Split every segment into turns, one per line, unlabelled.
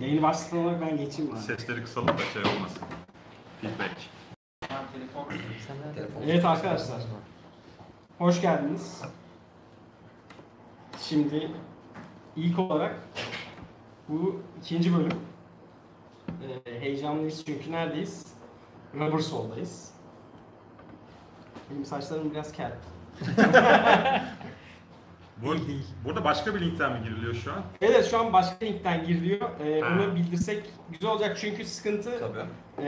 Yayını başlatan olarak ben geçeyim abi.
Sesleri kısalım da şey olmasın. Feedback.
Evet arkadaşlar. Hoş geldiniz. Şimdi ilk olarak bu ikinci bölüm. Ee, heyecanlıyız çünkü neredeyiz? Rubber Soul'dayız. Benim saçlarım biraz kel.
Bu, burada başka bir linkten mi giriliyor şu an?
Evet şu an başka linkten giriliyor. Ee,
Ha.
onu bildirsek güzel olacak çünkü sıkıntı
Tabii.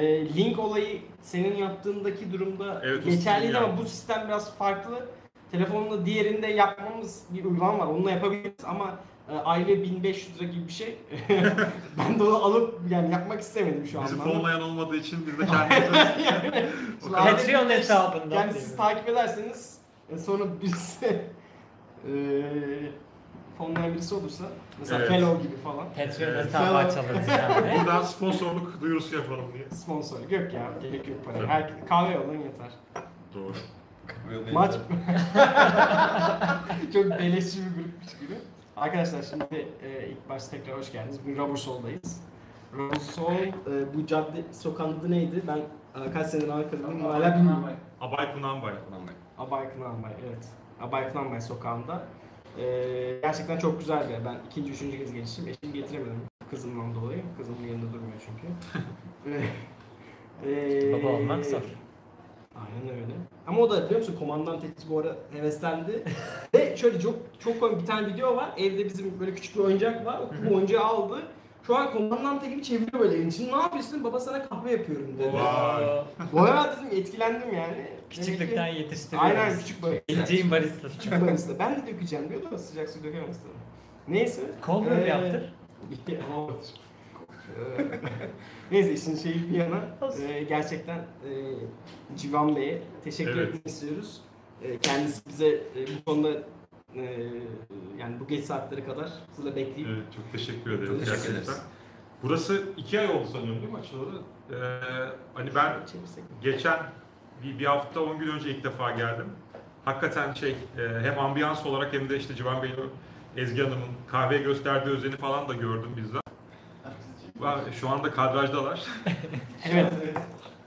Ee, link olayı senin yaptığındaki durumda
Evet, o
geçerliydi
sistem
ama
yani.
bu sistem biraz farklı. Telefonla diğerinde yapmamız bir uygulama var. Onunla yapabiliriz ama e, ayrı 1500 lira gibi bir şey. ben de onu alıp yani yapmak istemedim şu
Bizi
anda.
fonlayan olmadığı için biz de kendimiz...
yani,
O kadar- şey
Aynen.
Patreon hesabından.
yani siz takip ederseniz e, sonra biz e, fonlayan birisi olursa mesela
Evet.
Fellow gibi falan
Patreon
Evet.
hesabı açalım yani.
Buradan sponsorluk duyurusu yapalım diye.
sponsorluk yok ya gerek yok para.
Tabii.
Her, kahve yollayın yeter.
Doğru.
Maç Çok beleşçi bir grupmuş gibi. Arkadaşlar şimdi e, ilk başta tekrar hoş geldiniz. Bir Rubber Soul'dayız. Rubber Soul e, bu cadde sokağın adı neydi? Ben e, kaç senedir Ankara'dayım hala bilmiyorum.
Abay Kunanbay.
Abay Kınanbay evet. Abay Kınanbay sokağında. E, gerçekten çok güzel bir yer. Ben ikinci, üçüncü kez geçtim. Eşimi getiremedim kızımdan dolayı. Kızımın yanında durmuyor çünkü. E, e,
Baba olmak zor.
Aynen öyle. Ama o da biliyor musun komandan tepsi bu ara heveslendi. Ve şöyle çok çok komik bir tane video var. Evde bizim böyle küçük bir oyuncak var. O bu oyuncağı aldı. Şu an komandan gibi çeviriyor böyle evin içini. Ne yapıyorsun? Baba sana kahve yapıyorum dedi.
Vay.
Baya dedim etkilendim yani.
Küçüklükten
Demek ki-
yetiştiriyoruz.
Aynen küçük böyle.
İnciğin baristası.
Küçük barista. Ben de dökeceğim diyordu ama sıcak su dökemez tabii. Neyse. Ee,
Kol böyle yaptır.
Olur. Ee, Neyse işin şeyi bir yana e, gerçekten e, Civan Bey'e teşekkür
Evet.
etmek istiyoruz. E, kendisi bize e, bu konuda e, yani bu geç saatlere kadar burada bekleyip
Evet, çok teşekkür ederim
Çok
teşekkür
gerçekten.
ederiz.
Burası iki ay oldu sanıyorum değil mi açılalı? Ee, hani ben
çevirsek.
geçen bir, bir hafta 10 gün önce ilk defa geldim. Hakikaten şey e, hem ambiyans olarak hem de işte Civan Bey'in o Ezgi Hanım'ın kahveye gösterdiği özeni falan da gördüm bizden. Va- Şu anda kadrajdalar.
Evet.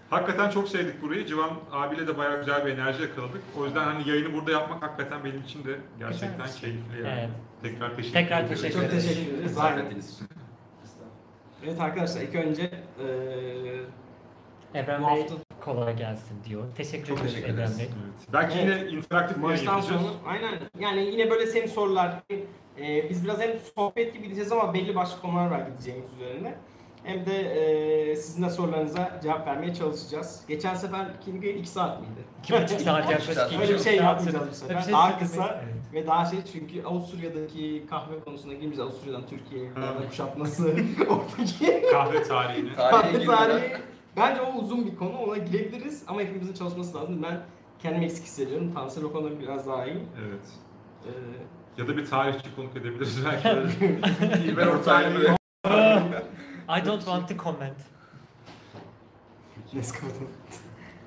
Hakikaten çok sevdik burayı. Civan abiyle de bayağı güzel bir enerji yakaladık. O yüzden hani yayını burada yapmak hakikaten benim için de gerçekten
Güzelmiş.
keyifli yani.
Evet.
Tekrar teşekkür
Tekrar
ederim.
teşekkür
Çok teşekkür ederiz. Aynen.
Zahmetiniz için.
Evet arkadaşlar ilk önce e,
Evren
bu
Bey
hafta
kolay gelsin diyor. Teşekkür
Çok
ederiz
teşekkür
Evren
ederiz.
Bey.
Evet. Belki yine interaktif bir yayın
maçtan
yapacağız.
sonra aynen yani yine böyle senin sorular e, biz biraz hem sohbet gibi gideceğiz ama belli başlı konular var gideceğimiz üzerine. Hem de e, sizin de sorularınıza cevap vermeye çalışacağız. Geçen seferki 2 saat miydi?
İki buçuk saat yaklaşık.
saat.
iki
Öyle bir
buçuk
şey
saat
yapmayacağız
sürdü.
bu
Öyle
sefer.
bir şey
Daha
sürdü.
kısa
Evet.
ve daha şey çünkü Avusturya'daki kahve konusuna girmeyeceğiz. Avusturya'dan Türkiye'ye
Ha.
kuşatması oradaki
Kahve tarihini.
Tarihe
kahve
girmeden
tarihi. Bence o uzun bir konu. Ona girebiliriz ama hepimizin çalışması lazım. Ben kendimi eksik hissediyorum. Tansel o konuda biraz daha iyi.
Evet.
Ee,
Ya da bir tarihçi konuk edebiliriz belki.
İlber Ortaylı böyle
I don't want to comment.
Neyse kapatalım.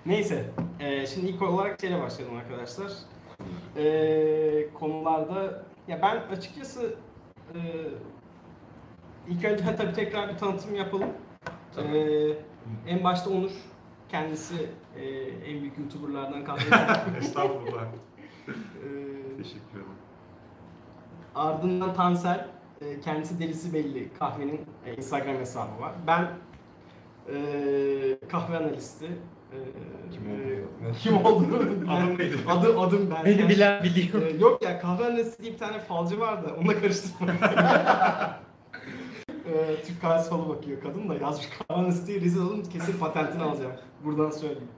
Neyse. eee, şimdi ilk olarak şeyle başlayalım arkadaşlar. Eee, konularda ya ben açıkçası eee, ilk önce ha, tabii tekrar bir tanıtım yapalım.
Tabii.
Eee, en başta Onur kendisi eee, en büyük youtuberlardan E, kaldı.
Estağfurullah.
Eee,
Teşekkür ederim.
Ardından Tansel, e, kendisi delisi belli kahvenin e, Instagram hesabı var. Ben e, kahve analisti. e,
Kim olduğunu
e, Kim olduğunu
Adım neydi?
Adı, adım ben.
Beni bilen biliyor.
E, yok ya kahve analisti diye bir tane falcı var da onunla karıştırma. E, Türk kahvesi falı bakıyor kadın da yazmış kahve analisti Rize olun kesin patentini alacağım. Buradan söyleyeyim.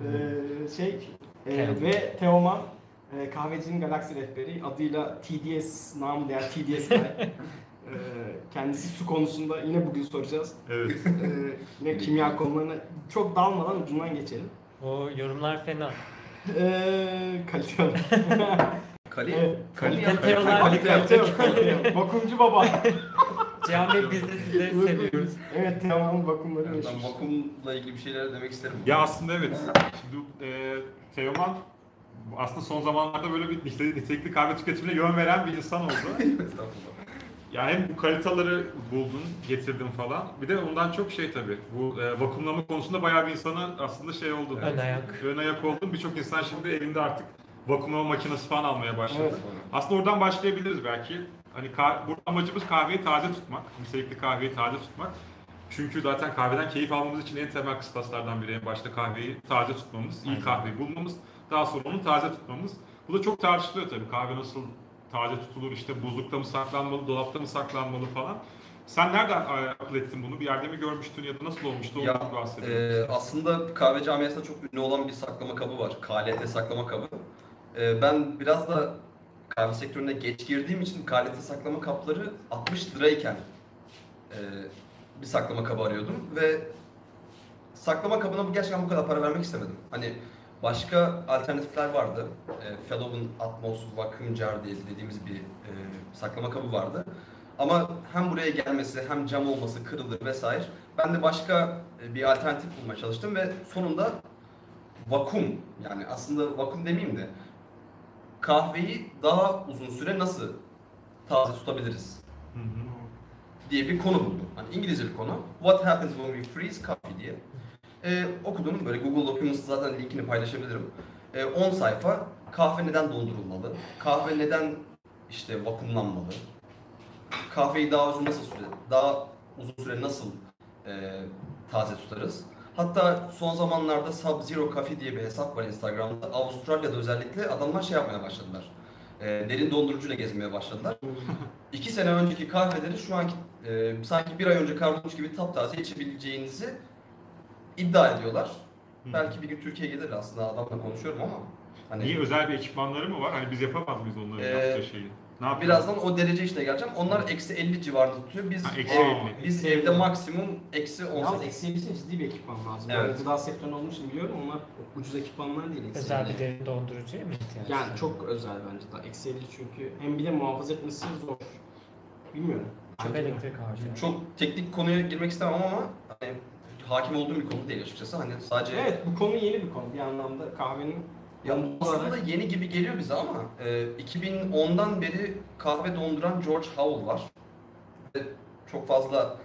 E, şey e,
Teoman.
ve Teoman e, kahvecinin galaksi rehberi adıyla TDS namı değer TDS Guy. E, kendisi su konusunda yine bugün soracağız.
Evet.
E, yine kimya konularına çok dalmadan ucundan geçelim.
O yorumlar fena.
E, kalite alın. Evet.
Kali.
Kalite olan-
Kali-
Kalite yok, kalite yok. Vakumcu baba.
Cihan Bey biz de sizleri seviyoruz.
Evet Teoman'ın vakumları meşhur.
Ben vakumla ilgili bir şeyler demek isterim.
Ya aslında evet. Şimdi e, Teoman aslında son zamanlarda böyle bir nite- nitelikli kahve tüketimine yön veren bir insan oldu.
Estağfurullah.
Ya hem bu kalitaları buldun, getirdin falan. Bir de ondan çok şey tabii. Bu e, vakumlama konusunda bayağı bir insana aslında şey oldu.
Ön ayak.
Ön ayak oldun. Birçok insan şimdi evinde artık vakumlama makinesi falan almaya başladı.
Evet.
Aslında oradan başlayabiliriz belki. Hani kah- burada amacımız kahveyi taze tutmak. Nitelikli kahveyi taze tutmak. Çünkü zaten kahveden keyif almamız için en temel kıstaslardan biri en başta kahveyi taze tutmamız, iyi
Aynen.
kahveyi bulmamız, daha sonra onu taze tutmamız. Bu da çok tartışılıyor tabii. Kahve nasıl taze tutulur, işte buzlukta mı saklanmalı, dolapta mı saklanmalı falan. Sen nereden e, akıl ettin bunu? Bir yerde mi görmüştün ya da nasıl olmuştu?
Ya,
Ondan bahsedelim.
Ee, aslında kahve camiasında çok ünlü olan bir saklama kabı var. KLT saklama kabı. Ee, ben biraz da kahve sektörüne geç girdiğim için KLT saklama kapları 60 lirayken e, bir saklama kabı arıyordum ve saklama kabına bu- gerçekten bu kadar para vermek istemedim. Hani başka alternatifler vardı. E, Fellow'un Atmos Vacuum Jar diye dediğimiz bir e, saklama kabı vardı. Ama hem buraya gelmesi hem cam olması kırılır vesaire. Ben de başka e, bir alternatif bulmaya çalıştım ve sonunda vakum yani aslında vakum demeyeyim de kahveyi daha uzun süre nasıl taze tutabiliriz
Hı hı.
diye bir konu buldum. Hani İngilizce bir konu. What happens when we freeze coffee diye. Ee, okudum. Böyle Google Documents'ta zaten linkini paylaşabilirim. Ee, 10 sayfa kahve neden dondurulmalı? Kahve neden işte vakumlanmalı? Kahveyi daha uzun nasıl süre, daha uzun süre nasıl e, taze tutarız? Hatta son zamanlarda Sub-Zero Coffee diye bir hesap var Instagram'da. Avustralya'da özellikle adamlar şey yapmaya başladılar. Ee, derin dondurucuyla gezmeye başladılar. İki sene önceki kahveleri şu anki e, sanki bir ay önce kavrulmuş gibi taptaze içebileceğinizi iddia ediyorlar.
Hı.
Belki bir gün Türkiye'ye gelir aslında adamla konuşuyorum ama hani
Niye özel bir ekipmanları mı var? Hani biz yapamaz mıyız onların
Ee,
yaptığı şeyi? Ne yapıyoruz?
birazdan o derece işine geleceğim. Onlar eksi 50 civarında tutuyor. Biz
Ha, eksi
ev-
50.
biz evde maksimum eksi
Yalnız
18.
eksiği için ciddi bir ekipman lazım.
Evet.
Yani gıda sektöründe olduğu için biliyorum onlar ucuz ekipmanlar değil. eksiği.
Özel bir derin dondurucuya mı ihtiyaç var?
Yani çok özel bence daha. Eksi 50 çünkü hem bir de muhafaza etmesi zor. Bilmiyorum.
Çok
Bence de.
elektrik harcıyor.
Çok teknik konuya girmek istemem ama hani hakim olduğum bir konu değil açıkçası. Hani sadece
Evet bu konu yeni bir konu. Bir anlamda kahvenin
Ya
yanıtı
aslında
olarak
yeni gibi geliyor bize ama e, 2010'dan beri kahve donduran George Howell var. Ve çok fazla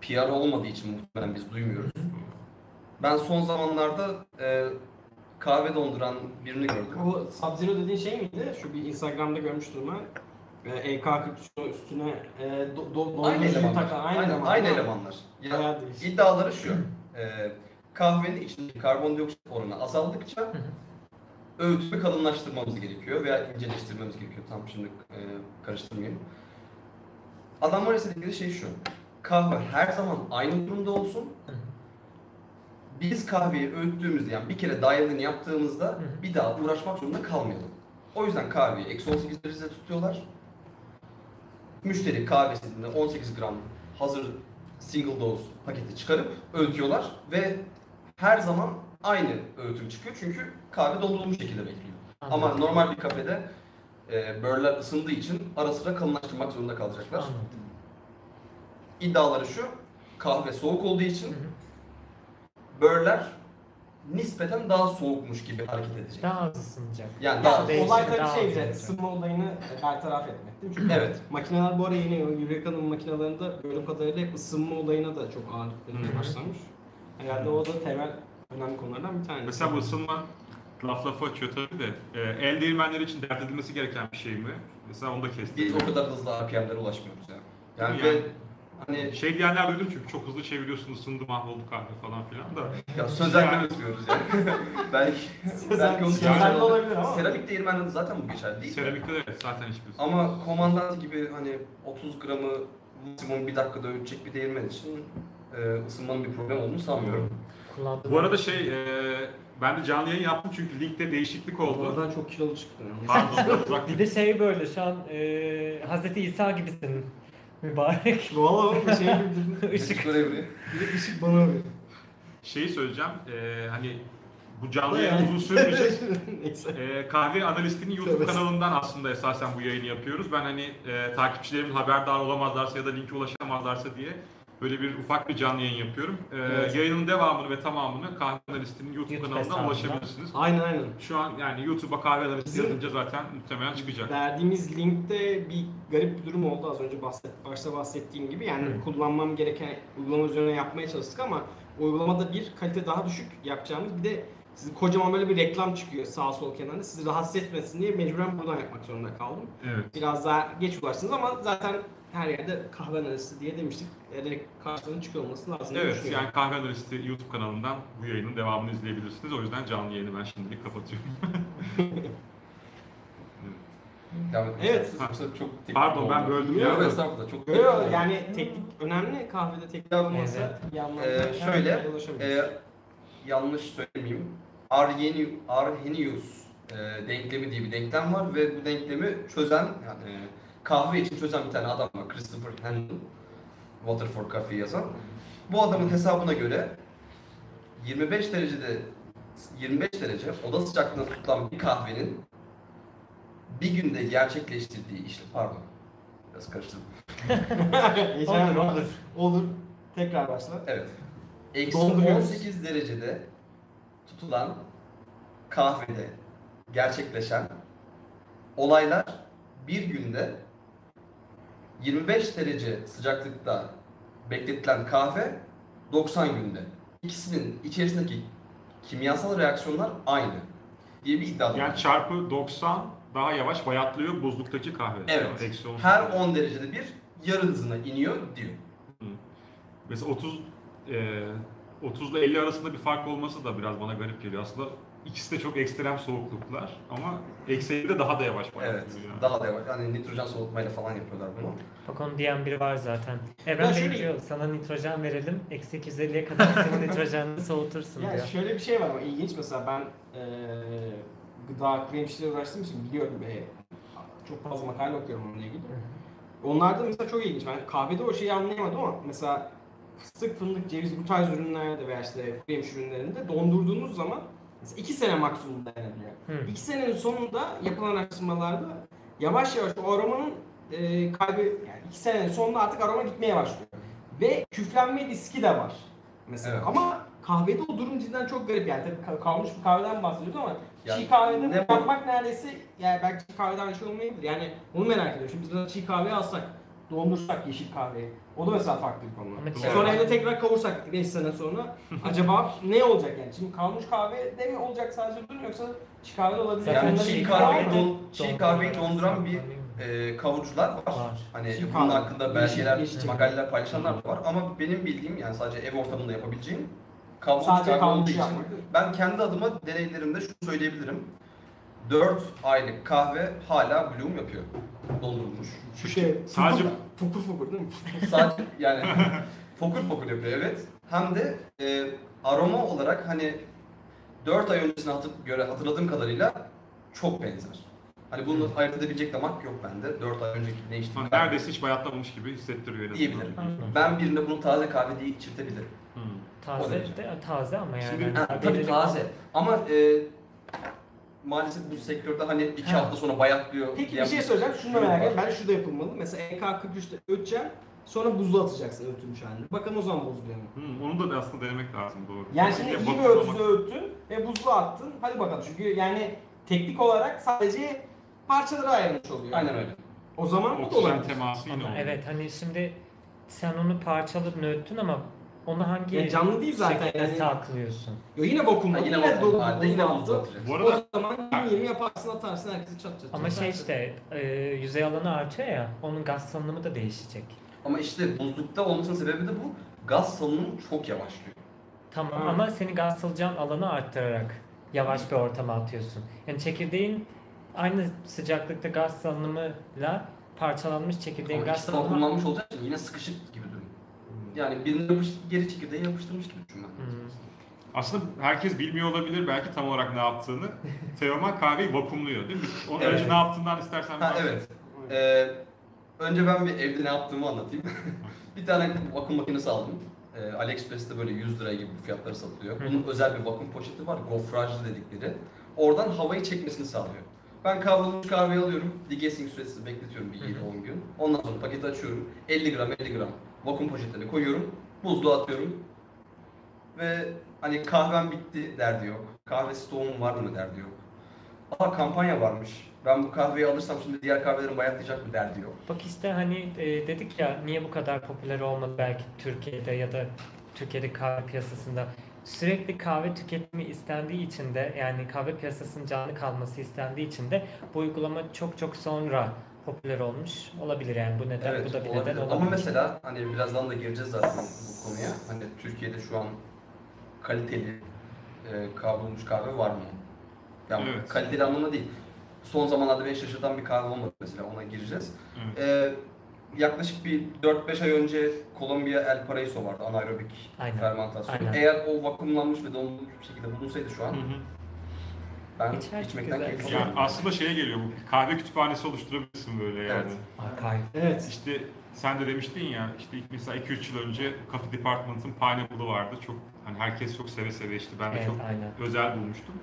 PR olmadığı için muhtemelen biz duymuyoruz. Ben son zamanlarda e, kahve donduran birini gördüm.
O Sub-Zero dediğin şey miydi? Şu bir Instagram'da görmüştüm ben. E, EK43 üstüne e, do, do,
Aynı
dondurucu
elemanlar.
takan
Aynen,
eleman.
aynı elemanlar. Ya,
Bayağı değişik.
İddiaları şu. E, kahvenin içindeki karbondioksit oranı azaldıkça öğütümü kalınlaştırmamız gerekiyor veya inceleştirmemiz gerekiyor. Tam şimdi e, karıştırmayayım. Adamlar istedikleri şey şu. Kahve her zaman aynı durumda olsun.
Hı.
Biz kahveyi öğüttüğümüzde yani bir kere dayalını yaptığımızda
hı.
bir daha uğraşmak zorunda kalmayalım. O yüzden kahveyi eksi 18 derecede tutuyorlar. Müşteri kahvesinde 18 gram hazır single dose paketi çıkarıp öğütüyorlar ve her zaman aynı öğütüm çıkıyor çünkü kahve dondurulmuş şekilde bekliyor.
Anladım.
Ama normal bir kafede e, börler ısındığı için ara sıra kalınlaştırmak zorunda kalacaklar.
Anladım.
İddiaları şu, kahve soğuk olduğu için
Hı hı.
börler nispeten daha soğukmuş gibi hareket edecek.
Daha az ısınacak.
Yani daha
Ya,
soğuk.
Değişim
olay tabii
daha
şey
az
bize
olacak.
ısınma olayını e, bertaraf etmek değil mi? Çünkü
Evet.
makineler bu ara yeni Eureka'nın makinelerinde gördüğüm kadarıyla ısınma olayına da çok ağırlık
Hı hı.
vermeye başlamış. Herhalde o da temel önemli konulardan bir tanesi.
Mesela bu ısınma laf lafı açıyor tabii de. E, el değirmenleri için dert edilmesi gereken bir şey mi? Mesela onu da kestim.
Biz o kadar hızlı RPM'lere ulaşmıyoruz yani. Yani,
Yani-
ve hani
Şey diyenler duydum çünkü çok hızlı çeviriyorsun ısındı mahvoldu kahve falan filan da.
ya sözelden ötüyoruz yani. belki, belki
Özel-
onu
özel de olabilir ama.
Seramik değirmenden zaten bu geçer değil mi?
Seramikte de evet zaten hiçbir
Ama komandant gibi hani 30 gramı maksimum bir dakikada ölçecek bir değirmen için e, ısınmanın bir problem olduğunu sanmıyorum.
Kullandığım
Bu arada şey e, ben de canlı yayın yaptım çünkü linkte değişiklik oldu.
Oradan çok kilolu çıktı.
Pardon. Burak
Bir de şey böyle şu an e, Hazreti İsa gibisin mübarek.
Valla oğlum bir şey gibi
Işık.
Işık görevli.
Bir de ışık bana vuruyor.
Şeyi söyleyeceğim. e, hani bu canlı yayın uzun sürmeyecek.
Neyse.
Ee, kahve analistinin YouTube
Tövbe.
kanalından aslında esasen bu yayını yapıyoruz. Ben hani e, takipçilerimin haberdar olamazlarsa ya da linke ulaşamazlarsa diye Böyle bir ufak bir canlı yayın yapıyorum. Ee,
Evet.
Yayının devamını ve tamamını Kahve Analist'in YouTube,
YouTube
kanalından
hesabından.
ulaşabilirsiniz.
Aynen aynen.
Şu an yani YouTube'a Kahve Analist
Bizim-
yazınca zaten muhtemelen çıkacak.
Verdiğimiz linkte bir garip bir durum oldu az önce bahset, başta bahsettiğim gibi. Yani
Hı.
kullanmam gereken uygulama üzerine yapmaya çalıştık ama uygulamada bir kalite daha düşük yapacağımız bir de sizin kocaman böyle bir reklam çıkıyor sağ sol kenarında. Sizi rahatsız etmesin diye mecburen buradan yapmak zorunda kaldım.
Evet.
Biraz daha geç ulaştınız ama zaten her yerde kahve analisti diye demiştik. Yani karşılığının çıkıyor olması lazım. diye
Evet
şey
düşünüyorum.
yani Kahve Analisti YouTube kanalından bu yayının devamını izleyebilirsiniz. O yüzden canlı yayını ben şimdilik kapatıyorum.
Devam etmek
Evet.
isterseniz Yoksa çok teknik
Pardon
oldu.
ben böldüm ya.
Yok estağfurullah çok
Yo, yo, yani teknik önemli kahvede teknik olmasa bir anlamda
Ee,
her
şöyle,
yere ulaşabiliriz.
Ee, yanlış söylemeyeyim. Arrhenius, Arrhenius e, denklemi diye bir denklem var ve bu denklemi çözen yani e, kahve için çözen bir tane adam var. Christopher Handel. Water for Coffee yazan. Bu adamın hesabına göre 25 derecede 25 derece oda sıcaklığında tutulan bir kahvenin bir günde gerçekleştirdiği işlem pardon biraz karıştırdım.
Geçen-
Olur olur.
Olur. Tekrar başla.
Evet. Eksi
Dolduruyoruz.
18 derecede tutulan kahvede gerçekleşen olaylar bir günde 25 derece sıcaklıkta bekletilen kahve 90 günde. İkisinin içerisindeki kimyasal reaksiyonlar aynı diye bir iddia var.
Yani çarpı 90 daha yavaş bayatlıyor buzluktaki kahve.
Evet.
Eksi 10.
Her 10 derecede bir yarı hızına iniyor diyor.
Mesela 30 e, 30 ile 50 arasında bir fark olması da biraz bana garip geliyor. Aslında ikisi de çok ekstrem soğukluklar ama eksi 50 de daha da yavaş
Evet.
bayatlıyor. yani.
Daha da yavaş. Hani nitrojen soğutmayla falan yapıyorlar bunu.
Bak onu diyen biri var zaten. Evren
Ya
Bey
şöyle-
diyor sana nitrojen verelim. Eksi 250'ye kadar senin nitrojenini soğutursun
Ya
diyor.
şöyle bir şey var ama ilginç mesela ben eee gıda kremşiyle uğraştığım için biliyorum ve çok fazla makale okuyorum onunla ilgili. Onlarda mesela çok ilginç. Ben kahvede o şeyi anlayamadım ama mesela fıstık, fındık, ceviz bu tarz ürünlerde veya işte kremş ürünlerinde dondurduğunuz zaman mesela 2 sene maksimum dayanabiliyor.
Hı.
İki senenin sonunda yapılan araştırmalarda yavaş yavaş o aromanın e, kaybı, yani iki senenin sonunda artık aroma gitmeye başlıyor. Ve küflenme riski de var. Mesela.
Evet.
Ama kahvede o durum cidden çok garip. Yani tabii ka- kavurmuş bir kahveden bahsediyoruz ama
Yani
çiğ kahvede
ne-
ne neredeyse yani belki çiğ kahveden şey olmayabilir. Yani onu merak ediyorum. Şimdi biz buna çiğ kahve alsak, dondursak yeşil kahveyi. O da mesela farklı bir konu.
Ama çiğ
Sonra
kahve-
evde tekrar kavursak 5 sene sonra acaba ne olacak yani? Şimdi kalmış kahve de mi olacak sadece bu durum yoksa çiğ kahve de olabilir.
Zaten
Yani
Bunların
çiğ
bir
kahveyi,
kavramı-
don, çiğ kahveyi donduran bir e, kavurucular var.
Var.
Hani
Çiğ
bunun
kahve.
hakkında belgeler,
Yeşil- yeşil.
makaleler paylaşanlar var. Ama benim bildiğim yani sadece ev ortamında yapabileceğim kavurucu
Sadece
kahve olduğu
kalmış
için.
yapmak.
Ben kendi adıma deneylerimde şunu söyleyebilirim. 4 aylık kahve hala bloom yapıyor. Dondurulmuş.
Şu şey
Sadece-
fukur fukur, fukur değil mi?
Sadece yani fokur fokur yapıyor evet. Hem de e, aroma olarak hani 4 ay öncesine hatır- göre hatırladığım kadarıyla çok benzer. Hani bunu
Hmm.
ayırt edebilecek damak yok bende. 4 ay önceki ne içtim
Hani
ben.
neredeyse hiç bayatlamamış gibi hissettiriyor en azından.
Diyebilirim. Ben birine bunu taze kahve diye içirtebilirim.
Hı.
O
Taze,
derece.
de, taze ama yani.
Şimdi-
Ha, tabii
Belirli-
taze. Ama e, maalesef bu sektörde hani 2
Ha.
hafta sonra bayatlıyor.
Peki bir
diyen-
şey söyleyeceğim. Şunu da merak ediyorum. Ben şu da yapılmalı. Mesela E NK43'te öteceğim. Sonra buzlu atacaksın ötülmüş halini. Bakalım o zaman bozuluyor mu?
Hı, onu da aslında denemek lazım doğru.
Yani şimdi
Bir de
iyi bir
bakılamak-
ölçüde öğüttün ve buzlu attın. Hadi bakalım. Çünkü yani teknik olarak sadece parçalara ayrılmış oluyor.
Aynen öyle.
O zaman bu da
Oksijen
olabilir.
teması yine
Ama
oldu.
evet hani şimdi sen onu parçalarını öttün ama onu hangi
Yani canlı değil zaten
şekilde
yani.
saklıyorsun?
Yo, yine vakumda,
Ha,
yine,
yine
yine
bozdu
dolu
halde yine
buzlu
buzlu
attın.
atacak.
Bu
O
arada
zaman 20 yaparsın atarsın herkesi çat çat.
Ama
çat
şey
çat.
işte e, yüzey alanı artıyor ya onun gaz salınımı da değişecek.
Ama işte buzlukta olmasının sebebi de bu. Gaz salınımı çok yavaşlıyor.
Tamam
Ha.
ama senin gaz salacağın alanı arttırarak yavaş bir ortama atıyorsun. Yani çekirdeğin aynı sıcaklıkta gaz salınımıyla parçalanmış çekirdeğin
Ama
gaz
ikisi de
salınımı...
vakumlanmış olacağı için yine sıkışık gibi durum. Yani birini yapıştırıp geri çekirdeğe yapıştırmış gibi düşün ben.
Hmm.
Aslında herkes bilmiyor olabilir belki tam olarak ne yaptığını. Teoman kahveyi vakumluyor değil mi? Onun
Evet.
önce ne yaptığından istersen
Ha
bahset.
evet. Ee, önce ben bir evde ne yaptığımı anlatayım. bir tane vakum makinesi aldım. Ee, AliExpress'te böyle 100 lira gibi fiyatları satılıyor. Bunun özel bir vakum poşeti var, gofrajlı dedikleri. Oradan havayı çekmesini sağlıyor. Ben kavrulmuş kahveyi alıyorum, degassing süresi bekletiyorum bir
Hı hı.
7-10 gün. Ondan sonra paketi açıyorum, 50 gram 50 gram vakum poşetlerine koyuyorum. Buzluğa atıyorum. Ve hani kahvem bitti derdi yok. Kahve stoğum var mı derdi yok. Aa kampanya varmış. Ben bu kahveyi alırsam şimdi diğer kahvelerim bayatlayacak mı derdi yok.
Bak işte hani e, dedik ya niye bu kadar popüler olmadı belki Türkiye'de ya da Türkiye'de kahve piyasasında. Sürekli kahve tüketimi istendiği için de yani kahve piyasasının canlı kalması istendiği için de bu uygulama çok çok sonra popüler olmuş olabilir yani bu neden bu da bir
olabilir.
neden olabilir.
Ama mesela hani birazdan da gireceğiz zaten bu konuya. Hani Türkiye'de şu an kaliteli e, kavrulmuş kahve var mı? Yani
Evet.
kaliteli anlamda değil. Son zamanlarda beni şaşırtan bir kahve olmadı mesela ona gireceğiz. E, yaklaşık bir 4-5 ay önce Kolombiya El Paraíso vardı anaerobik
Aynen.
fermentasyon.
Aynen.
Eğer o vakumlanmış ve donmuş bir şekilde bulunsaydı şu an
Hı hı.
ben
İçer çok
içmekten
güzel.
keyif
Yani
alırdım.
aslında şeye geliyor bu kahve kütüphanesi oluşturabilirsin böyle yani.
Evet.
Aa, kahve.
Evet.
İşte sen de demiştin ya işte ilk mesela 2-3 yıl önce Coffee Department'ın Pineapple'ı vardı. Çok hani herkes çok seve seve içti. Ben de
Evet
çok
aynen.
özel bulmuştum.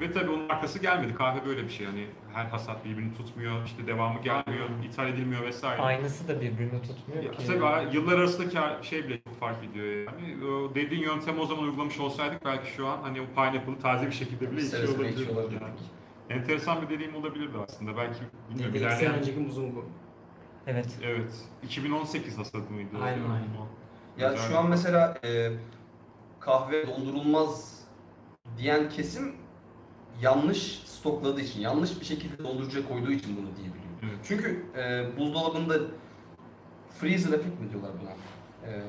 Ve tabii onun arkası gelmedi. Kahve böyle bir şey. Hani her hasat birbirini tutmuyor, işte devamı gelmiyor, ithal edilmiyor vesaire.
Aynısı da birbirini tutmuyor
Ya,
ki.
tabii ha, yıllar arasındaki her şey bile çok fark ediyor yani. O dediğin yöntemi o zaman uygulamış olsaydık belki şu an hani o pineapple'ı taze bir şekilde bile
Seve
içiyor
seve içiyor
olabilirdik.
olabilirdik.
şey yani. Enteresan bir deneyim olabilirdi aslında. Belki bilmiyorum
İlk sene
ilerleyen-
önceki buzun
Hani-
bu.
Evet.
Evet. 2018 hasadı mıydı? o?
Aynen, aynen.
Ya
Güzel.
şu an mesela e, kahve dondurulmaz diyen kesim yanlış stokladığı için, yanlış bir şekilde dondurucuya koyduğu için bunu diyebiliyor.
Evet.
Çünkü e, buzdolabında freezer effect mi diyorlar buna? E,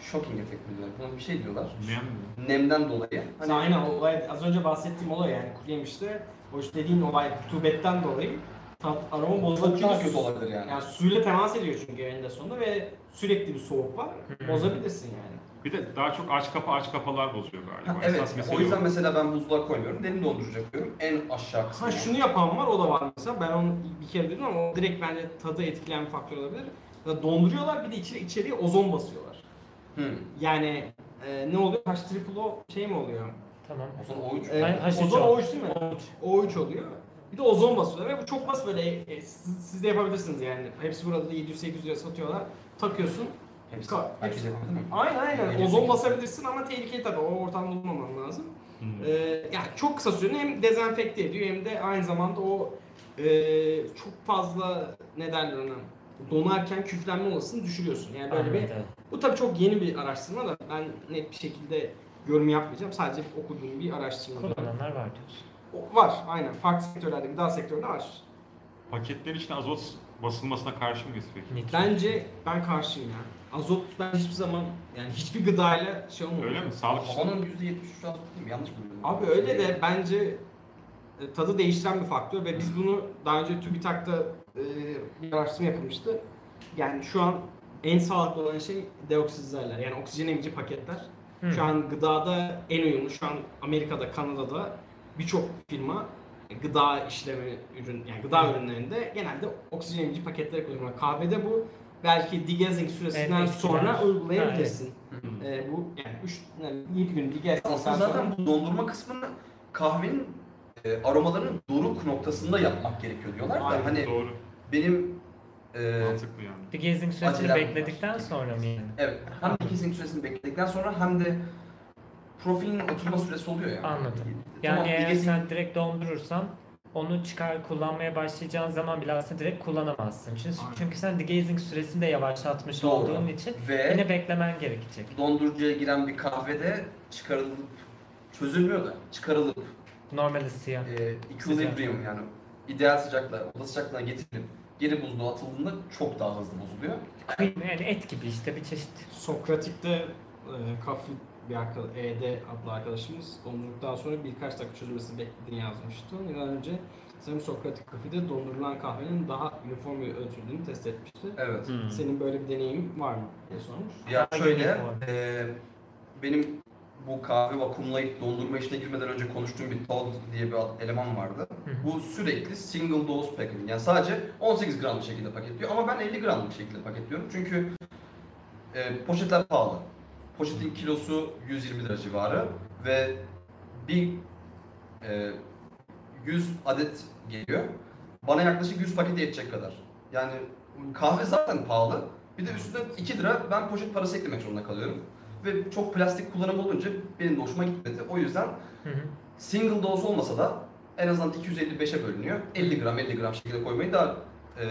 shocking effect mi diyorlar? Buna bir şey diyorlar.
Ne mi?
Nemden dolayı.
Hani aynen olay az önce bahsettiğim olay yani kuru yemişte o işte dediğin olay kutubetten dolayı tat aroma bozulabilir.
Çok kötü olabilir yani.
Yani suyla temas ediyor çünkü eninde sonunda ve sürekli bir soğuk var.
Hmm.
Bozabilirsin yani.
Bir de daha çok aç kapa aç kapalar bozuyor
Ha,
galiba.
evet.
Esas mesele
O yüzden
o.
mesela ben buzluğa koymuyorum. Derin dondurucuya koyuyorum. En aşağı kısmı.
Ha şunu yapan var, o da var mesela. Ben onu bir kere dedim ama o direkt bence tadı etkileyen bir faktör olabilir. Ya Donduruyorlar bir de içeri, içeriye ozon basıyorlar.
Hı.
Yani e, ne oluyor? H triple O şey mi oluyor?
Tamam.
O zaman o üç.
E,
Hayır, H3O.
ozon O3 değil mi? O3 oluyor. Bir de ozon basıyorlar ve bu çok basit böyle e, e, siz, siz de yapabilirsiniz yani. Hepsi burada da 700-800 lira satıyorlar. Takıyorsun.
Hepsi.
Ka-
Herkes
hepsi-
yapabilir mi?
Aynen aynen.
700-800.
Ozon basabilirsin ama tehlikeli tabii. O ortamda olmaman lazım. Ee,
Hı.
yani çok kısa sürede hem dezenfekte ediyor hem de aynı zamanda o e, çok fazla ne derler ona donarken küflenme olasılığını düşürüyorsun. Yani böyle bir
Anladım.
bu tabii çok yeni bir araştırma da ben net bir şekilde yorum yapmayacağım. Sadece okuduğum bir araştırma.
Kullananlar var diyorsun.
O- Var aynen. Farklı sektörlerde, gıda sektöründe var.
Paketlerin içine azot basılmasına karşı mıyız peki?
Nitro.
Bence ben karşıyım ya. Azot ben hiçbir zaman yani hiçbir gıdayla şey
Hmm.
olmuyor.
Öyle mi? Sağlık için.
Havanın %73'ü az değil mi? Yanlış mı biliyorum?
Abi öyle de bence e, tadı değiştiren bir faktör ve biz bunu daha önce TÜBİTAK'ta e, bir araştırma yapılmıştı. Yani şu an en sağlıklı olan şey deoksizlerler yani oksijen emici paketler.
Hı.
Şu an gıdada en uyumlu. Şu an Amerika'da, Kanada'da birçok firma gıda işleme ürün yani gıda ürünlerinde genelde oksijen emici paketleri kullanıyor. Kahvede bu belki degassing süresinden
Evet, etkiler.
sonra uygulayabilirsin.
Evet.
E, bu yani 3 7 gün degassing
Aslında zaten bu dondurma kısmını kahvenin e, aromalarının doruk noktasında yapmak gerekiyor diyorlar da
Aynen,
hani
Doğru.
benim e,
Mantıklı yani.
Bir gezin süresini
Acelem var.
bekledikten sonra mı yani?
evet hem ikisinin süresini bekledikten sonra hem de profilin oturma süresi oluyor yani.
Anladım. Yani eğer
bilezik-
sen direkt dondurursan onu çıkar kullanmaya başlayacağın zaman bile aslında direkt kullanamazsın. Çünkü,
Aynen.
çünkü sen degazing süresini de yavaşlatmış
Doğru.
olduğun için
ve
E?
yine beklemen gerekecek.
dondurucuya giren bir kahvede çıkarılıp çözülmüyor da çıkarılıp
Normal ısıya.
e, equilibrium yani ideal sıcaklığa, oda sıcaklığına getirilip geri buzluğa atıldığında çok daha hızlı bozuluyor.
Cream yani et gibi işte bir çeşit.
Sokratik'te e, Kafi bir arkadaş, ED adlı arkadaşımız dondurduktan sonra birkaç dakika çözülmesi beklediğini yazmıştı. Yıllar önce sanırım Sokratik Kafi'de dondurulan kahvenin daha uniform bir ötüldüğünü test etmişti.
Evet.
Senin böyle bir deneyimin var mı diye sormuş.
Ya
Hangi
şöyle,
form?
eee, benim bu kahve vakumlayıp dondurma işine girmeden önce konuştuğum bir Todd diye bir ad- eleman vardı.
hı.
Bu sürekli single dose packing. Yani sadece 18 gramlık şekilde paketliyor ama ben 50 gramlık şekilde paketliyorum. Çünkü eee, poşetler pahalı. Poşetin kilosu 120 lira civarı ve bir eee, 100 adet geliyor. Bana yaklaşık 100 pakete yetecek kadar. Yani kahve zaten pahalı. Bir de üstüne 2 lira ben poşet parası eklemek zorunda kalıyorum. Ve çok plastik kullanım olunca benim de hoşuma gitmedi. O yüzden
Hı hı.
single dose olmasa da en azından 255'e bölünüyor. 50 gram 50 gram şekilde koymayı daha e,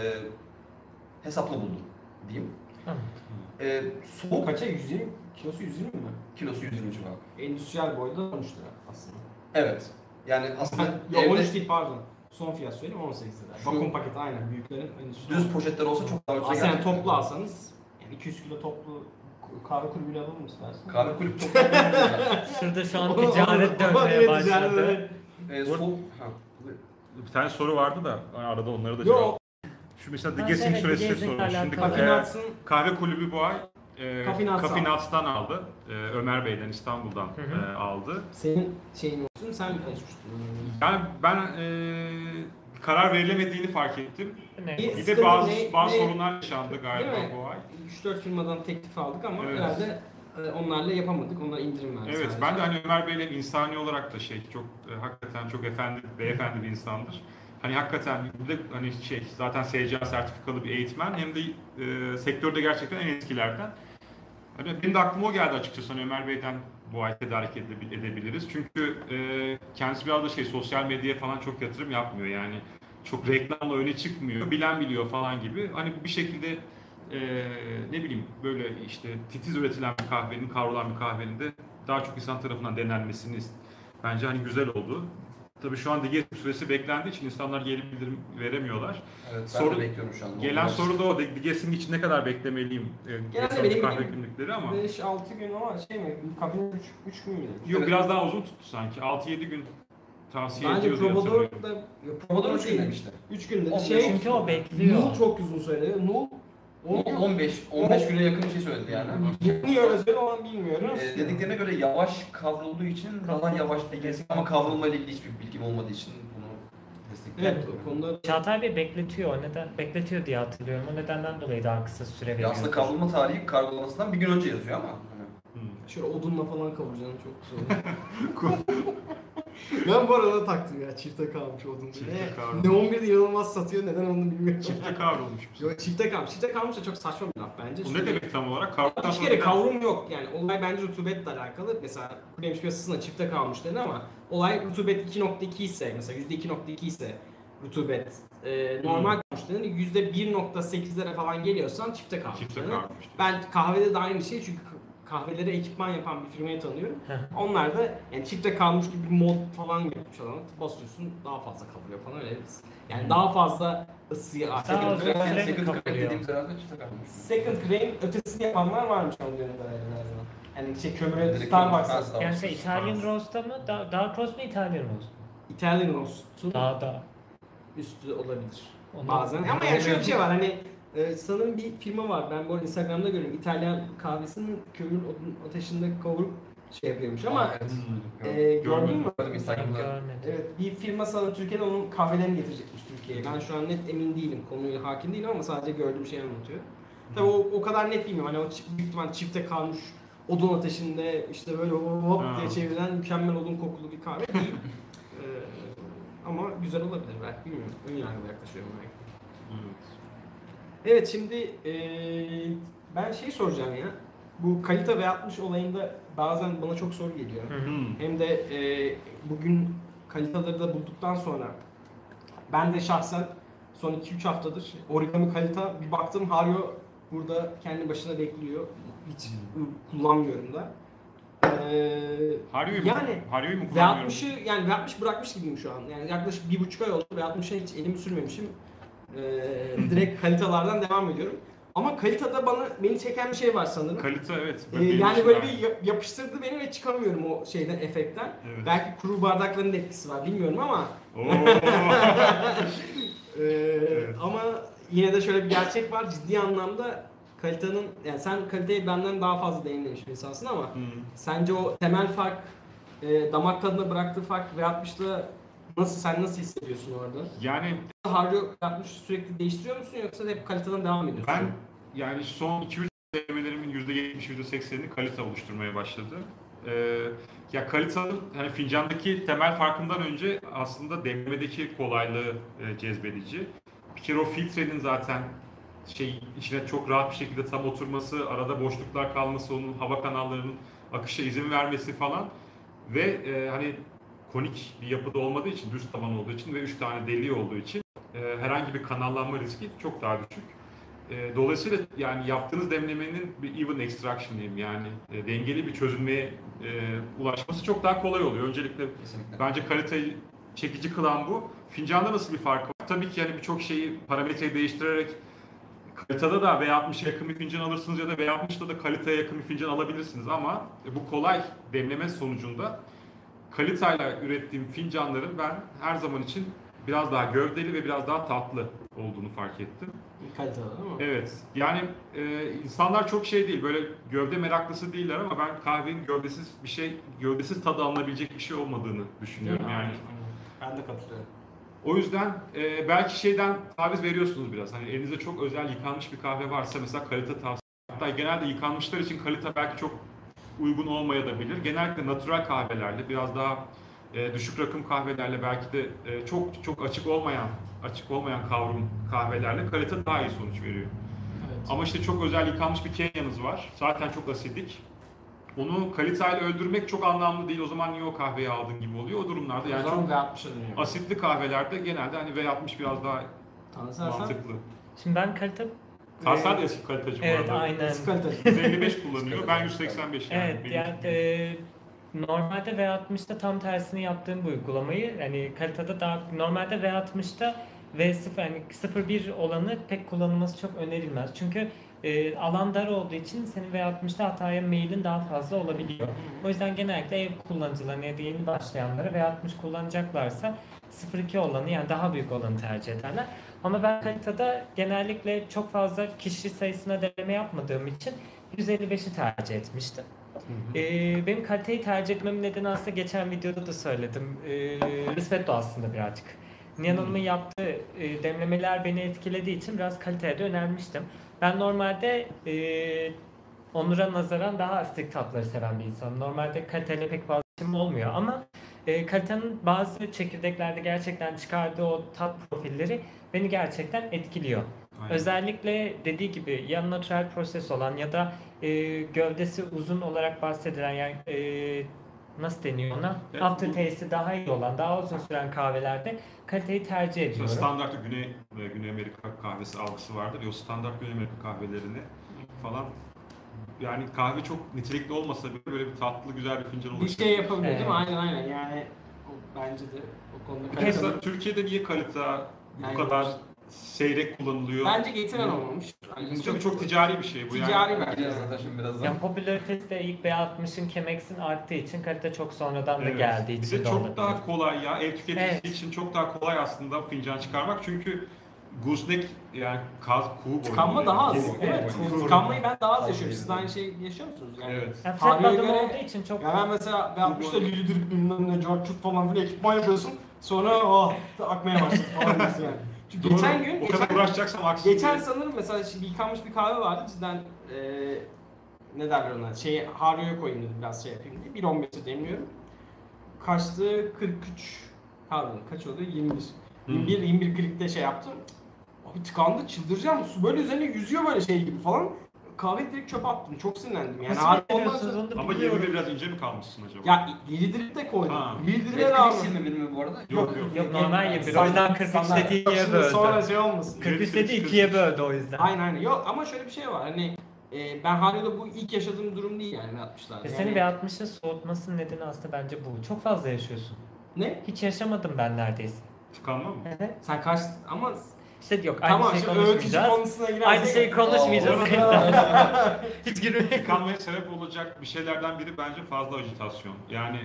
hesaplı buldum diyeyim.
Tamam.
E,
Bu
soğuk
kaça? 120? Kilosu 120 mi?
kilosu 120 civarı.
Endüstriyel boyda 13 lira aslında.
Evet. Yani aslında
Ha, ya
evde
13 değil pardon. Son fiyat söyleyeyim 18 lira.
Şu-
Vakum paketi aynen büyüklerin endüstriyel.
düz poşetler olsa çok daha
Aslında
öteye
yani
gelecek.
toplu alsanız yani 200 kilo toplu kahve kulübüyle alır mısın? dersin?
Kahve kulüp çok daha
Şurada şu an
Onu- onu-
ticaret
onu- onu- evet,
dönmeye
ticaret,
başladı.
evet.
e, soğuk... Ha. buyur.
Bir tane soru vardı da arada onları da cevap.
Yo,
Şu mesela The
Ha,
Guessing
evet, The
süresi
Guessing'le
soru. Şimdi e,
alakalı.
kafinatsın
kahve kulübü bu ay e,
Coffee Nuts'tan.
Coffee Nuts'tan aldı. E, Ömer Bey'den İstanbul'dan
Hı hı.
e, aldı.
senin şeyin olsun sen mi karışmıştın?
Yani ben e, karar verilemediğini fark ettim.
Ne?
Bir-
Bir de
Sıkıntı
bazı,
ne-
bazı
ne-
sorunlar yaşandı galiba
Değil mi?
bu ay.
3-4 firmadan teklif aldık ama
Evet.
herhalde e, onlarla yapamadık. Onlar indirim verdi
Evet,
sadece.
ben de hani Ömer Bey'le insani olarak da şey çok e, hakikaten çok efendi beyefendi bir insandır. Hani hakikaten bir de hani şey zaten SCA sertifikalı bir eğitmen hem de e, sektörde gerçekten en eskilerden. Hani benim de aklıma o geldi açıkçası hani Ömer Bey'den bu ay tedarik edebil- edebiliriz. Çünkü e, kendisi biraz da şey sosyal medyaya falan çok yatırım yapmıyor yani. Çok reklamla öne çıkmıyor, bilen biliyor falan gibi. Hani bu bir şekilde e, ne bileyim böyle işte titiz üretilen bir kahvenin, kavrulan bir kahvenin de daha çok insan tarafından denenmesini ist- bence hani güzel oldu. Tabii şu an digestif süresi beklendiği için insanlar geri bildirim veremiyorlar.
Evet, ben
Soru-
de bekliyorum şu anda.
Gelen soru da o. Digesting için ne kadar beklemeliyim? e,
Genelde benim
kahve
gibi.
günlükleri ama.
5-6 gün ama şey mi? Kabin 3 gün müydü?
Yok
Evet.
biraz daha uzun tuttu sanki. 6-7 gün tavsiye
Bence
ediyor diye
Pomodoro
hatırlıyorum.
da ya
Pomodoro
Pomodoro
3 gün demişti.
3 günde
Ondan
şey
Çünkü o
Null
bekliyor.
çok uzun söyledi. Null 10
15 15 güne yakın bir şey söyledi yani.
niye öyle söyledi onu bilmiyorum.
E, dediklerine göre yavaş kavrulduğu için daha yavaş digesting ama kavrulma ile ilgili hiçbir bilgim olmadığı için bunu
Evet
destekleyemiyorum.
bu konuda
Çağatay Bey bekletiyor. O neden bekletiyor diye hatırlıyorum. O nedenden dolayı daha kısa süre
Ya
veriyor.
aslında kavrulma tarihi kargolamasından bir gün önce yazıyor ama. Hani
Hmm.
şöyle odunla falan kavuracağım çok güzel. ben bu arada taktım ya çifte kalmış odun.
Çifte
Ne-
kalmış.
Ne 11 inanılmaz satıyor neden onu bilmiyorum.
Çifte kavrulmuş. bu.
Yok çifte kalmış. Çifte kalmış da çok saçma bir laf bence.
Bu
Çünkü-
ne demek tam olarak? Kavruktan
Hiç
sonra
kere
bir-
kavrum yok yani olay bence rutubetle alakalı. Mesela kulemiş piyasasında çifte kalmış dedi ama olay rutubet 2.2 ise mesela %2.2 ise rutubet e, normal kalmış denir. %1.8'lere falan geliyorsan çifte kalmış
çifte
denir.
kavrulmuş.
Ben kahvede de aynı şey çünkü kahvelere ekipman yapan bir firmayı tanıyorum. Onlar da yani çifte kalmış gibi bir mod falan yapmış adamı. Basıyorsun daha fazla kavuruyor falan öyle. Yani daha fazla ısıyı
Daha
artık.
fazla-
Yani
Sürekli
second crack
kavruluyor.
dediğimiz herhalde çifte kavrulmuş.
Second grain ötesini yapanlar varmış ama diyorum ben herhalde. Yani şey kömüre
Direkt
Starbucks'a.
Starbucks'a.
Yani şey Italian Roast'a mı? Da Dark Roast mu Italian Roast? mu?
Italian roast'un
Daha da.
üstü olabilir
Onu-
bazen. Ama yani şöyle bir şey var hani e, sanırım bir firma var ben bu arada Instagram'da görüyorum İtalyan kahvesinin kömür odun ateşinde kavurup şey yapıyormuş ama
Evet.
e,
Gördüm.
gördün
Ee,
mü?
Gördüm Instagram'da.
Görmedim.
Evet bir firma sanırım Türkiye'den onun kahvelerini getirecekmiş Türkiye'ye. Ben şu an net emin değilim konuyla hakim değilim ama sadece gördüğüm şeyi anlatıyor. Tabii o, o kadar net bilmiyorum. Hani o çi- büyük ihtimal çifte kalmış odun ateşinde işte böyle hop hop
Ha.
diye çevrilen mükemmel odun kokulu bir kahve değil. Ee, ama güzel olabilir belki bilmiyorum. Ön yargılı yaklaşıyorum belki.
Evet.
Evet şimdi eee, ben şey soracağım ya. Bu kalite ve 60 olayında bazen bana çok soru geliyor.
Hı hı.
Hmm.
Hem de e, bugün kalitaları da bulduktan sonra ben de şahsen son 2-3 haftadır origami kalita bir baktım Hario burada kendi başına bekliyor. Hiç ı, kullanmıyorum da. Ee,
Haryo'yu mu?
Yani-
Haryo'yu mu
ve
kullanıyorum?
60'ı yani ve 60 bırakmış gibiyim şu an. Yani yaklaşık bir buçuk ay oldu ve 60'a hiç elimi sürmemişim. Ee, direkt kalitalardan devam ediyorum. Ama kalitada bana beni çeken bir şey var sanırım.
Kalite evet. şey.
Ee,
benim
yani
için
böyle
de-
bir yap- yapıştırdı beni ve çıkamıyorum o şeyden efektten.
Evet.
Belki kuru bardakların da etkisi var bilmiyorum ama
Oo.
e, ama yine de şöyle bir gerçek var ciddi anlamda kalitenin yani sen kaliteyi benden daha fazla deneyimlemiş bir insansın ama
Hmm.
sence o temel fark e, damak tadına bıraktığı fark ve 60'la nasıl sen nasıl hissediyorsun orada?
Yani
Harcı 60 sürekli değiştiriyor musun yoksa hep kaliteden devam ediyorsun?
ben yani son 2-3 denemelerimin %70, %80'ini kalite oluşturmaya başladı. Ee, ya kalitenin hani fincandaki temel farkından önce aslında demlemedeki kolaylığı e, cezbedici. Bir kere o filtrenin zaten şey içine çok rahat bir şekilde tam oturması, arada boşluklar kalması, onun hava kanallarının akışa izin vermesi falan ve e, hani konik bir yapıda olmadığı için, düz tavan olduğu için ve 3 tane deliği olduğu için e, herhangi bir kanallanma riski çok daha düşük. E, dolayısıyla yani yaptığınız demlemenin bir even extraction diyeyim yani e, dengeli bir çözünmeye e, ulaşması çok daha kolay oluyor. Öncelikle
Kesinlikle.
Bence kaliteyi çekici kılan bu. Fincanda nasıl bir fark var? Tabii ki yani birçok şeyi parametreyi değiştirerek kalitada da V60'a yakın bir fincan alırsınız ya da V60'da da kaliteye yakın bir fincan alabilirsiniz ama e, bu kolay demleme sonucunda kalitayla ürettiğim fincanların ben her zaman için biraz daha gövdeli ve biraz daha tatlı olduğunu fark ettim.
Kaliteli değil mi?
Evet. Yani e, insanlar çok şey değil. Böyle gövde meraklısı değiller ama ben kahvenin gövdesiz bir şey, gövdesiz tadı alınabilecek bir şey olmadığını düşünüyorum yani.
Ben de katılıyorum.
O yüzden e, belki şeyden taviz veriyorsunuz biraz. Hani elinizde çok özel yıkanmış bir kahve varsa mesela kalite tavsiye. Hatta genelde yıkanmışlar için kalite belki çok uygun olmayabilir. Genellikle natural kahvelerle biraz daha e, düşük rakım kahvelerle belki de e, çok çok açık olmayan açık olmayan kavram kahvelerle kalite daha iyi sonuç veriyor.
Evet.
Ama işte çok özel yıkanmış bir Kenya'nız var. Zaten çok asidik. Onu kaliteyle öldürmek çok anlamlı değil. O zaman niye o kahveyi aldın gibi oluyor. O durumlarda yani çok
da 60'a şey dönüyor.
asitli kahvelerde genelde hani V60 biraz daha
Tanrısal sen
mantıklı.
Şimdi ben kalite...
Tarsan da eski kaliteci bu
Evet
arada.
aynen.
Eski kaliteli.
155 kullanıyor. Ben 185 yani.
Evet
Benim-
yani e, normalde V60'da tam tersini yaptığım bu uygulamayı hani kalitede daha normalde V60'da V0 hani 01 olanı pek kullanılması çok önerilmez. Çünkü e, alan dar olduğu için senin V60'da hataya meyilin daha fazla olabiliyor. O yüzden genellikle ev kullanıcılarına ya da yeni başlayanlara V60 kullanacaklarsa 02 olanı yani daha büyük olanı tercih ederler. Ama ben kalitada genellikle çok fazla kişi sayısına deneme yapmadığım için 155'i tercih etmiştim. Ee, benim kaliteyi tercih etmemin nedeni aslında geçen videoda da söyledim. Ee, Rispetto aslında birazcık. Nihan Hanım'ın yaptığı e, demlemeler beni etkilediği için biraz kaliteye de yönelmiştim. Ben normalde e, Onur'a nazaran daha astik tatları seven bir insanım. Normalde kaliteyle pek fazla işim olmuyor ama e, kalitenin bazı çekirdeklerde gerçekten çıkardığı o tat profilleri beni gerçekten etkiliyor.
Aynen.
Özellikle dediği gibi ya natural proses olan ya da e, gövdesi uzun olarak bahsedilen yani e, nasıl deniyor ona?
Evet, bu-
Aftertaste'i daha iyi olan, daha uzun süren kahvelerde kaliteyi tercih
Mesela
ediyorum.
standart Güney, e, Güney Amerika kahvesi algısı vardır. ya, O standart Güney Amerika kahvelerini falan yani kahve çok nitelikli olmasa bile böyle bir tatlı güzel bir fincan
Bir
oluşturuyor.
şey yapabiliyor değil mi?
Evet.
Aynen aynen yani o- bence de o konuda kaliteli.
Mesela Türkiye'de niye kalite
Aynen.
bu kadar seyrek kullanılıyor?
Bence getiren olmamış.
Çünkü çok, çok ticari bir şey bu yani.
Ticari belki.
Gireceğiz zaten şimdi birazdan.
Yani popülaritesi de ilk B60'ın Chemex'in arttığı için kalite çok sonradan da
Evet.
geldiği için.
Bize
de olabilir.
çok daha kolay ya ev tüketicisi
Evet.
için çok daha kolay aslında fincan çıkarmak çünkü gooseneck yani kaz kuğu boyu.
Tıkanma daha az.
Kuğu boyu.
Evet.
Kuğu
Tıkanmayı ben daha az
Tabii.
yaşıyorum. Siz de aynı şeyi yaşıyor musunuz? Yani?
Evet.
Yani
Tarihe
Fred Badham
göre-
olduğu için çok
Ya ben mesela ben 60'ta Lülüdür bilmem ne, Carçuk falan filan ekipman yapıyorsun. Sonra ah akmaya başladı falan diyorsun yani. Çünkü
Doğru.
geçen gün,
o kadar
geçen,
uğraşacaksam aksın.
geçen sanırım mesela şimdi yıkanmış bir kahve vardı. Cidden eee ne derler ona, şeyi Hario'ya koyayım dedim biraz şey yapayım diye. 1.15'e demiyorum. Kaçtı 43, pardon kaç oldu? 21.
Hı.
21, 21 klikte şey yaptım. Abi tıkandı çıldıracağım. Su böyle üzerine yüzüyor böyle şey gibi falan. Kahve direkt çöpe attım. Çok sinirlendim. Yani
Nasıl
Harbi ondan
bitiriyorsunuz
sonra-
onu da
Ama
bilmiyorum.
yerine biraz ince mi kalmışsın acaba?
ya Lidl'i de koydum.
Ha.
Lidl'e
Red
rağmen.
Cross 21 mi bu arada?
Yok, yok.
Yok normal
Standart-
yedi. O yüzden 43
standart.
dediği
Yok,
ikiye
şimdi
böldü.
Sonra şey olmasın.
43 dedi
43.
ikiye böldü o yüzden.
Aynen aynen. Yok ama şöyle bir şey var. Hani e, ben hala bu ilk yaşadığım durum değil yani 60'larda.
Ve
Yani,
seni V60'a soğutmasının nedeni aslında bence bu. Çok fazla yaşıyorsun.
Ne?
Hiç yaşamadım ben neredeyse.
Tıkanma mı?
Sen kaç... Ama
İşte yok aynı
tamam
şey
şimdi öğütücü
konuşmayacağız.
konusuna girersek...
Aynı şeyi konuşmayacağız. Hiç girmeyin.
Tıkanmaya sebep olacak bir şeylerden biri bence fazla ajitasyon. Yani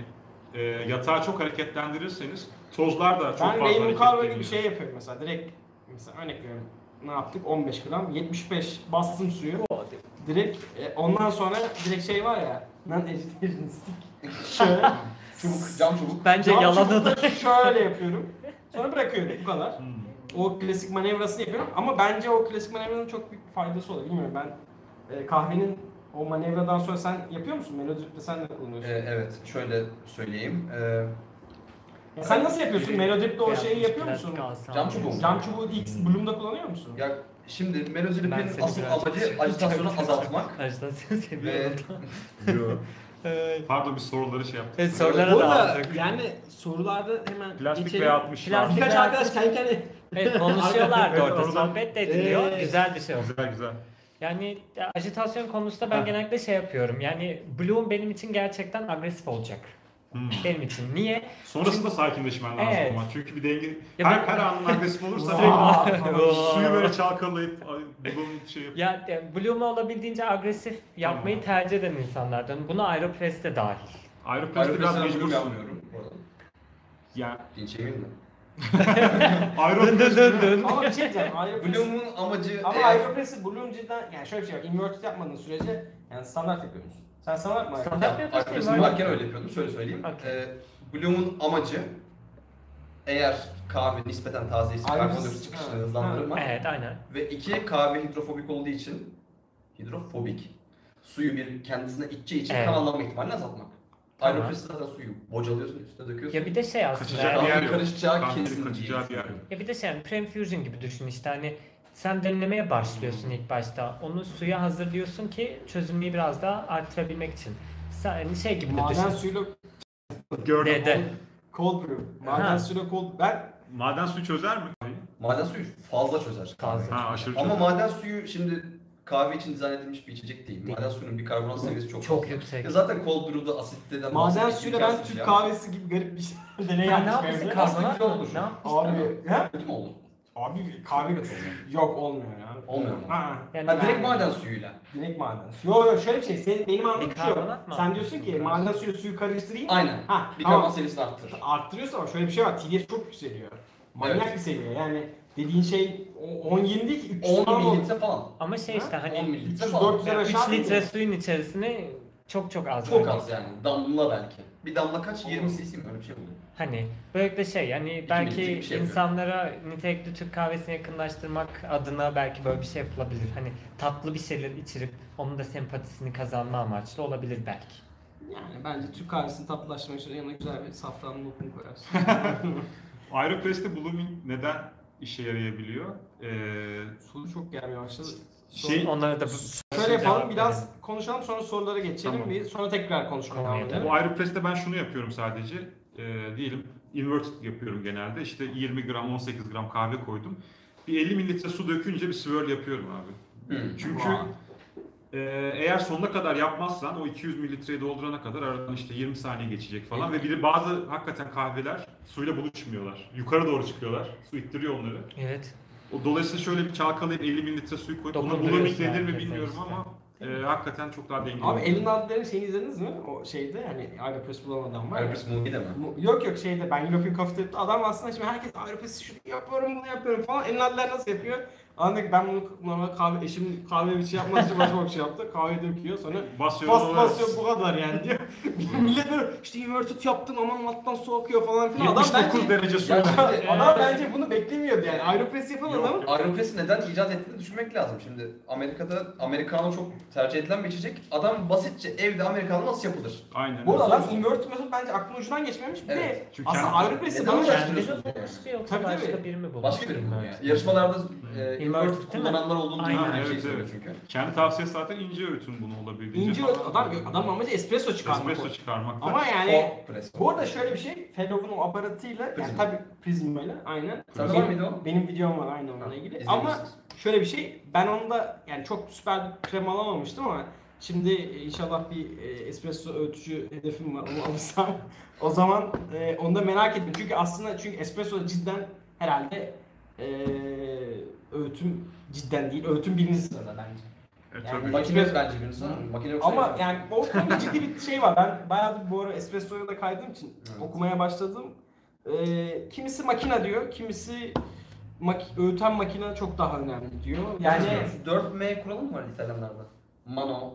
e, yatağı çok hareketlendirirseniz tozlar da çok
Ben
fazla
Raymond Carver gibi
hareketleniyor.
bir şey yapıyorum mesela. Direkt mesela örnek veriyorum. Ne yaptık? 15 gram. 75 bastım suyu. Direkt e, ondan sonra direkt şey var ya. Lan agitation stick. Şöyle.
Çubuk, cam çubuk.
Bence
Cam
yalanı da.
çubukla Şöyle yapıyorum. Sonra bırakıyorum. Bu kadar.
Hmm.
o klasik manevrasını yapıyorum ama bence o klasik manevranın çok büyük faydası oluyor. Bilmiyorum ben e, kahvenin o manevradan sonra sen yapıyor musun? Melodrap'te sen de kullanıyorsun.
Ee, evet, şöyle söyleyeyim. Ee,
E, Sen nasıl yapıyorsun? Melodip'te o şeyi yapıyor
Plastik
musun?
alsam.
Cam çubuğu mu?
Cam çubuğu X Bloom'da kullanıyor musun?
Ya şimdi
Ben
Melodip'in
seni
asıl
birazcık
amacı
çok-
ajitasyonu
çok-
azaltmak.
Ajitasyon
Ve-
seviyorum.
Yo.
Ee,
Pardon bir soruları şey yaptık.
Evet, sorulara da
Burada
aldık.
yani sorularda hemen
Plastik
geçelim.
ve 60 var.
Plastik-
Birkaç arkadaş kendi kendine
Evet konuşuyorlardı
Evet,
orada.
oradan-
Sohbet de ediliyor.
Ee,
Güzel bir şey oldu.
Güzel güzel.
Yani ajitasyon konusunda ben
Ha.
genellikle şey yapıyorum. Yani Bloom benim için gerçekten agresif olacak.
Hmm.
Benim için. Niye?
Sonrasında sakinleşmen lazım
Evet.
ama. Çünkü bir denge...
Ya
her,
ben-
her anın agresif olursa
Vaa.
sürekli suyu böyle çalkalayıp ay, bunun şey yapıyor.
Ya e, Bloom'u olabildiğince agresif yapmayı
Tamam.
tercih eden insanlardan. Buna Aeropress de dahil.
Aeropress'te biraz
Aeropress'e ben
mecbursun.
yapmıyorum. bu arada.
Yani
Linç yemeyeyim de.
Aeropress
Ama bir şey diyeceğim. Aeropress-
Bloom'un amacı
Ama
eğer-
Aeropress'i Bloom cidden yani şöyle bir şey var. Inverted yapmadığın sürece yani standart yapıyoruz. Sen standart mı?
Standart.
Ya,
Yapıyorsun,
Arkadaşım
böyle.
varken öyle yapıyordum. Şöyle söyleyeyim.
Okey.
Ee, Bloom'un amacı eğer kahve nispeten taze ise
Ayrı bir-
karbonhidrat çıkışını
Evet.
hızlandırma.
Evet aynen.
Ve iki kahve hidrofobik olduğu için hidrofobik suyu bir kendisine içeceği için
Evet.
kanallanma ihtimalini azaltmak.
Tamam.
Aeropress'te zaten suyu bocalıyorsun, üstüne döküyorsun.
Ya bir de şey aslında.
Kaçacak bir
yani-
yer
Kahvenin
yok.
karışacağı
Kahvenin
kesin
kaçacağı
değil.
bir yer yok.
Ya bir de şey yani Premfusion gibi düşün işte hani sen demlemeye başlıyorsun ilk başta. Onu suya hazırlıyorsun ki çözünürlüğü biraz daha arttırabilmek için. Sen hani şey gibi de
Maden
düşün.
suyuyla
Gördüm.
De de.
cold brew. Maden
Ha.
suyuyla cold Ben
Maden suyu çözer mi?
Maden suyu fazla çözer.
Fazla.
Ha aşırı
Ama
çözer.
maden suyu şimdi kahve için dizayn edilmiş bir içecek değil.
Değil.
Maden suyunun bir karbonat seviyesi
Çok
çok
şey.
fazla.
yüksek.
Ya zaten cold brew'da asitliden
maden
bahsetmek
suyuyla ben
imkansız
Türk
ya.
kahvesi gibi garip bir şey deney
Ya ne
yapmış
yapıyorsun?
benim.
Aslında
Karnına
güzel olur.
ne yapıyorsun?
Abi, he?
Kötü mü oldu?
Abi kahve yok olmuyor ya.
Olmuyor mu? Ha,
Ha.
Yani
Ha,
direkt maden suyuyla.
Direkt maden. Yok yok şöyle bir şey. Senin, benim anladığım
Bir
şu.
karbonat E, mı?
Sen diyorsun ki maden suyuyla suyu karıştırayım.
Aynen.
Ha,
Bir
tamam.
karbonat seviyesini arttır.
arttırıyorsun ama şöyle bir şey var. TDS çok yükseliyor. Manyak
Evet.
bir seviye. Yani dediğin şey o- 10-20 değil ki 300
10
falan oldu.
mililitre falan.
Ama şey işte
10
hani
mililitre
300
falan.
400
yani 3
aşağı
litre
değil.
suyun içerisine çok çok az.
Çok
var.
az yani. Damla belki. Bir damla kaç? 20 cc mi? Öyle bir şey oluyor.
Hani böylelikle şey yani
İki
belki
mililitre bir şey yapıyor.
insanlara nitelikli Türk kahvesine yakınlaştırmak adına belki böyle bir şey yapılabilir. Hani tatlı bir şeyler içirip onun da sempatisini kazanma amaçlı olabilir belki.
Yani bence Türk kahvesini tatlılaştırmak için yanına güzel bir safranlı lokum koyarsın.
Aeropress'te blooming neden işe yarayabiliyor? Ee,
Soru çok gelmeye başladı. Sonra-
Şey-
Onlara da bu-
şöyle yapalım
şey,
cevap
biraz konuşalım sonra sorulara geçelim
Tamam.
bir sonra tekrar konuşmaya
Tamam,
devam edelim.
Bu Aeropress'te ben şunu yapıyorum sadece. Ee, diyelim inverted yapıyorum genelde. İşte 20 gram, 18 gram kahve koydum. Bir 50 mililitre su dökünce bir swirl yapıyorum abi.
Hmm.
Çünkü
Vay.
e, eğer sonuna kadar yapmazsan o 200 mililitreyi doldurana kadar aradan işte 20 saniye geçecek falan ve biri bazı hakikaten kahveler suyla buluşmuyorlar. Yukarı doğru çıkıyorlar. Su ittiriyor onları.
Evet.
O dolayısıyla şöyle bir çalkalayıp 50 mililitre suyu koyup ona
Dokunduruyorsun
bulimik denir mi
herkese
bilmiyorum
işte.
ama e, hakikaten çok daha dengeli.
Abi
oluyor.
Elin Adler'in şeyini izlediniz mi? O şeyde hani Aeropress bulan adam var ya.
Aeropress movie de mi?
Bu- Yok yok şeyde ben European Coffee Table'da adam aslında şimdi herkes Aeropress'i şunu yapıyorum bunu yapıyorum falan. Elin Adler nasıl yapıyor? Anladık ben bunu normal kahve, eşim kahve bir şey yapmaz için başıma bir şey yaptı. Kahve döküyor sonra
Basıyor,
Fast
dolayı-
basıyor bu kadar yani diyor. Millet böyle işte inverted yaptım aman alttan su akıyor falan filan. Adam
79
bence,
derece su.
Ya şimdi,
adam bence bunu beklemiyordu yani. Aeropress yapan
Yok,
adam
yok.
Aeropress'i neden icat ettiğini düşünmek lazım. Şimdi Amerika'da Americano çok tercih edilen bir içecek. Adam basitçe evde Americano nasıl yapılır?
Aynen.
bu adam inverted method bence aklının ucundan geçmemiş. Bir de
Evet.
Çünkü
aslında
kendi-
Aeropress'i
Neden
bana
uğraştın?
Kendini
Araştırıyorsunuz yani.
bulmuştu yoksa
Tabii,
başka
tabii.
biri mi bulmuştu?
Başka biri mi bu
bilmiyorum.
ya? Yarışmalarda e,
Inverted
inverted
değil mi?
kullananlar olduğunu
Aynen,
duyuyorum. bir
evet,
şey söylüyor
evet.
çünkü.
Kendi tavsiyesi zaten ince öğütün bunu olabildiğince.
İnce
falan.
adam adam amacı espresso çıkarmak.
Espresso çıkarmak.
Ama yani
Fort press.
bu arada şöyle bir şey, Fedov'un o aparatıyla, yani
Prism.
tabii prizmayla aynen.
Sende var
Benim-
mıydı o?
Benim videom var aynı
Ha,
onunla ilgili.
izleyebilirsiniz.
Ama Şöyle bir şey, ben onda yani çok süper bir krem alamamıştım ama şimdi e, inşallah bir e, espresso ölçücü hedefim var onu alırsam. o zaman e, onu da merak ettim. Çünkü aslında çünkü espresso cidden herhalde e, öğütüm cidden değil, öğütüm birinci sırada bence.
Evet,
yani-
E, tabii.
makine bence birini sana. Makine yoksa
Ama
yapamazsın.
yani o konuda ciddi bir şey var. Ben bayağı bir bu ara espressoya da kaydığım için
Evet.
okumaya başladım. Ee, kimisi makina diyor, kimisi mak- öğüten makina çok daha önemli diyor. Yani
Yani şu 4M kuralı mı var İtalyanlarda? Mano,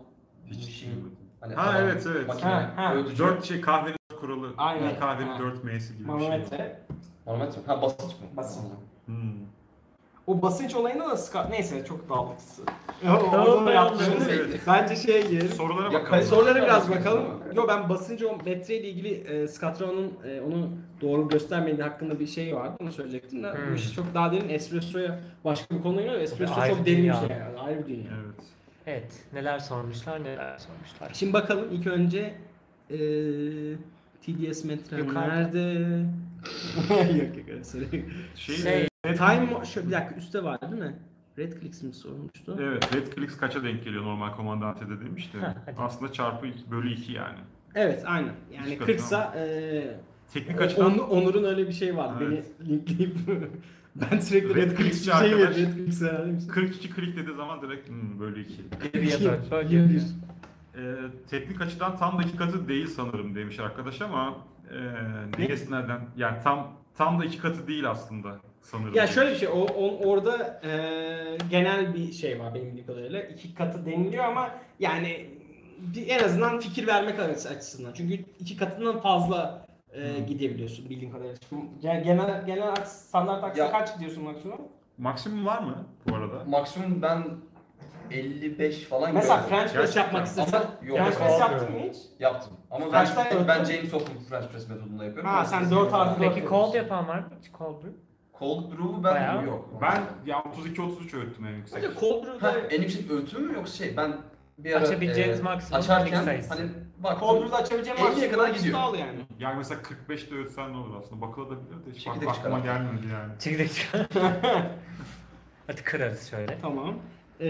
Hiç
şey,
bilmiyorum.
hani
Ha,
adam,
evet, evet.
Makine,
Ha, ha.
öğütücü.
Dört şey kahvenin kuralı.
Aynen.
Bir kahvenin
Ha.
dört meyesi gibi bir şey.
manometre.
Manometre mi? Ha basınç mı?
Basınç.
Hmm.
O basınç olayında da Scar... Neyse çok dağıldık.
Tamam,
Orada da
ben
yaptık.
anladım.
Evet.
şey. Bence şeye girelim.
Sorulara
Ya
bakalım.
kayıt-
Sorulara biraz bakalım. Yo ben basınca o metre ile ilgili e, Scatran'ın e, onu doğru göstermediği hakkında bir şey vardı. Onu söyleyecektim de
Hmm.
bu iş çok daha derin. Espresso'ya başka bir konuya giriyor. Espresso
Ayrı
çok derin bir
dünya.
şey yani. Ayrı bir dünya.
Evet.
Evet. Neler sormuşlar neler sormuşlar.
Şimdi bakalım ilk önce e, TDS metrem
Yukarıda.
nerede? yok yok öyle söyleyeyim.
Şey,
Şey-
Red-
Time şu bir dakika üstte var değil mi? Red Clicks mi sormuştu?
Evet, Red Clix kaça denk geliyor normal komandante'de demişti.
Ha, hadi.
Aslında çarpı iki- bölü 2 yani.
Evet aynen. Yani e,
Üstte,
40'sa eee
Teknik açıdan
Onur- Onur'un öyle bir şey vardı.
Evet.
Beni linkleyip ben sürekli
Red
Red Clicks bir
Clicks'çi
şey
arkadaş.
veriyor. Red Clicks herhalde. bir şey.
42 klik dediği zaman direkt hmm, bölü 2.
Geriye dön. Şey, Böyle
Yürü.
yürü.
Ee, teknik açıdan tam dakikatı değil sanırım demiş arkadaş ama e, nereden? Yani tam tam da iki katı değil aslında sanırım.
Ya şöyle bir şey, o, o- orada eee, genel bir şey var benim bildiğim kadarıyla. İki katı deniliyor ama yani bir- en azından fikir vermek açısından. Çünkü iki katından fazla eee,
Hmm.
gidebiliyorsun bildiğim kadarıyla. Şimdi gen- Genel, genel aks, standart aksa
Ya-
kaç gidiyorsun maksimum?
Maksimum var mı bu arada?
Maksimum ben 55 falan
Mesela
gördüm.
French press
Gerçekten.
yapmak istesen
Ama yok,
French press
kalmıyor.
yaptın mı hiç?
yaptım. Ama ben,
Kaç tane yaptın?
ben James Hoffman French Press metodunda yapıyorum.
Ha,
O
sen
yüzden-
dört artı dört.
Peki cold yapan var mı? Hiç Cold brew.
Cold Brew'u ben
Bayağı.
yok.
Ben ya 32-33 öğüttüm en yüksek.
Bence cold
Ha,
brew'da
en yüksek öğütüm mü yoksa şey ben bir ara
Açabileceğiniz
e,
maksimum
açarken
klik sayısı.
hani bak
cold brew'da açabileceğim
En iyi
maksimum
kadar
ölçüde
gidiyor.
al yani.
Yani mesela 45'te öğütsen ne olur aslında? Bakılabilir de hiç
Çekirdek
aklıma
çıkar.
gelmedi yani.
Çekirdek çıkar. Hadi kırarız şöyle.
Tamam. Ee,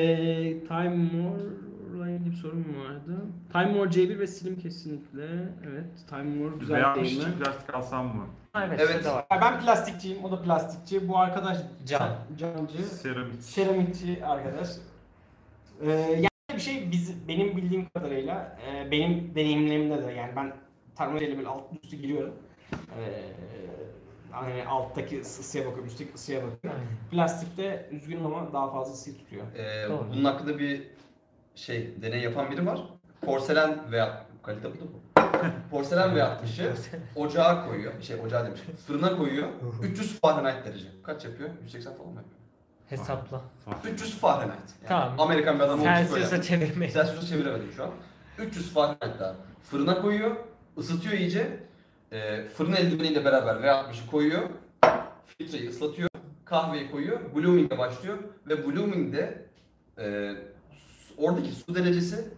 Time More'la ilgili bir sorum vardı. Time More C1 ve Slim kesinlikle. Evet. Time More güzel
Beyaz
değil mi?
için plastik alsam mı?
Ha, Evet,
Evet.
evet. var.
Ben plastikçiyim, o da plastikçi. Bu arkadaş
Can.
camcı,
Seramik.
seramikçi arkadaş. Ee, yani bir şey biz benim bildiğim kadarıyla, e, benim deneyimlerimde de yani ben termometre böyle alt üstü giriyorum. Ee, hani alttaki ısıya bakıyorum, üstteki ısıya bakıyorum. Plastikte üzgünüm ama daha fazla ısı tutuyor.
e,
Doğru.
bunun hakkında bir şey deney yapan biri var. Porselen veya kalite bu da bu. Porselen veya 60'ı ocağa koyuyor. Şey ocağa demiş. Fırına koyuyor. 300 Fahrenheit derece. Kaç yapıyor? 180 falan mı yapıyor?
Hesapla.
300 Fahrenheit. Yani
Tamam.
Amerikan bir adam olmuş böyle.
Celsius'a çevirmeyin.
Celsius'a çeviremedim şu an. 300 Fahrenheit daha. Fırına koyuyor, ısıtıyor iyice. Ee, fırın eldiveniyle beraber V60'ı koyuyor. Filtreyi ıslatıyor. Kahveyi koyuyor. Blooming'e başlıyor. Ve Blooming'de e, su- oradaki su derecesi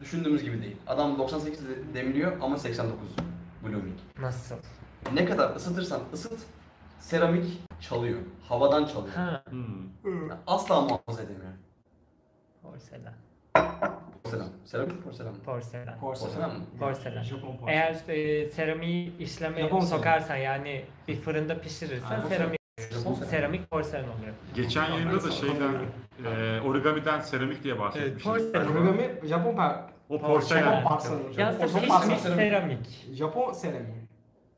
düşündüğümüz gibi değil. Adam 98 de- demliyor ama 89 Blooming.
Nasıl?
Ne kadar ısıtırsan ısıt, seramik çalıyor. Havadan çalıyor.
Ha.
Hmm.
Ee,
Asla muhafaza edemiyor.
Porselen.
Porselen. Seramik porselen mi?
Porselen.
Porselen mi?
Porselen.
Japon porselen.
Eğer e, seramiği işleme
Japon seramik.
sokarsan yani bir fırında pişirirsen
Japon
seramik
Japon seramik.
seramik porselen oluyor.
Geçen yayında da şeyden, e, origami'den seramik diye bahsetmiştim.
Evet, porselen.
Origami Japon par
O
Japon
porselen.
porselen.
Ya
Şey, Japon,
aslında
Japon
pişmiş
porselen.
seramik.
Japon seramiği.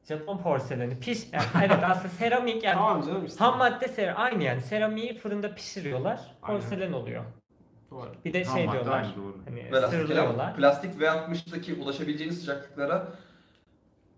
Japon porseleni piş. yani evet aslında seramik yani
Tamam canım işte.
ham madde ser aynı yani seramiği fırında pişiriyorlar.
Aynen.
Porselen oluyor.
Doğru.
Bir de
Ham
şey
madde
diyorlar.
aynı, doğru.
Hani
Velhasıl kelam,
sırlıyorlar.
plastik V60'daki ulaşabileceğiniz sıcaklıklara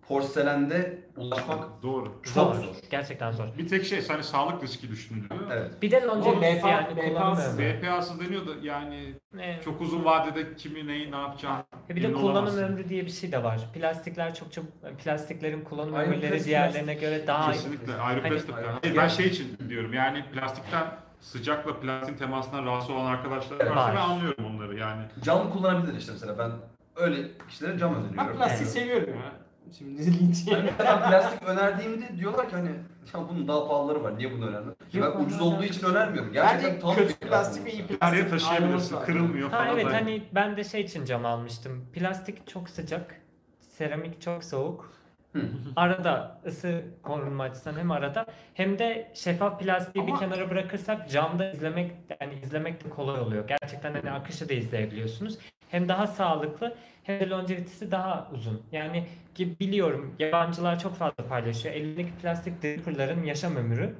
porselende ulaşmak
Doğru.
çok
Zor.
zor.
Gerçekten zor.
Bir tek şey hani sağlık riski düşünülüyor.
Evet.
Bir de
Ama
lonca
BPA
yani kullanımı.
BPA'sız.
BPA'sız deniyor da yani
Ee,
çok uzun vadede kimi neyi ne yapacağını
E bir de
emin
kullanım
olamazsın.
ömrü diye bir şey de var. Plastikler çok çok plastiklerin kullanım
Ayrı
ömürleri
plastik-
diğerlerine göre daha
Kesinlikle ayrı
Hani-
plastik. Hayır, ben şey için diyorum yani plastikten sıcakla plastik temasından rahatsız olan arkadaşlar varsa
Var.
ben anlıyorum onları yani.
Cam kullanabilir işte mesela ben öyle kişilere cam
Ben
öneriyorum.
plastiği
Yani.
seviyorum ya. Şimdi linç
Ben mesela plastik önerdiğimde diyorlar ki hani ya bunun daha pahalıları var niye bunu önerdin? Ya
Yok,
ben ucuz
onlar-
olduğu için önermiyorum. Gerçekten
Bence
tam
kötü
bir şey
plastik ve iyi plastik.
Her yere
ayrılması
taşıyabilirsin,
lazım.
kırılmıyor
Ha
falan
evet
da.
hani ben de şey için cam almıştım. Plastik çok sıcak, seramik çok soğuk.
Hı.
Arada ısı korunma açısından hem arada hem de şeffaf plastiği
Ama-
bir kenara bırakırsak camda izlemek yani izlemek de kolay oluyor. Gerçekten hani akışı da izleyebiliyorsunuz. Hem daha sağlıklı hem de longevitesi daha uzun. Yani ki biliyorum yabancılar çok fazla paylaşıyor. Elindeki plastik dipperların yaşam ömrü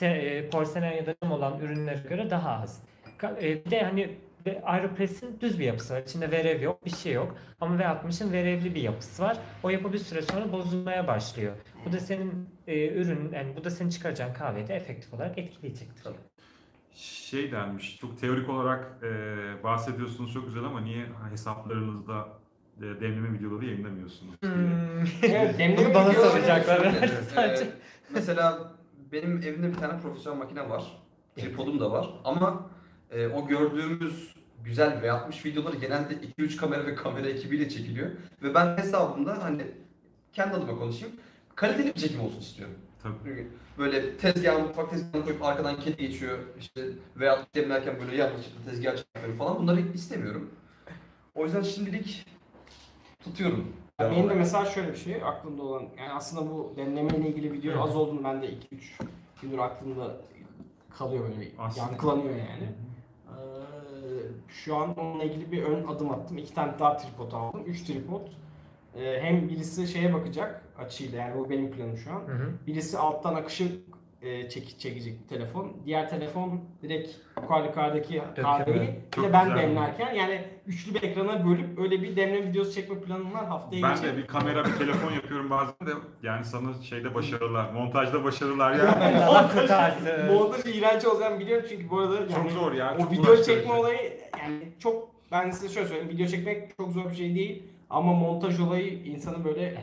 se- e, porselen ya da cam olan ürünlere göre daha az. Ka- e, Bir de hani Ve Aeropress'in düz bir yapısı var. İçinde verev yok, bir şey yok. Ama V60'ın verevli bir yapısı var. O yapı bir süre sonra bozulmaya başlıyor. Bu da senin e, ürün, yani bu da senin çıkaracağın kahveyi de efektif olarak etkileyecektir.
Tabii.
şey denmiş, çok teorik olarak e, bahsediyorsunuz çok güzel ama niye hesaplarınızda e, demleme videoları yayınlamıyorsunuz? diye.
Hmm.
Evet, demleme
Bunu bana
videoları-
soracaklar.
Şöyle,
Sadece.
e, mesela benim evimde bir tane profesyonel makine var. Tripodum da var. Ama e, o gördüğümüz güzel V60 videoları genelde 2-3 kamera ve kamera ekibiyle çekiliyor. Ve ben hesabımda hani kendi adıma konuşayım. Kaliteli bir çekim olsun istiyorum.
Tabii.
Böyle tezgah mutfak tezgahına koyup arkadan kedi geçiyor. işte veya demlerken böyle yaklaşıp tezgah çekiyorum falan. Bunları istemiyorum. O yüzden şimdilik tutuyorum.
Ya Benim de mesela şöyle bir şey aklımda olan yani aslında bu demlemeyle ilgili video az olduğunu ben de 2-3 gündür aklımda kalıyor böyle
Aslında.
yankılanıyor yani. Ee, şu an onunla ilgili bir ön adım attım. İki tane daha tripod aldım. Üç tripod. Ee, hem birisi şeye bakacak açıyla yani bu benim planım şu an.
Hı hı.
Birisi alttan akışı e, çek, çekecek telefon. Diğer telefon direkt yukarı yukarıdaki kahveyi bir
Çok
de ben
güzel.
demlerken yani üçlü bir ekrana bölüp öyle bir demleme videosu çekme planım var haftaya
Ben
için.
de bir kamera, bir telefon yapıyorum bazen de yani sana şeyde başarılar, montajda başarılar yani.
Allah kurtarsın.
Montaj iğrenç olacağını biliyorum çünkü bu arada yani
Çok zor ya.
o
çok
video
uğraştırıcı.
çekme olayı yani çok ben size şöyle söyleyeyim video çekmek çok zor bir şey değil ama montaj olayı insanı böyle
Evet.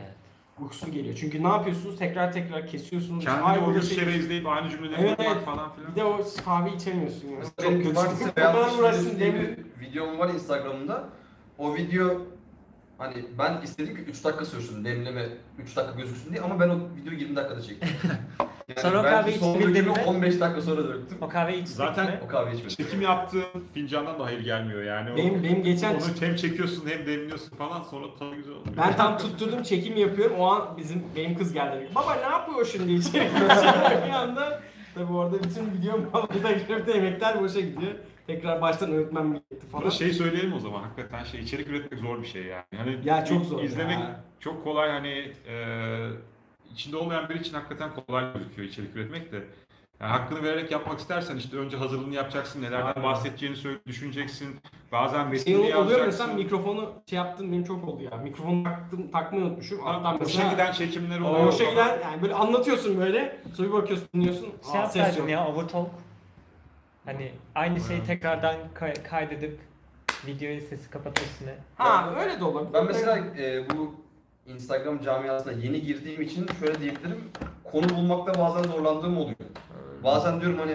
uykusu geliyor. Çünkü ne yapıyorsunuz? Tekrar tekrar kesiyorsunuz. Ay,
Kendini
video
30 kere
çekiyorsunuz.
izleyip aynı cümleleri
Evet,
kurmak
evet.
falan filan.
Bir de o kahve içemiyorsun yani.
Mesela
Çok
benim
kötü.
cumartesi
Bu kadar
beyaz
uğraştın
diye
demir.
bir videom var Instagram'da. O video hani ben istedim ki 3 dakika sürsün demleme 3 dakika gözüksün diye ama ben o videoyu 20 dakikada çektim. Yani
Sonra o
belki
kahve
son
içebildin
dökümü
mi?
15 dakika sonra döktüm.
O kahveyi içtik
Zaten
mi?
O kahve içmedim.
Çekim yaptığın fincandan da hayır gelmiyor yani. O-
Benim, benim geçen
Onu hem çekiyorsun hem demliyorsun falan sonra tadı güzel oluyor.
ben tam tutturdum çekim yapıyorum. O an bizim benim kız geldi. Baba ne yapıyor şimdi içeri? bir anda tabii orada bütün videom havada girip de yemekler boşa gidiyor. Tekrar baştan öğretmen gitti
Ama
falan.
şey söyleyelim o zaman hakikaten şey içerik üretmek zor bir şey yani. Hani
Ya çok zor
İzlemek
ya.
çok kolay hani e, içinde olmayan biri için hakikaten kolay gözüküyor içerik üretmek de. Yani hakkını vererek yapmak istersen işte önce hazırlığını yapacaksın, nelerden bahsedeceğini söyle, düşüneceksin. Bazen
Şey
metnini
oluyor mesela
yazacaksın.
mikrofonu şey yaptım benim çok oldu ya. Mikrofonu taktım, takmayı unutmuşum. Alttan
Hoşa
mesela
giden çekimler oluyor.
o hoşa giden yani böyle anlatıyorsun böyle. Sonra bir bakıyorsun dinliyorsun.
Şey
Aa, ses
yapsaydın
yok.
ya overtalk. Hani aynı şeyi tekrardan kay- kaydedip videoyu sesi kapat üstüne.
Ha öyle de olabilir.
Ben mesela e, bu Instagram camiasına yeni girdiğim için şöyle diyebilirim. Konu bulmakta bazen zorlandığım oluyor. Bazen diyorum hani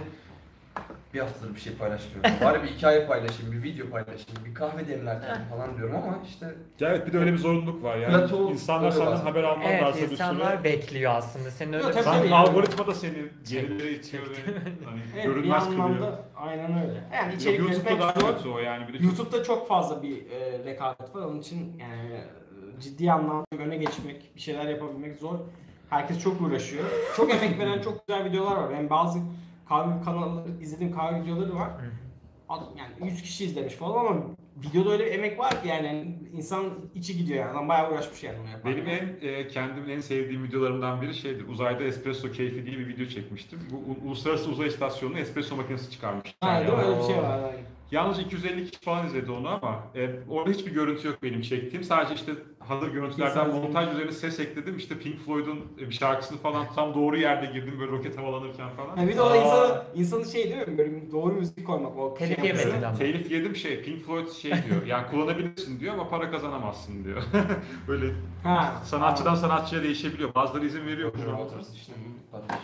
bir haftadır bir şey paylaşmıyorum. Bari bir hikaye paylaşayım, bir video paylaşayım, bir kahve demlerken falan diyorum ama işte
Ya evet bir de öyle bir zorunluluk var yani.
Plato-
İnsanlar
Plato
senden
var.
haber almazlarsa
Evet
bir süre.
insanlar bekliyor aslında. Senin öyle
Yok,
bir- şey-
tabii,
Sen
tabii.
algoritma da seni gerilere itiyor ve hani
Şey- Evet,
görünmez
bir
kılıyor.
anlamda aynen öyle. Yani
Yok,
içerik
YouTube'da
üretmek
daha
zor.
kötü o yani. Bir de çok-
YouTube'da çok fazla bir e, rekabet var. Onun için yani e, ciddi anlamda öne geçmek, bir şeyler yapabilmek zor. Herkes çok uğraşıyor. Çok emek veren çok güzel videolar var. Ben bazı kahve kanalları izlediğim kahve videoları var. Adam yani 100 kişi izlemiş falan ama videoda öyle bir emek var ki yani yani insan içi gidiyor yani. Adam bayağı uğraşmış yani bunu yaparken.
Benim en e, kendimin en sevdiğim videolarımdan biri şeydir. Uzayda espresso keyfi diye bir video çekmiştim. Bu u- uluslararası uzay istasyonuna espresso makinesi çıkarmıştım.
Ha, değil mi?
Yani.
Öyle bir şey var. aynen.
Yalnız 250 kişi falan izledi onu ama e, orada hiçbir görüntü yok benim çektiğim. Sadece işte hazır görüntülerden
İnsan-
montaj üzerine ses ekledim. İşte Pink Floyd'un e, bir şarkısını falan tam doğru yerde girdim böyle roket havalanırken falan.
Ha, bir de o da
Aa.
insanın, insanın şey değil mi? Böyle doğru müzik koymak. O
Telif
şey yapması.
yemedin ama.
Telif yedim şey Pink Floyd şey diyor. Yani kullanabilirsin diyor ama para kazanamazsın diyor. böyle
Ha.
sanatçıdan sanatçıya değişebiliyor. Bazıları izin veriyor.
Promoters işte paylaşıyor.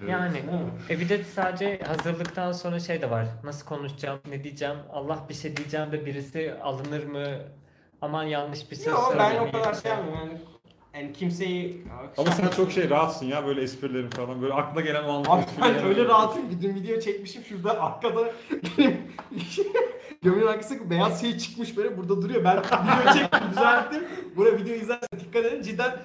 Evet.
Yani
Değil mi?
e bir de sadece hazırlıktan sonra şey de var. Nasıl konuşacağım, ne diyeceğim, Allah bir şey diyeceğim de birisi alınır mı? Aman yanlış bir şey
Yok ben o
söylemeyeyim.
kadar şey yapmıyorum yani. Yani kimseyi...
Ama sen çok şey rahatsın ya böyle esprilerin falan böyle aklına gelen o anlamda.
Abi ben öyle rahatım ki dün video çekmişim şurada arkada benim gömleğin arkasındaki beyaz şey çıkmış böyle burada duruyor. Ben video çektim düzelttim. Buraya video izlersen dikkat edin cidden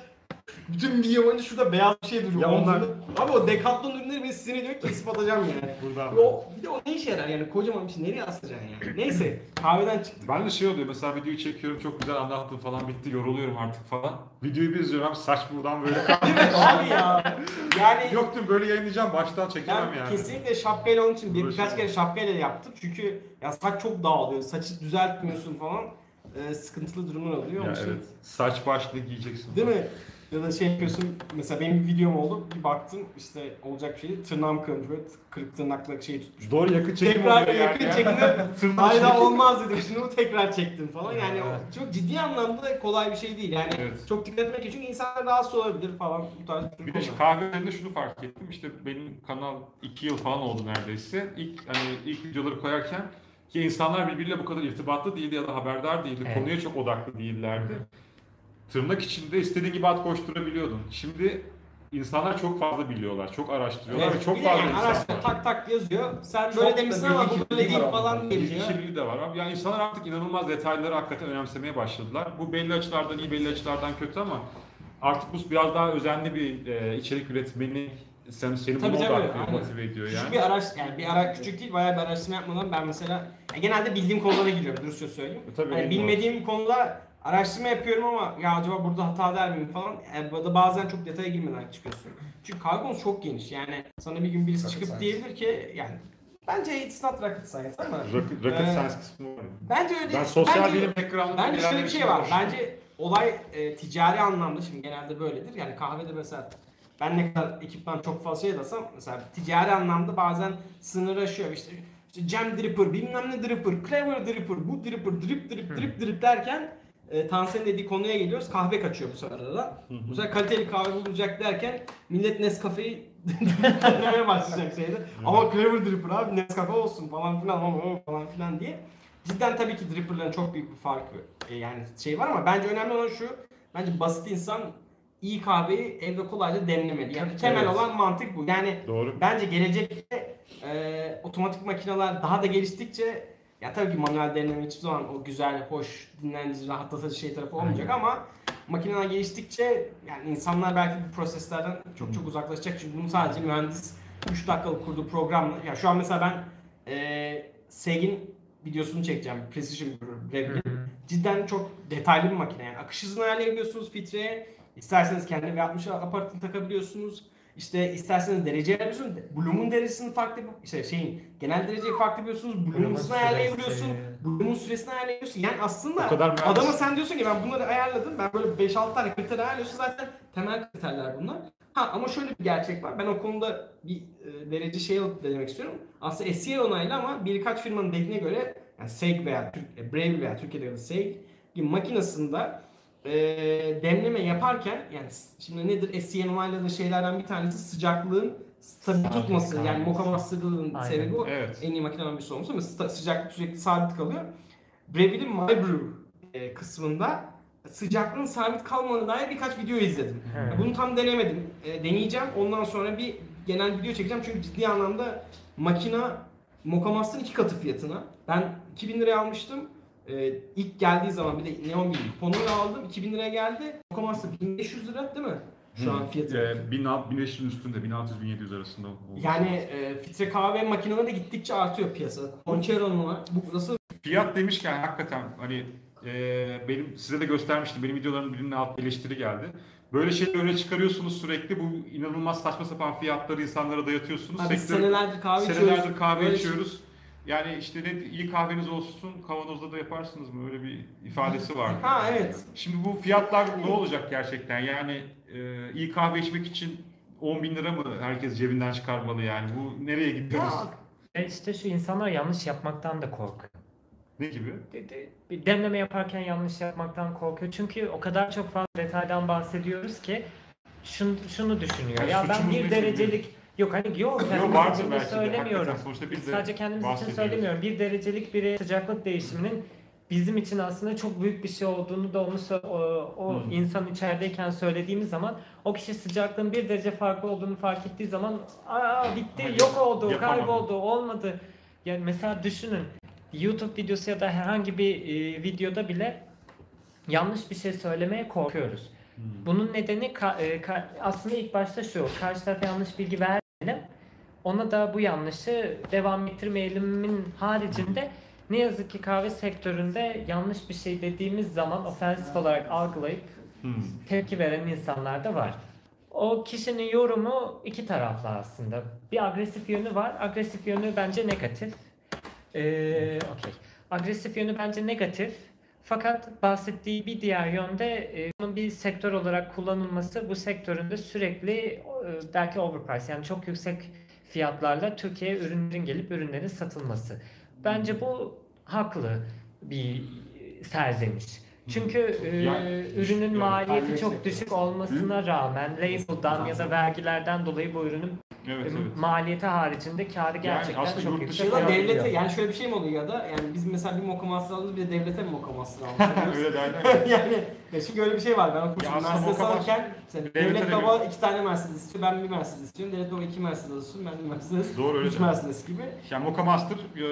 Bütün bir yabancı şurada beyaz bir şey duruyor.
Ya onlar-
Abi o Decathlon ürünleri beni sinir ediyor ki kesip atacağım yani.
Buradan.
O, bir de o ne işe yarar yani kocaman bir şey nereye asacaksın yani. Neyse kahveden çıktık.
Ben de şey oluyor mesela videoyu çekiyorum çok güzel anlattım falan bitti yoruluyorum artık falan.
Videoyu bir izliyorum abi saç buradan böyle.
Değil mi abi ya? Yani
Yoktur böyle yayınlayacağım baştan çekemem
ben
yani.
kesinlikle şapkayla onun için bir, birkaç
Uğraşamam.
kere şapkayla yaptım. Çünkü ya saç çok dağılıyor. Saçı düzeltmiyorsun falan. Ee, sıkıntılı durumlar oluyor. Onun
Ya
için-
evet. Saç başlık giyeceksin.
Değil mi? Ya da şey yapıyorsun, mesela benim bir videom oldu, bir baktım işte olacak bir şey değil, tırnağım kırılmış böyle kırık tırnakla şeyi tutmuş.
Doğru yakın çekim
Tekrar
oluyor
yakın
yani.
çekimde-
Tırnak
Hayda
çekim.
olmaz dedim, şimdi bunu tekrar çektim falan. Yani
Evet.
o çok ciddi anlamda kolay bir şey değil. Yani
Evet.
çok dikkat etmek gerekiyor çünkü insanlar rahatsız olabilir falan bu tarz
Bir de
konular.
şu kahvelerinde şunu fark ettim. İşte benim kanal 2 yıl falan oldu neredeyse. İlk hani ilk videoları koyarken ki insanlar birbiriyle bu kadar irtibatlı değildi ya da haberdar değildi.
Evet.
Konuya çok odaklı değillerdi. Tırnak içinde istediğin gibi at koşturabiliyordun. Şimdi insanlar çok fazla biliyorlar, çok araştırıyorlar ve çok
Bir de
fazla
yani
insan
araçta
var.
tak tak yazıyor. Sen
Çok
böyle
da
demişsin
bilgi
ama bu
kirliliği
böyle değil
var ama.
falan diye bir
Bilgi
şey.
kirliliği de var. Abi Yani insanlar artık inanılmaz detayları hakikaten önemsemeye başladılar. Bu belli açılardan iyi, belli açılardan kötü ama artık bu biraz daha özenli bir e, içerik üretmeni sen seni buna
Tabii, tabii,
odaklıyor,
aynen.
motive ediyor
Küçük
yani.
bir araç, yani bir araç küçük değil, bayağı bir araştırma yapmadan ben mesela ya genelde bildiğim konulara giriyorum, dürüstçe söyleyeyim.
E, tabii,
Hani
benim
bilmediğim konuda araştırma yapıyorum ama ya acaba burada hata der miyim falan. E, bu da bazen çok detaya girmeden çıkıyorsun. Çünkü kahve konusu çok geniş. Yani sana bir gün birisi
Rocket
çıkıp
science.
diyebilir ki yani bence it's not rocket science ama
Rocket, rocket
Ee,
science kısmı var.
bence öyle
Ben sosyal
bence-
bilim background'da
Bence şöyle bir şey var.
ilerlemişim.
Bence olay e, ticari anlamda şimdi genelde böyledir. Yani kahvede mesela ben ne kadar ekipten çok fazla şey desem mesela ticari anlamda bazen sınır aşıyor. İşte, işte jam dripper, bilmem ne dripper, clever dripper, bu dripper, drip drip drip drip derken e, Tansen'in dediği konuya geliyoruz. Kahve kaçıyor bu sefer arada. Bu sefer kaliteli kahve bulacak derken millet Nescafe'yi denemeye başlayacak şeyde. Ama clever dripper abi Nescafe olsun falan filan ama o falan filan diye. Cidden tabii ki dripperların çok büyük bir farkı e, yani şey var ama bence önemli olan şu. Bence basit insan iyi kahveyi evde kolayca demlemeli. Yani temel
Evet.
olan mantık bu. Yani
Doğru.
bence gelecekte e, otomatik makineler daha da geliştikçe ya tabii ki manuel deneme hiçbir zaman o güzel, hoş, dinlendirici, rahatlatıcı şey tarafı olmayacak ama makineler geliştikçe yani insanlar belki bu proseslerden çok çok uzaklaşacak. Çünkü bunu sadece mühendis 3 dakikalık kurduğu programla ya şu an mesela ben e, SEG'in videosunu çekeceğim. Precision Brew
Hı hı.
cidden çok detaylı bir makine. Yani akış hızını ayarlayabiliyorsunuz filtreye. İsterseniz kendi V60 aparatını takabiliyorsunuz. İşte isterseniz derece ayarlıyorsunuz. Bloom'un derecesini farklı yapıp, işte şeyin genel dereceyi farklı yapıyorsunuz. Bloom'un
Bloom'un
hızını ayarlayabiliyorsun.
süresi.
Bloom'un süresini ayarlayabiliyorsun. Yani aslında
O kadar mühendis.
adama sen diyorsun ki ben bunları ayarladım. Ben böyle 5-6 tane kriter ayarlıyorsun. Zaten temel kriterler bunlar. Ha ama şöyle bir gerçek var. Ben o konuda bir e, derece şey alıp denemek istiyorum. Aslında SEA onaylı ama birkaç firmanın dediğine göre yani SEG veya Türk- e, Brave veya Türkiye'de ya da SEG gibi makinesinde e, demleme yaparken yani s- şimdi nedir SEA onayladığı şeylerden bir tanesi sıcaklığın stabil
Sabit
tutması. Yani
kalması.
mokama sıkılığının
Aynen.
sebebi o
Evet.
en iyi makineden birisi olmuş ama sta- sıcaklık sürekli sabit kalıyor. Breville'in My Brew e, kısmında sıcaklığın sabit kalmadığına dair birkaç video izledim.
Evet.
Bunu tam denemedim. E, deneyeceğim. Ondan sonra bir genel video çekeceğim. Çünkü ciddi anlamda makina Mokamas'ın iki katı fiyatına. Ben 2000 liraya almıştım. E, ilk geldiği zaman bir de Neon Bilgi kuponuyla aldım. 2000 liraya geldi. Mokamas'ta 1500 lira değil mi? Şu
Hı.
an fiyatı.
Ee, 1500'ün üstünde 1600-1700 arasında oldu.
Yani e, filtre kahve makineleri de gittikçe artıyor piyasada. Conchero'nun var. Bu nasıl
Fiyat demişken hakikaten hani e, benim size de göstermiştim. Benim videoların birinin alt eleştiri geldi. Böyle şeyleri öne çıkarıyorsunuz sürekli. Bu inanılmaz saçma sapan fiyatları insanlara dayatıyorsunuz.
Abi
Sektör-
senelerdir kahve
senelerdir
içiyoruz.
kahve
Böyle şey-
içiyoruz. Yani işte ne, iyi kahveniz olsun kavanozda da yaparsınız mı? Öyle bir ifadesi vardı.
şey- Ha evet.
Şimdi bu fiyatlar ne olacak gerçekten? Yani e, iyi kahve içmek için 10 bin lira mı herkes cebinden çıkarmalı yani? Bu nereye gidiyoruz?
Ya
Ve şey, işte şu insanlar yanlış yapmaktan da korkuyor.
Ne gibi?
de- de- bir demleme yaparken yanlış yapmaktan korkuyor. Çünkü o kadar çok fazla detaydan bahsediyoruz ki şunu, şunu düşünüyor.
Yani
Ya ben
suçumuz ne
bir derecelik yok hani yok
Yok
kendimiz
vardır
için de
belki de.
söylemiyorum.
Hakikaten Sonuçta biz de
Sadece kendimiz için
bahsediyoruz.
söylemiyorum. Bir derecelik bir sıcaklık değişiminin bizim için aslında çok büyük bir şey olduğunu da onu sö- o, o
Hmm.
insan içerideyken söylediğimiz zaman o kişi sıcaklığın bir derece farklı olduğunu fark ettiği zaman aa bitti
Hayır,
yok oldu
yapamadım."
kayboldu olmadı. Yani mesela düşünün YouTube videosu ya da herhangi bir e, videoda bile yanlış bir şey söylemeye korkuyoruz. Bunun nedeni ka- e, ka- aslında ilk başta şu, karşı tarafa yanlış bilgi vermeyelim. Ona da bu yanlışı devam ettirmeyelimin haricinde ne yazık ki kahve sektöründe yanlış bir şey dediğimiz zaman ofensif olarak algılayıp
Hmm.
tepki veren insanlar da var. O kişinin yorumu iki taraflı aslında. Bir agresif yönü var. Agresif yönü bence negatif. Ee, okey. Agresif yönü bence negatif. Fakat bahsettiği bir diğer yönde e, bunun bir sektör olarak kullanılması bu sektöründe sürekli e, belki overprice yani çok yüksek fiyatlarla Türkiye'ye ürünlerin gelip ürünlerin satılması. Bence bu haklı bir serzeniş. Çünkü e,
Yani-
ürünün
Yani-
maliyeti çok
Yüksek.
düşük olmasına rağmen label'dan ya da vergilerden dolayı bu ürünün
E,
Evet evet.
maliyeti haricinde kârı gerçekten
aslında
çok
yurt
yüksek.
Ya
dışında
da
Şey
devlete yani şöyle bir şey mi oluyor ya da yani biz mesela bir moka mahsul aldık bir de devlete mi moka mahsul aldık?
Öyle derler.
yani ya çünkü öyle bir şey var. Ben o
Ya
kursu
aslında
Mercedes
moka mahsul-
alırken işte
Devlete
devlet
de
baba iki tane Mercedes istiyor, ben bir Mercedes istiyorum. Devlet baba iki Mercedes istiyor, ben bir Mercedes.
Doğru, öyle
Üç
de.
Mercedes gibi.
Yani Moka Master e,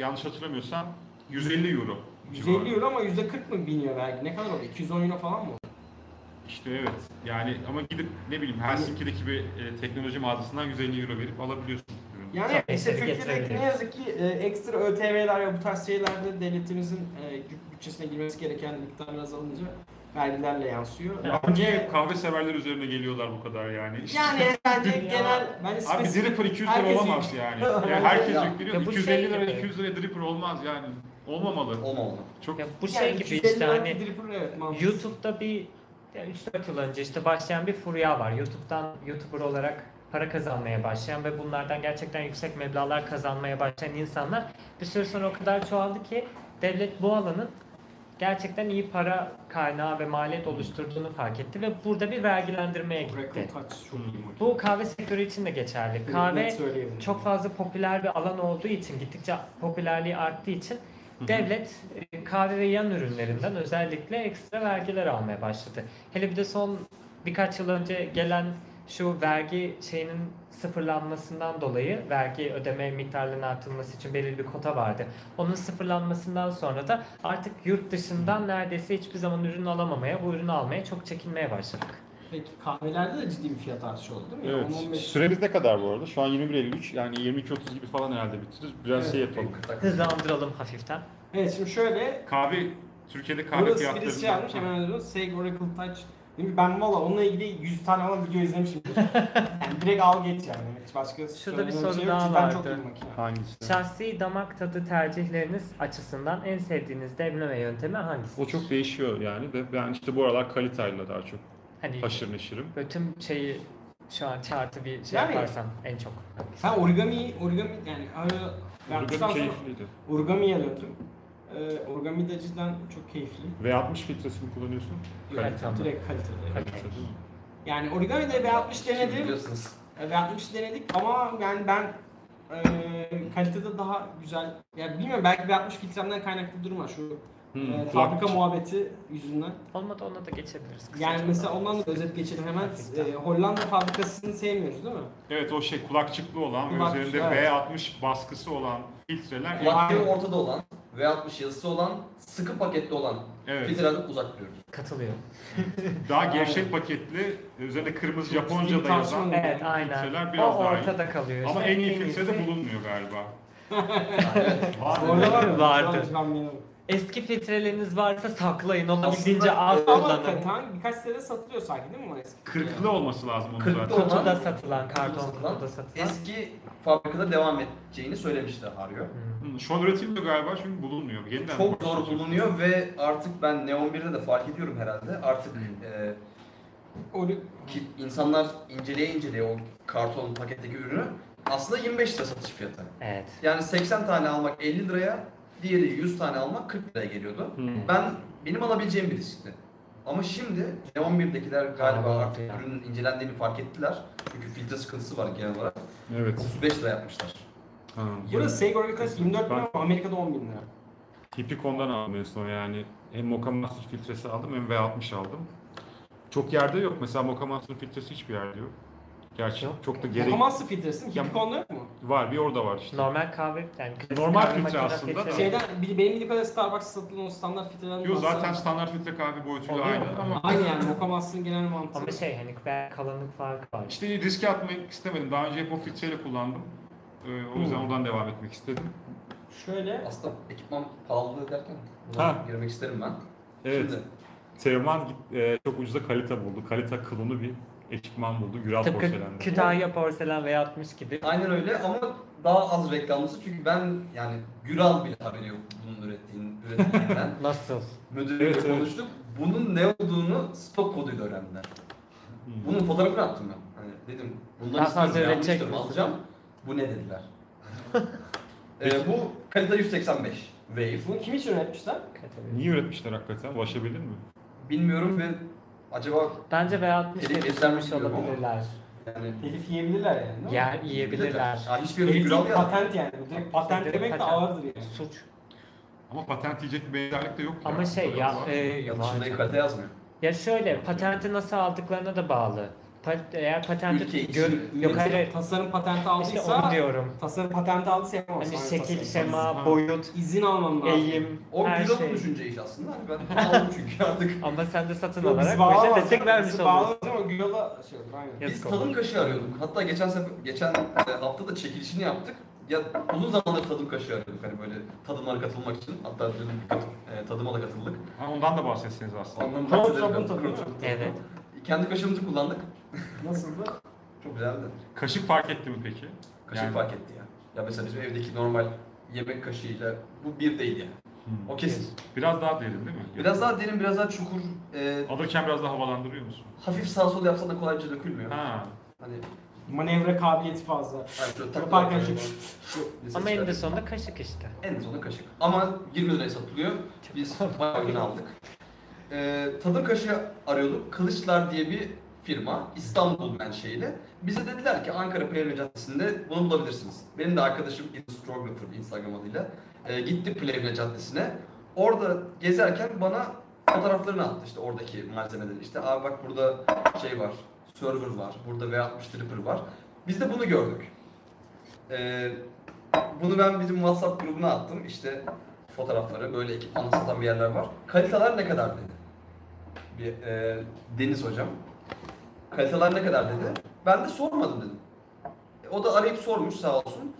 yanlış hatırlamıyorsam 150 euro.
150 euro ama yüzde 40 mı biniyor vergi? Ne kadar oldu? 210 euro falan mı?
İşte evet. Yani ama gidip ne bileyim Helsinki'deki bir e, teknoloji mağazasından 150 euro verip alabiliyorsun. ürünü.
Yani
Tabii,
işte
tabii,
Türkiye'deki
getirebilir.
ne yazık ki e, ekstra ÖTV'ler ve bu tarz şeylerde devletimizin e, gü- bütçesine girmesi gereken miktar biraz alınca vergilerle yansıyor.
Abi niye kahve severler üzerine geliyorlar bu kadar yani?
Yani bence
Ya.
genel bence
Abi
spesifik
Dripper 200 lira
Herkes
olamaz
yük.
yani. yani herkes
Ya.
yükleniyor.
Ya bu
250
şey
lira,
gibi.
200 lira Dripper olmaz yani. Olmamalı.
Olmamalı.
Çok
Ya bu şey
Yani
gibi
250
işte hani
dripper, evet, mantıklı.
YouTube'da bir yani 3-4 yıl önce işte başlayan bir furya var. YouTube'dan YouTuber olarak para kazanmaya başlayan ve bunlardan gerçekten yüksek meblağlar kazanmaya başlayan insanlar bir süre sonra o kadar çoğaldı ki devlet bu alanın gerçekten iyi para kaynağı ve maliyet oluşturduğunu fark etti ve burada bir vergilendirmeye
Oracle
gitti.
Touch çok iyi makine.
Bu kahve sektörü için de geçerli.
Net
Kahve
söyleyebilirim.
çok fazla popüler bir alan olduğu için gittikçe popülerliği arttığı için devlet e, kahve ve yan ürünlerinden özellikle ekstra vergiler almaya başladı. Hele bir de son birkaç yıl önce gelen şu vergi şeyinin sıfırlanmasından dolayı vergi ödeme miktarlarının artırılması için belirli bir kota vardı. Onun sıfırlanmasından sonra da artık yurt dışından neredeyse hiçbir zaman ürün alamamaya, bu ürünü almaya çok çekinmeye başladık.
Peki kahvelerde de ciddi bir fiyat artışı oldu değil mi?
Evet.
10-15
Süremiz ne kadar bu arada? Şu an 21.53 yani 22.30 gibi falan herhalde bitiririz. Biraz
Evet.
şey yapalım.
Hızlandıralım hafiften.
Evet şimdi şöyle
Kahve, Türkiye'de kahve
Burası
fiyatları...
birisi şey yapmış hemen ödüyoruz. Seg Oracle Touch. Değil mi? Ben valla onunla ilgili 100 tane falan video izlemişim. yani direkt al geç yani. Hiç başka
Şurada bir
söyleyeceğim
soru
şey yok.
daha
Cidden
vardı.
Çok iyi bir makine.
Hangisi?
Şahsi damak tadı tercihleriniz açısından en sevdiğiniz demleme yöntemi hangisi?
O çok değişiyor yani de ben işte bu aralar kalitayla daha çok
hani
haşır neşirim.
bütün şeyi şu an chart'ı bir şey
Yani-
yaparsan en çok hangisi?
Sen origami, origami yani hala yaptıktan
Origami
sonra
keyifliydi.
origamiye döndüm. Ee, origami de cidden çok keyifli.
V60 filtresini kullanıyorsun.
Kalite ama.
Direkt kaliteli.
Kalite değil mi?
Yani origami de B60
Şimdi
denedim.
biliyorsunuz.
E, Ve 60 denedik ama yani ben e, kalitede daha güzel yani bilmiyorum belki bir 60 filtremden kaynaklı durum var şu
Hmm,
e,
kulak-
fabrika muhabbeti yüzünden.
Olmadı ona da geçebiliriz. kısaca.
Yani mesela ondan da özet geçelim hemen. E, Hollanda fabrikasını sevmiyoruz değil mi?
Evet o şey kulakçıklı olan
Kulakçık,
ve üzerinde
evet.
V60 baskısı olan filtreler.
Kulaklığı ortada olan, V60 yazısı olan, sıkı paketli olan
Evet.
filtreden uzak duruyoruz.
Katılıyorum.
Daha gevşek paketli, üzerinde kırmızı Japonca da yazan.
Tartışmalı.
Evet aynen.
Filtreler
O
biraz daha iyi.
ortada kalıyor.
Ama
İşte
en iyi filtre de
iyisi-
bulunmuyor galiba.
Bu
Var
arada
mı?
var mı?
Vardı.
Ben bilmiyorum.
Eski filtreleriniz varsa saklayın. Olabildiğince
Aslında-
az
Ama
kullanın.
katan birkaç sene satılıyor sanki değil mi bunlar eski?
Kırklı olması lazım onun
Kırklı
zaten.
olan-
Kutuda satılan, karton
satılan,
kutuda satılan.
Eski fabrikada devam edeceğini söylemişti Hario.
Hmm.
Hı, Şu an üretilmiyor galiba çünkü bulunmuyor. Yeniden
Çok zor bulunuyor ve artık ben Neon 1'de de fark ediyorum herhalde. Artık e,
Ori-
ki insanlar inceleye inceleye o karton paketteki ürünü aslında 25 lira satış fiyatı.
Evet.
Yani 80 tane almak 50 liraya, diğeri 100 tane almak 40 liraya geliyordu.
Hmm.
Hı.
Ben benim alabileceğim bir riskti. Ama şimdi Neon 1'dekiler galiba
Aa,
artık
ya.
ürünün incelendiğini fark ettiler. Çünkü filtre sıkıntısı var genel olarak.
Evet.
35 lira yapmışlar.
Ha,
Burası Sega Origami 24 bin ama Amerika'da 10 bin lira.
Hipikon'dan aldım en son yani. Hem Moka Master filtresi aldım hem V60 aldım. Çok yerde yok. Mesela Moka Master filtresi hiçbir yerde yok.
Gerçi
Yok.
çok da gerek
Yapamazsın filtresin.
Yap-
Hipikon yok mu?
var. Bir orada var işte.
Normal kahve yani klasik
Normal
kahve
filtre
makinesi
aslında da.
filtre-
Şeyden, bil- benim bildiğim kadarıyla Starbucks'ta satılan o standart filtrelerin
Yok
masrafı-
zaten standart filtre kahve boyutuyla
Oluyor.
aynı ama
Aynı yani Mokamas'ın genel mantığı.
Ama şey hani belki kalınlık farkı var.
işte riske atmak istemedim. Daha önce hep o filtreyle kullandım. Ee, o yüzden
Hmm.
oradan devam etmek istedim.
Şöyle
Aslında ekipman pahalı derken
Ha.
buna girmek isterim ben.
Evet.
Şimdi,
Teoman e, çok ucuza kalite buldu. Kalite kılını bir ekipman buldu. Güral
Tıpkı
porselenden.
Kütahya porselen veya 60 gibi.
aynen öyle ama daha az reklamlısı çünkü ben yani Güral bile haberi yok bunun ürettiğin, üretildiğinden.
Nasıl?
Müdürle
Evet, evet.
konuştuk. Bunun ne olduğunu stok koduyla öğrendiler.
Hmm.
Bunun fotoğrafını attım ben. Hani dedim bundan
Daha fazla
istiyorum,
üretecek
yanlıştır,
misin?
alacağım. Bu ne dediler. Ee, bu kalite 185 wave.
bunu kim için üretmişler?
Kategori.
Niye üretmişler hakikaten? Ulaşabilir mi?
Bilmiyorum ve acaba
Bence V60
Elif
geliştirmiş
Yeter mi bilmiyorum
olabilirler.
yani
Telif yiyebilirler yani değil mi?
Yer yiyebilirler.
Ya hiçbir
Telif
kural
değil,
ya.
patent yani. Bu Direkt patent
Direkt
demek de
patent.
ağırdır yani.
Suç.
Ama patent yiyecek bir benzerlik de yok.
Ama şey ya,
Var.
e,
Yanlışında
yabancı.
kalite yazmıyor.
ya şöyle patenti nasıl aldıklarına da bağlı. Pat- eğer
Ülke
patenti
içi,
gör,
ülke
yok hayır, hayır.
Tasarım patenti
İşte
aldıysa,
onu diyorum.
tasarım patenti aldıysa yapamazsın.
Hani
Aynı
şekil,
tasarım.
şema,
Ha.
boyut,
İzin alman lazım.
eğim,
O
her
Güral'ın
şey.
düşünce iş aslında. Hani ben aldım çünkü artık.
Ama sen de satın
Yok,
alarak
bizi
bu işe
bağlamaz.
şey destek vermiş
Bizi
oluyorsun.
bağlamaz ama Güral'a şey olur aynen.
Yazık
Biz
oldu.
tadım kaşığı arıyorduk. Hatta geçen sefer, geçen e, hafta da çekilişini yaptık. Ya uzun zamandır tadım kaşığı arıyorduk hani böyle tadımlara katılmak için. Hatta dün kat- e, tadıma da katıldık.
Ha, ondan da bahsetseniz aslında.
Ondan
Kron
bahsedelim
Trump'ın
ben.
tadı
Kron
mı?
Trump'ın tadı.
Evet.
Kendi kaşığımızı kullandık.
Nasıldı?
Çok güzeldi.
Kaşık fark etti mi peki?
Kaşık
Yani-
fark etti ya. Ya mesela bizim evdeki normal yemek kaşığıyla bu bir değil ya.
Hmm.
O kesin.
Biraz daha derin değil mi?
Biraz daha derin, biraz daha çukur. e,
Alırken biraz daha havalandırıyor musun?
hafif sağ sol yapsan da kolayca dökülmüyor.
Ha.
Hani
Manevra kabiliyeti fazla.
hani şöyle tak-
Yaparken şu-
Ama en de sonunda kaşık işte.
En sonunda kaşık. Ama 20 liraya satılıyor. Biz bayağı ürün aldık. Ee, tadım kaşığı arıyorduk. Kılıçlar diye bir firma. İstanbul menşeili. Bize dediler ki Ankara Plevne Caddesi'nde bunu bulabilirsiniz. Benim de arkadaşım Instagram'da Instagram adıyla. e, gitti Plevne Caddesi'ne. Orada gezerken bana fotoğraflarını attı işte oradaki malzemeleri işte. Aa bak burada şey var, server var, burada V60 Tripper var. Biz de bunu gördük. Ee, bunu ben bizim WhatsApp grubuna attım. İşte fotoğrafları böyle ekipmanla satan bir yerler var. Kaliteler ne kadar dedi. Bir, e, Deniz hocam. Kaliteler ne kadar dedi. Ben de sormadım dedim. E, O da arayıp sormuş sağ olsun.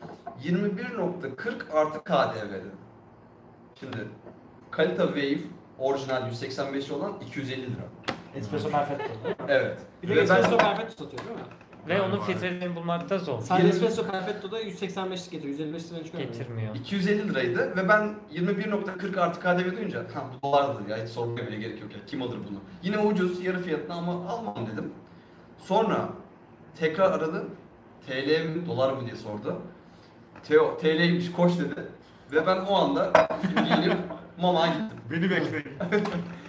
21.40 artı KDV dedi. Şimdi kalite Wave orijinal 185 olan 250 lira.
Espresso perfetto.
Evet.
Bir de
Ve ben-
espresso perfetto satıyor değil mi?
Ve
Vay
onun
vay.
filtrelerini bulmakta zor.
Sadece
Yirmi-
espresso perfetto'da 185'lik getiriyor. 155 liradan çıkıyor.
Getirmiyor.
250 liraydı ve ben 21.40 artı KDV duyunca ha bu dolardır ya hiç sormaya bile gerek yok ya kim alır bunu. Yine ucuz yarı fiyatına ama almam dedim. Sonra tekrar aradı. TL mi dolar mı diye sordu. Teo TL'ymiş koş dedi. Ve ben o anda üstümü giyinip mamaya gittim.
Beni bekleyin.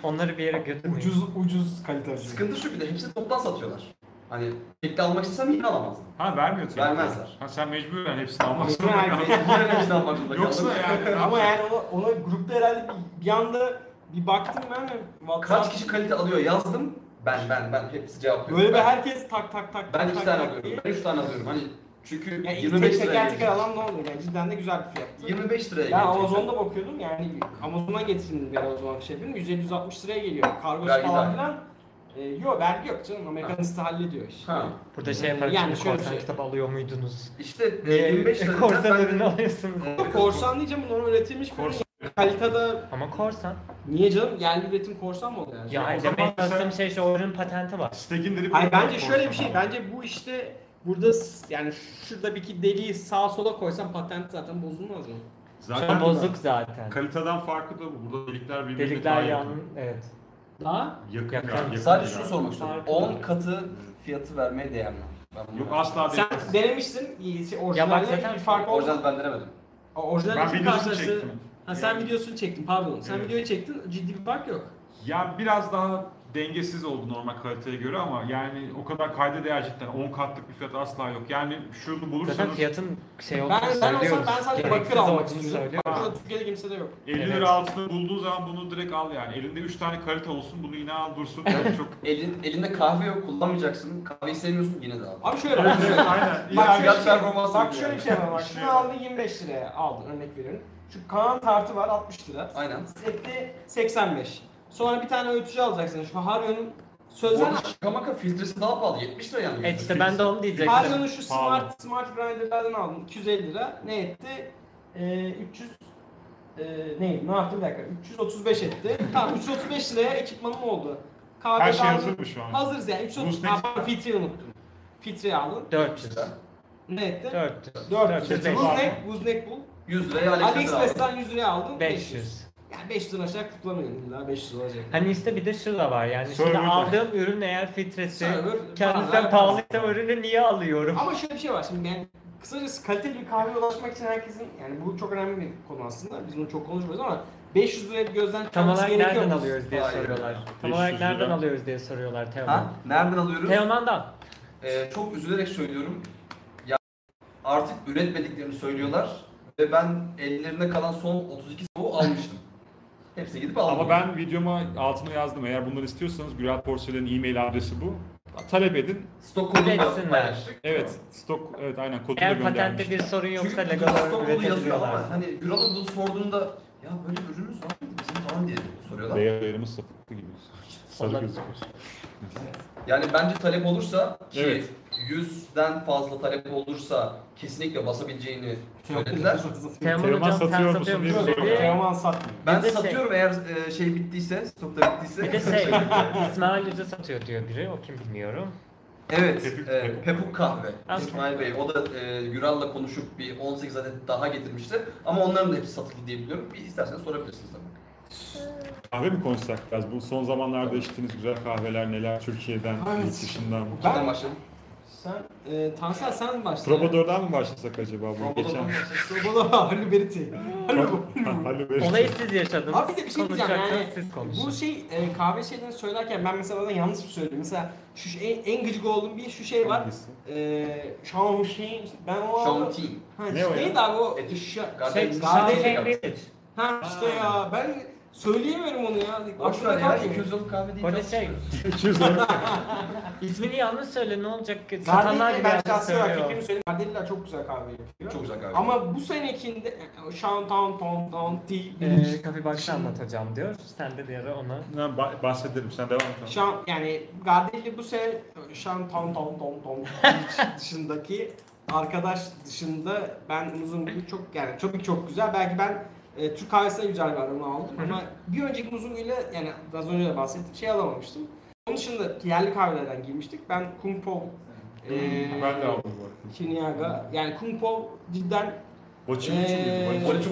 Onları bir yere götürmeyin.
Ucuz ucuz kalitesi.
Sıkıntı şu bir de hepsini toptan satıyorlar. Hani tekli almak istesem yine alamazdım.
Ha vermiyor tabii.
Vermezler.
Ha sen mecburen hepsini almak
Mecburen
zorunda kaldın.
herkes-
Yine hepsini almak zorunda kaldım.
Yoksa yani.
Ama yani ona, ona grupta herhalde bir, bir anda bir baktım ben de WhatsApp.
Kaç kişi kalite alıyor yazdım. Ben ben ben hepsi cevaplıyor.
Böyle bir
Ben-
herkes tak tak tak
Ben
tak tak
iki tane
tak
alıyorum.
diye.
Ben üç tane alıyorum. Hani çünkü
Yani
25
25
liraya
teker teker
gelecek.
alan ne olur yani cidden de güzel bir fiyattı.
25 liraya
Ben
gelecek.
Amazon'da bakıyordum yani Amazon'a getirdim ben o zaman şey yapayım 160 liraya geliyor kargosu
Vergi
falan
dahil.
filan. Ee, yok vergi yok canım Amerikanist hallediyor iş.
Ha.
Burada şey yaparız.
Yani
Yani
şöyle
korsan
şey- Ee,
kitap alıyor muydunuz?
İşte e,
Niye
25 liraya
Ee, korsan
ben-
ürünü alıyorsunuz?
Evet.
Korsan diyeceğim normal üretilmiş bir
Korsan.
ürün. kalitede
Ama korsan.
niye canım yerli üretim korsan mı oluyor? Yani?
Ya
o
yani
zaman
demek
sen-
istediğim şey şu ürün patenti var.
Stegin dedi.
Hayır bence şöyle bir şey bence bu işte burada s- yani şurada bir iki deliği sağa sola koysan patent zaten bozulmaz mı?
Şu an
Zaten
bozuk zaten.
Kaliteden farkı da bu. Burada delikler birbirine
Delikler
daha yakın.
yan, evet.
Daha
Yakın,
Yakın.
yani, yakın
Sadece
yani.
şunu sormak istiyorum.
Farklı.
10 katı fiyatı vermeye değer mi? Ben bunu-
Yok asla değil.
sen denemişsin iyi, şey,
bak
orijinalle
zaten
bir fark
O
oldu.
yüzden ben denemedim.
Orijinalle
Ben
çünkü
videosunu
karşılaştı-
çektim.
Ha sen
Yani-
videosunu çektin pardon. Sen
Evet.
videoyu çektin ciddi bir fark yok.
Ya biraz daha
dengesiz oldu normal kaliteye göre ama yani o kadar kayda değer cidden 10 katlık bir fiyat asla yok. Yani şunu
Zaten
bulursanız
fiyatın şey olduğunu
Ben, ben olsam
söylüyoruz.
ben sadece
Gereksiz
bakır almak
olduğunu
istiyorum.
söylüyoruz.
Bakır da Türkiye'de kimse de yok.
50
Evet.
lira altını bulduğu zaman bunu direkt al yani. Elinde 3 tane kalite olsun bunu yine al dursun. Yani çok
Elin, elinde kahve yok kullanmayacaksın. Kahveyi sevmiyorsun yine de al.
Abi şöyle bak şöyle.
aynen. aynen.
Bak
Yani-
şöyle bir
fiyat
şey,
performans
bak
yok
şöyle
yani.
bir şey var. Bak
Şey
şunu
var.
aldın 25 liraya aldın örnek veriyorum. Şu kanat tartı var 60 lira.
Aynen.
Sette 85. Sonra bir tane öğütücü alacaksın. Şu Haryon'un
Bu
sözel
arada Şakamaka filtresi daha pahalı. 70 lira yani.
Evet E, işte ben de onu diyecektim.
Haryon'un şu
Pahalı.
smart smart grinder'lardan aldım. 250 lira. Ne etti? Ee, 300 ee, ne, ne yaptım bir dakika. 335 etti. Tamam 335 liraya ekipmanım oldu. Kahve
Her şey
aldım.
hazır mı şu an?
Hazırız yani. 330
Rusnet.
Ha, pardon, filtreyi unuttum. Filtreyi aldım.
400.
Ne etti?
400.
400.
400.
Buznek, buznek bul.
100 liraya AliExpress'ten al.
AliExpress'ten 100 liraya aldım.
500.
Yani 500 aşağı kutlamıyorum illa 500 olacak.
Hani işte bir de şu da var yani. Şimdi
Server.
aldığım ürün eğer filtresi
Server,
kendisinden
bazen-
pahalıysa ürünü niye alıyorum?
Ama şöyle bir şey var şimdi ben kısacası kaliteli bir kahveye ulaşmak için herkesin yani bu çok önemli bir konu aslında. Biz bunu çok konuşmuyoruz ama 500 liraya bir gözden
Tam
çıkarması
olarak
gerekiyor.
nereden
mu?
alıyoruz diye
Hayır.
soruyorlar. Tam
500
olarak nereden
lira.
alıyoruz diye soruyorlar
Ha?
Teoman.
Nereden alıyoruz?
Teoman'dan.
Ee, çok üzülerek söylüyorum. Ya artık üretmediklerini söylüyorlar ve ben ellerine kalan son 32 soğuğu almıştım. Hepsi gidip aldım.
Ama ben videoma altına yazdım. Eğer bunları istiyorsanız Gürat Porselen'in e-mail adresi bu. Talep edin.
stok kodunu da
Üretsinler.
paylaştık.
Evet, stok evet aynen kodunu da
Eğer patente
göndermiş.
bir sorun yoksa
Çünkü Google'da
legal
stok
olarak
kodu yazıyor
üretebiliyorlar.
ama hani Güral'a bunu sorduğunda ya böyle bir ürünümüz var mıydı bizim falan diye soruyorlar.
Değerlerimiz sapıklı gibi. Sarı
Onlar-
gözüküyor.
Yani bence talep olursa ki
Evet.
100'den fazla talep olursa kesinlikle basabileceğini
Şey,
söylediler.
Teoman
Teoman
hocam sen
satıyor
satıyor
musun diye
musun
soruyor.
dedi.
Teoman satmıyor.
Ben
Bir de
satıyorum eğer e, şey bittiyse, stokta bittiyse.
Bir de şey, İsmail Hoca satıyor diyor biri, o kim bilmiyorum.
Evet,
Pepuk-
e,
Pepuk.
Pepuk Kahve.
Az
İsmail Bey, o da e, Güral'la konuşup bir 18 adet daha getirmişti. Ama onların da hepsi satıldı diye biliyorum. Bir isterseniz sorabilirsiniz tabii.
Kahve mi konuşsak biraz? Bu son zamanlarda içtiğiniz güzel kahveler neler? Türkiye'den,
Evet.
yurt dışından.
Ben-
Kimden başlayalım?
Sen, e, Tansel sen mi başladın?
Probador'dan mı başlasak acaba bu
Robo'dan
geçen?
Probador, Halil Beriti. Halil
Hallo Berti.
Olayı siz yaşadınız.
Abi bir de bir şey diyeceğim
Konuşacaksanız
yani
siz konuşun.
bu şey e, kahve şeylerini söylerken ben mesela bazen yanlış mı söyledim? Mesela şu şey- en, en gıcık olduğum bir şu şey var.
Hangisi?
Eee Sean Shane ben o
Sean T.
Ha,
Ne o
neydi
ya?
abi o?
Eti-
Şa-
Garden-
şey,
Garden-
Garden-
Garden-
Ha işte ya ben söyleyemiyorum onu ya.
Boş ver ya, 200 yıllık kahve değil.
O da
canım.
şey,
200 lira.
ismini yanlış söyle ne olacak ki? Satanlar
Gardelli
gibi
ben
yanlış
şahsi olarak
söylüyor.
fikrimi söyleyeyim. Gardelliler çok güzel kahve yapıyor.
Çok güzel kahve.
Ama bu senekinde e, Sean Town Town Town T.
Ee, Kafi Bakşı anlat hocam diyor. Sen de bir ara ona
Ha, ba- bahsederim sen devam et.
Şan yani Gardelli bu sene Şan Town Town Town Town dışındaki arkadaş dışında ben uzun Gül'ü çok yani çok çok güzel. Belki ben e, Türk kahvesine güzel bir aroma aldım
Hı hı.
ama bir önceki uzun ile yani biraz önce de bahsettim şey alamamıştım. Onun dışında yerli kahvelerden girmiştik. Ben Kung Po e,
ben de aldım bu arada.
Kiniaga yani Kung Po cidden
Boçu
Ee,
muydu?
Valiçi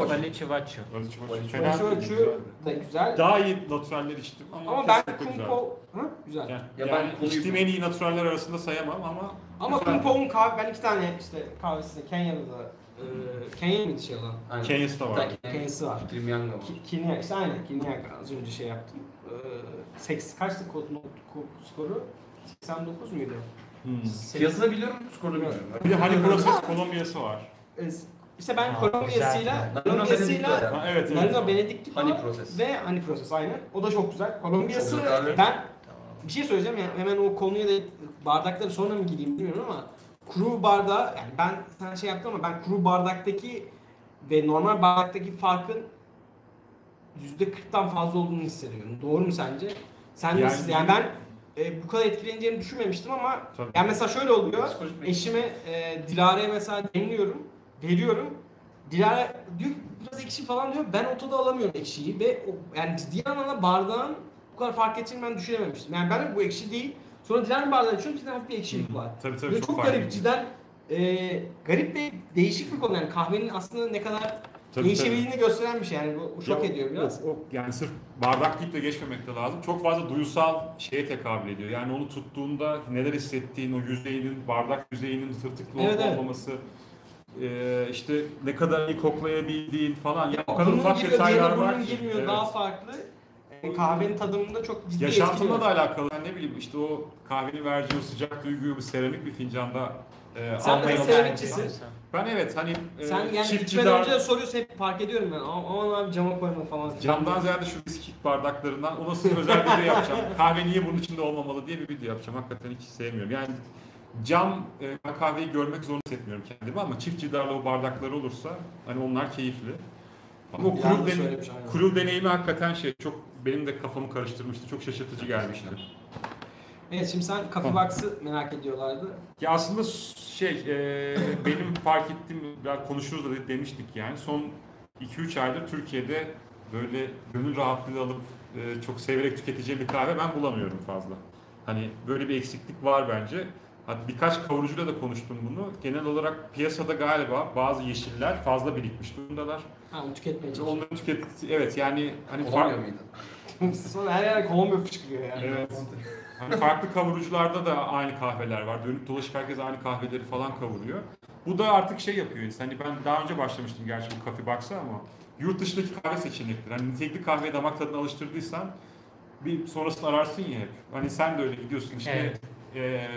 başı.
Ali Çuvaçu.
Boçu
Valiçi-
Fena değil,
Koşu
güzeldi.
da güzel.
Daha iyi naturaller içtim ama,
Ama ben
kesinlikle
Kung
güzeldi.
Po ha, güzel.
Yani,
Ya ben
yani
konuyu-
içtiğim en iyi naturaller arasında sayamam ama
Ama
Güzel.
Kumpow'un kahve, ben iki tane işte kahvesinde Kenya'da da, e, Kenya mıydı şey olan?
Aynen.
Kenya'sı da var.
Kenya'sı.
Kenya'sı var.
Kim Yang'a var.
Ki- Kenya, işte aynen Kenya az önce şey yaptım. E, seks, kaçtı kod, not- ko- skoru? 89 muydu?
Hmm.
Seks-
Fiyatını biliyorum, skorunu bilmiyorum.
Bir de Hani Proses Kolombiya'sı var.
e, İşte ben
Ha,
Kolombiya'sıyla,
güzel.
Kolombiya'sıyla
Ha, evet evet.
Nerede Benedikti
Honey
falan
Process.
ve Hani Proses aynen. O da çok güzel.
Çok
Kolombiya'sı
güzel kahve.
ben bir şey söyleyeceğim ya hemen o konuya da bardakları sonra mı gireyim bilmiyorum ama kuru bardağı yani ben sen şey yaptın ama ben kuru bardaktaki ve normal bardaktaki farkın %40'tan fazla olduğunu hissediyorum. Doğru mu sence? Sen yani,
Yani-
yani ben e, bu kadar etkileneceğimi düşünmemiştim ama
Tabii.
yani mesela şöyle oluyor.
Psikolojik bir-
Eşime e, Dilara'ya mesela demliyorum, veriyorum. Dilara diyor ki biraz ekşi falan diyor. Ben o tadı alamıyorum ekşiyi ve o, yani ciddi anlamda bardağın bu kadar fark edeceğini ben düşünememiştim. Yani ben de bu ekşi değil. Sonra Dilara'nın bardağını içiyorum cidden hafif bir ekşilik var.
Tabii tabii
Ve
çok
çok
farklı.
garip cidden e, garip ve değişik bir konu. Yani kahvenin aslında ne kadar
Tabii,
değişebildiğini gösteren bir şey. Yani bu, bu şok
Ya,
ediyor biraz.
O, o yani sırf bardak deyip de geçmemek de lazım. Çok fazla duyusal şeye tekabül ediyor. Yani onu tuttuğunda neler hissettiğin, o yüzeyinin, bardak yüzeyinin tırtıklı
Evet,
olup
evet.
olmaması, eee, işte ne kadar iyi koklayabildiğin falan. Yani o kadar
Bunun
ufak
giriyor,
detaylar
diğeri
var
bunun
ki.
girmiyor
Evet.
daha farklı. Ee, e, kahvenin tadımında çok ciddi
Yaşantımla
etkiliyor.
da alakalı. Yani ne bileyim işte o kahvenin verdiği o sıcak duyguyu bu seramik bir fincanda e,
Sen de
almayı-
seramikçisin.
Ben evet hani e,
Sen yani
çiftçi
içmeden
dar-
önce de soruyorsun hep fark ediyorum ben. Aman aman abi cama koyma falan.
Camdan ziyade şu viskik bardaklarından o nasıl özel bir video yapacağım. Kahve niye bunun içinde olmamalı diye bir video yapacağım. Hakikaten hiç sevmiyorum. Yani cam e, ben kahveyi görmek zorunda hissetmiyorum kendimi ama çift cidarlı o bardakları olursa hani onlar keyifli. Ama o kurul,
Yalnız
dene-
söylemiş, aynen.
kurul deneyimi hakikaten şey çok benim de kafamı karıştırmıştı. Çok şaşırtıcı gelmişti.
Evet şimdi sen Coffee Box'ı merak ediyorlardı.
Ya aslında s- şey e, benim fark ettiğim biraz konuşuruz da de- demiştik yani son 2-3 aydır Türkiye'de böyle gönül rahatlığı alıp e, çok severek tüketeceğim bir kahve ben bulamıyorum fazla. Hani böyle bir eksiklik var bence. Hatta birkaç kavurucuyla da konuştum bunu. Genel olarak piyasada galiba bazı yeşiller fazla birikmiş durumdalar.
Ha onu tüketmeye
Ve
çalışıyor.
Onları tüket evet yani hani fark-
Olamıyor muydu?
Sonra her yer Kolombiya fışkırıyor yani.
Evet. Hani farklı kavurucularda da aynı kahveler var. Dönüp dolaşıp herkes aynı kahveleri falan kavuruyor. Bu da artık şey yapıyor insan. Hani ben daha önce başlamıştım gerçi bu Coffee Box'a ama yurt dışındaki kahve seçenekleri. Hani nitelikli kahveye damak tadına alıştırdıysan bir sonrasını ararsın ya hep. Hani sen de öyle gidiyorsun işte.
Evet.
eee,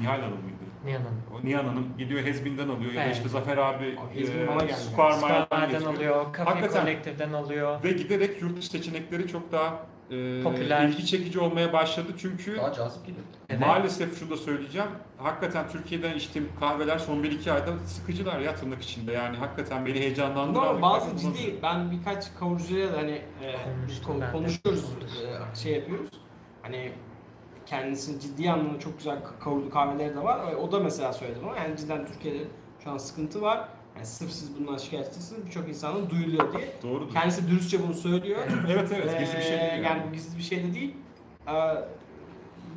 Nihal Hanım mıydı?
Nihan Hanım.
O Nihan Hanım gidiyor Hezbin'den alıyor ya da
Evet.
işte Zafer abi e,
Abi Hezbin bana
eee
geldi.
Sparmay'dan
Sparmar'dan
getiriyor.
alıyor, Kafe
Hakikaten.
Collective'den alıyor.
Ve giderek yurt dışı seçenekleri çok daha eee,
Popüler.
ilgi çekici olmaya başladı. Çünkü
Daha cazip geliyor.
Evet.
Maalesef şunu da söyleyeceğim. Hakikaten Türkiye'den içtiğim kahveler son 1-2 ayda sıkıcılar ya tırnak içinde. Yani hakikaten beni heyecanlandıran
Bunlar
bir
bazı
kahve
ciddi,
bulamıyorum.
ben birkaç kavurucuya da hani e, biz
Konuştum ben
kon-
de.
konuşuyoruz, e, şey yapıyoruz. Hani kendisini ciddi anlamda çok güzel ka- kavurdu kahveleri de var. E, O da mesela söyledi bana. Yani cidden Türkiye'de şu an sıkıntı var. Yani sırf siz bundan şikayetçisiniz birçok insanın duyuluyor diye.
Doğrudur.
Kendisi dürüstçe bunu söylüyor.
Evet evet gizli bir şey değil
Ee,
yani.
yani bu gizli bir şey de değil. Ee,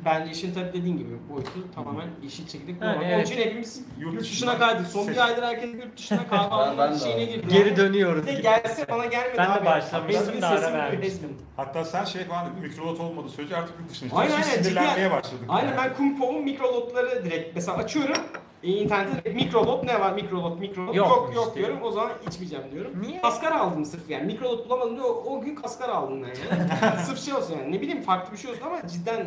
bence işin tabii dediğin gibi boyutu tamamen işi çekildik.
Yani
Ama Onun
evet.
için hepimiz
Yurt
yurt
dışına
dışına kaydık. Son
se-
bir aydır herkes yurt dışına kahve
Ben- ben
alma
de
şeyine
abi.
girdi.
Geri
Bir
dönüyoruz.
de gelse bana gelmedi
Ben de
abi.
başlamıştım
Benim
da ara
sesim
vermiştim.
resmin.
Hatta sen şey falan mikrolot olmadığı sürece artık yurt dışına
Aynen,
Aynen
aynen, ciddi-
Sinirlenmeye başladık.
Aynen ben Kumpo'nun mikrolotları direkt mesela açıyorum. E, internette direkt mikrolot ne var mikrolot mikrolot yok
Yok
yok,
işte.
diyorum o zaman içmeyeceğim diyorum.
Niye?
Kaskar aldım sırf yani. Mikrolot bulamadım diye o, o gün kaskar aldım ben yani. sırf şey olsun yani. Ne bileyim farklı bir şey olsun ama cidden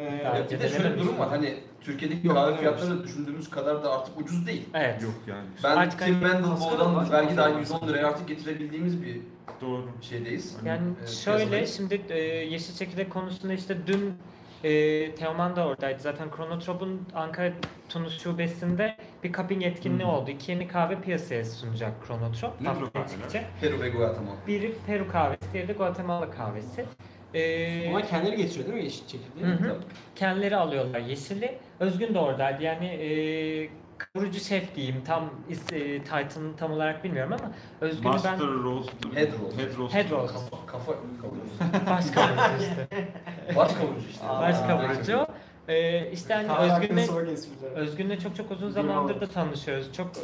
e,
Daha
Ya bir de şöyle bir
şey
durum var. Hani Türkiye'deki
Yok,
kahve
ben
fiyatları da düşündüğümüz kadar da artık ucuz değil.
Evet.
Yok yani.
Ben
Artık
Tim
hani-
Wendelboe'dan vergi dahil 110 liraya artık getirebildiğimiz bir
Doğru.
şeydeyiz.
Yani
Evet,
şöyle
piyasadayız.
şimdi e, Yeşil Çekirdek konusunda işte dün e, Teoman da oradaydı. Zaten Chronotrop'un Ankara Tunus Şubesi'nde bir cupping etkinliği oldu. İki yeni kahve piyasaya sunacak Chronotrop.
Ne
Haftaya
tür kahveler?
çıkacak.
Peru ve Guatemala.
Biri Peru kahvesi, diğeri de Guatemala kahvesi. E,
Onlar Hani kendileri getiriyor değil mi yeşil çekirdeği?
Hı hı. kendileri alıyorlar yeşili. Özgün de oradaydı. Yani e, kavurucu şef diyeyim. Tam is- e, title'ını tam olarak bilmiyorum ama Özgün'ü
Master
ben
Roaster.
Head roast.
Head Roast.
Head Roast.
Kafa, kafa kavurucu.
baş kavurucu işte.
Baş kavurucu işte.
Aa,
Baş
Aa,
kavurucu. E, işte
Kahve
hani
hakkında
Özgün'le
sonra espriler.
Özgün'le çok çok uzun
Duymadım.
zamandır da tanışıyoruz. Çok e,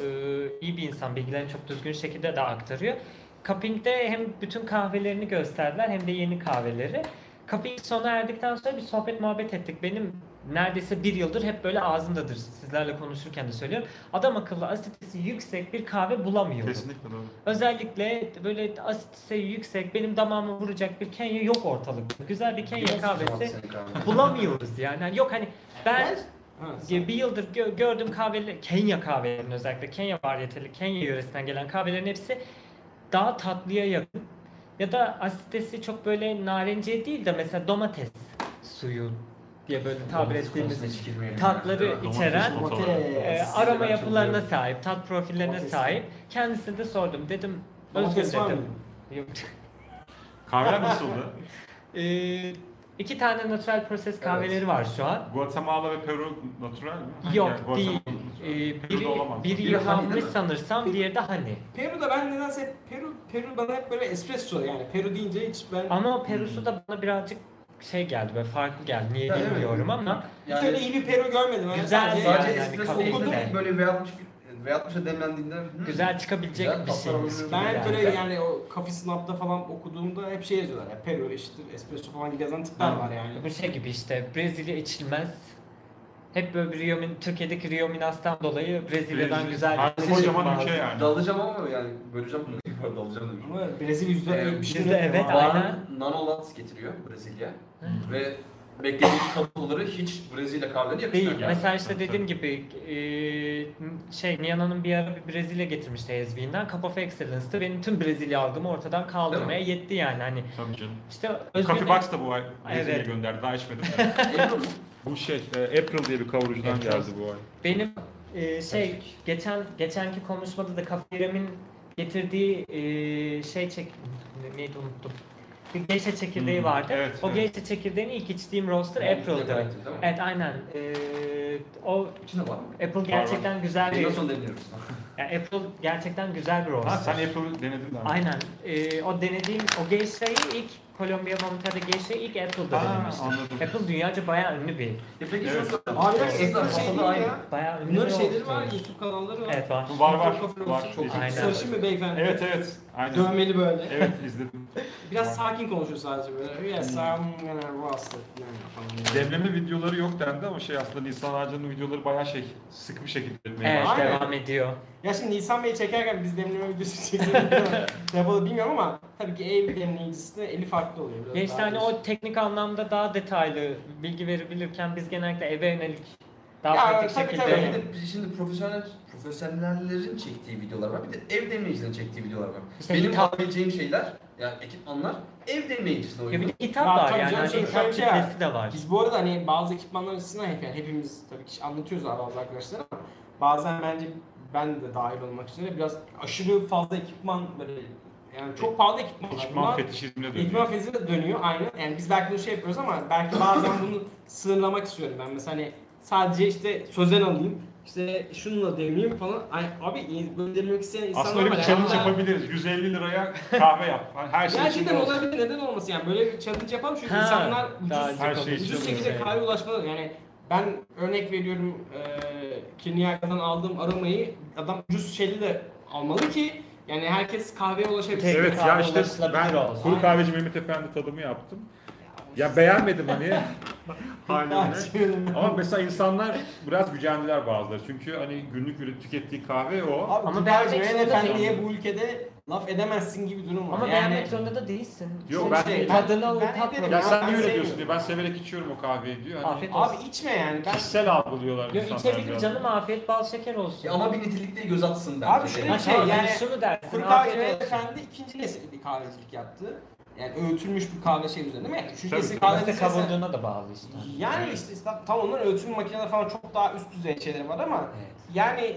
iyi bir insan. Bilgilerini çok düzgün şekilde de aktarıyor. Cupping'de hem bütün kahvelerini gösterdiler hem de yeni kahveleri. Cupping sona erdikten sonra bir sohbet muhabbet ettik. Benim neredeyse bir yıldır hep böyle ağzımdadır. Sizlerle konuşurken de söylüyorum. Adam akıllı asitesi yüksek bir kahve bulamıyorum.
Kesinlikle doğru.
Özellikle böyle asitesi yüksek benim damağımı vuracak bir Kenya yok ortalıkta. Güzel bir Kenya kahvesi bulamıyoruz yani. Yani Yok hani ben
Ha, sen-
ya bir yıldır gö- gördüğüm kahveler, Kenya kahvelerinin özellikle Kenya varyeteli, Kenya yöresinden gelen kahvelerin hepsi daha tatlıya yakın. Ya da asitesi çok böyle narenciye değil de mesela domates suyu diye böyle tabir ettiğimiz tatları içeren
Domates
Domates.
e, aroma yapılarına sahip, tat profillerine
Domates.
sahip. Kendisine de sordum. Dedim
Domates
Özgür
var mı?
dedim. Yok.
Kahveler nasıldı?
E, iki tane natural proses kahveleri var şu an.
Guatemala ve Peru natural mi?
Yok
Yani Guatemala
değil.
natural.
Ee,
Peru'da
biri,
olamaz.
biri
Biri Hani
Yunanlı
değil mi?
sanırsam diğeri de Hani.
Peru'da ben nedense hep Peru, Peru bana hep böyle espresso yani Peru deyince hiç ben
Ama o Peru'su da bana birazcık şey geldi böyle farklı geldi. Niye
Ya evet.
bilmiyorum Şey ama
hiç öyle iyi bir Peru görmedim. Yani
Güzel
sadece
yani.
Sadece
hani
espresso
kahve
okudum
güzel.
böyle V60 V60'a demlendiğinde hı,
güzel çıkabilecek
Güzel
bir şey.
tatlar
şeymiş
alınıyor.
gibi
Ben hep
geldi.
böyle yani o kafi sınavda falan okuduğumda hep şey yazıyorlar ya Peru eşittir espresso falan gibi yazan tipler var yani.
Bu şey gibi işte Brezilya içilmez. Hep böyle bir Rio, Min- Türkiye'deki Rio Minas'tan dolayı Brezilya'dan
Brezilya-
güzel
Harbi
bir şey
kocaman
çıkmaz.
ülke yani.
Dalacağım şey. ama yani böleceğim bunu. bu arada alacağını demişim.
Ama Brezilya yüzde
Ee, bir şey
Yüzde
söyleyeyim mi?
evet,
Varane
aynen.
Nanolats getiriyor Brezilya. Ve beklediğimiz tabloları hiç Brezilya kahveleri yakışmıyor.
Değil. Mesela işte dediğim gibi e, şey Niyana'nın bir ara bir Brezilya getirmişti ezbiğinden. Cup of Excellence'da benim tüm Brezilya algımı ortadan kaldırmaya yetti yani. Hani
Tabii canım.
işte
Coffee
özgün
Box da bu ay Brezilya'ya
Evet.
gönderdi. Daha içmedim.
Emin
bu şey, e, April diye bir kavurucudan
April.
geldi bu ay.
Benim e, şey geçen geçenki konuşmada da Kafirem'in getirdiği e, şey çek neydi unuttum. Bir geisha çekirdeği
Hmm,
vardı.
evet,
o
evet.
geisha çekirdeğini ilk içtiğim roster April'dı. Evet aynen. E, o
İçinde var mı?
April gerçekten güzel bir
Bundan sonra deniyoruz.
yani April gerçekten güzel bir roster.
Ha, sen April'ı denedin daha.
Aynen. E, o denediğim o geisha'yı ilk Kolombiya Vomitada geisha'yı ilk April'da
Ha,
denemiştim.
anladım.
Apple dünyaca bayağı ünlü bir.
Ya peki şunu
Evet.
sorayım.
Abi
Siz de
ekran şey
masada
değil
aynı.
ya.
Bayağı ünlü
Bunların
bir
şeyleri var,
roster.
YouTube kanalları var.
Evet var.
Var var.
Çok kafa
var.
olsun, çok
Aynen.
Sarışın bir beyefendi.
Evet evet. Aynen.
Dövmeli böyle.
Evet Hmm. izledim.
Biraz sakin konuşuyor sadece böyle. Yes, I'm gonna roast it. Yani falan.
Demleme videoları yok dendi ama şey aslında Nisan Ağacı'nın videoları bayağı şey sık bir şekilde
Evet
Aynen.
devam ediyor.
Ya şimdi Nisan Bey çekerken biz demleme videosu çekiyoruz. Defalı bilmiyorum ama tabii ki ev demleyicisinde eli farklı oluyor. Biraz
Ya işte
daha
hani
değişik.
o teknik anlamda daha detaylı bilgi verebilirken biz genellikle eve yönelik daha
Ya,
pratik
tabii,
şekilde
tabii.
Ya bir de şimdi profesyonel profesyonellerin çektiği videolar var. Bir de ev deneyicinin çektiği videolar var.
İşte
Benim
hitap-
alabileceğim şeyler, yani ekipmanlar ev deneyicisine
Ya bir
uygun.
de hitap
Ya
var
tabii
yani
canım,
hani
şöyle
hitap
bir şey var.
kitlesi de var.
Biz bu arada hani bazı ekipmanlar açısından hep, yani hepimiz tabii ki anlatıyoruz abi bazı arkadaşlar ama bazen bence ben de dahil olmak üzere biraz aşırı fazla ekipman böyle yani çok pahalı ekipmanlar.
İçman fetişizmine dönüyor.
İkmal fezi de dönüyor aynen. Yani biz belki bunu şey yapıyoruz ama belki bazen bunu sınırlamak istiyorum ben. Mesela hani sadece işte sözen alayım, işte şununla demeyeyim falan. Ay, abi in- böyle demek isteyen insanlar
Aslında öyle bir
var
challenge
ya.
yapabiliriz. 150 liraya kahve yap. Hani her şey
Ya
içinde
cidden
olsun.
olabilir neden olmasın yani böyle bir challenge yapalım çünkü
Ha,
insanlar
daha
ucuz,
Her şey
ucuz
için
şekilde
olur.
kahve ulaşmalı yani ben örnek veriyorum eee Kinyaka'dan aldığım aromayı adam ucuz şeyle de almalı ki yani herkes kahveye ulaşabilsin.
Evet ya
Kahve
işte ben
ulaşılabilir olsun.
kuru kahveci Mehmet Efendi tadımı yaptım. Ya beğenmedim hani haliyle. Ama mesela insanlar biraz gücendiler bazıları. Çünkü hani günlük üret tükettiği kahve o.
Abi
Ama
Ama
beğenmek
bence en
zorunda
efendiye
değil.
bu ülkede laf edemezsin gibi durum var.
Ama
yani,
beğenmek zorunda da değilsin.
Yok,
Şey,
ben-
şey,
Tadına o
ben
tat
ederim
Ya
Ya
sen niye
ben
öyle diyorsun
sevmiyorum.
diye ben severek içiyorum o kahveyi diyor. Hani
Afiyet olsun.
Abi içme yani. Ben
kişisel algılıyorlar
Yok
insanlar
içebilir
biraz.
canım afiyet bal şeker olsun.
Ya ama bir nitelikte göz atsın bence.
Abi şöyle
Ha,
bir şey,
tamam,
yani
şunu dersin
Kuru Kahve
afiyet olsun.
Efendi ikinci nesil bir kahvecilik yaptı. Yani öğütülmüş bir kahve şey üzerine değil mi? Yani üçüncü
Tabii.
nesil kahve
Kahvede
mesela-
kavurduğuna da bağlı işte.
Yani işte tam- tam onların öğütüm makineleri falan çok daha üst düzey şeyleri var ama
Evet.
yani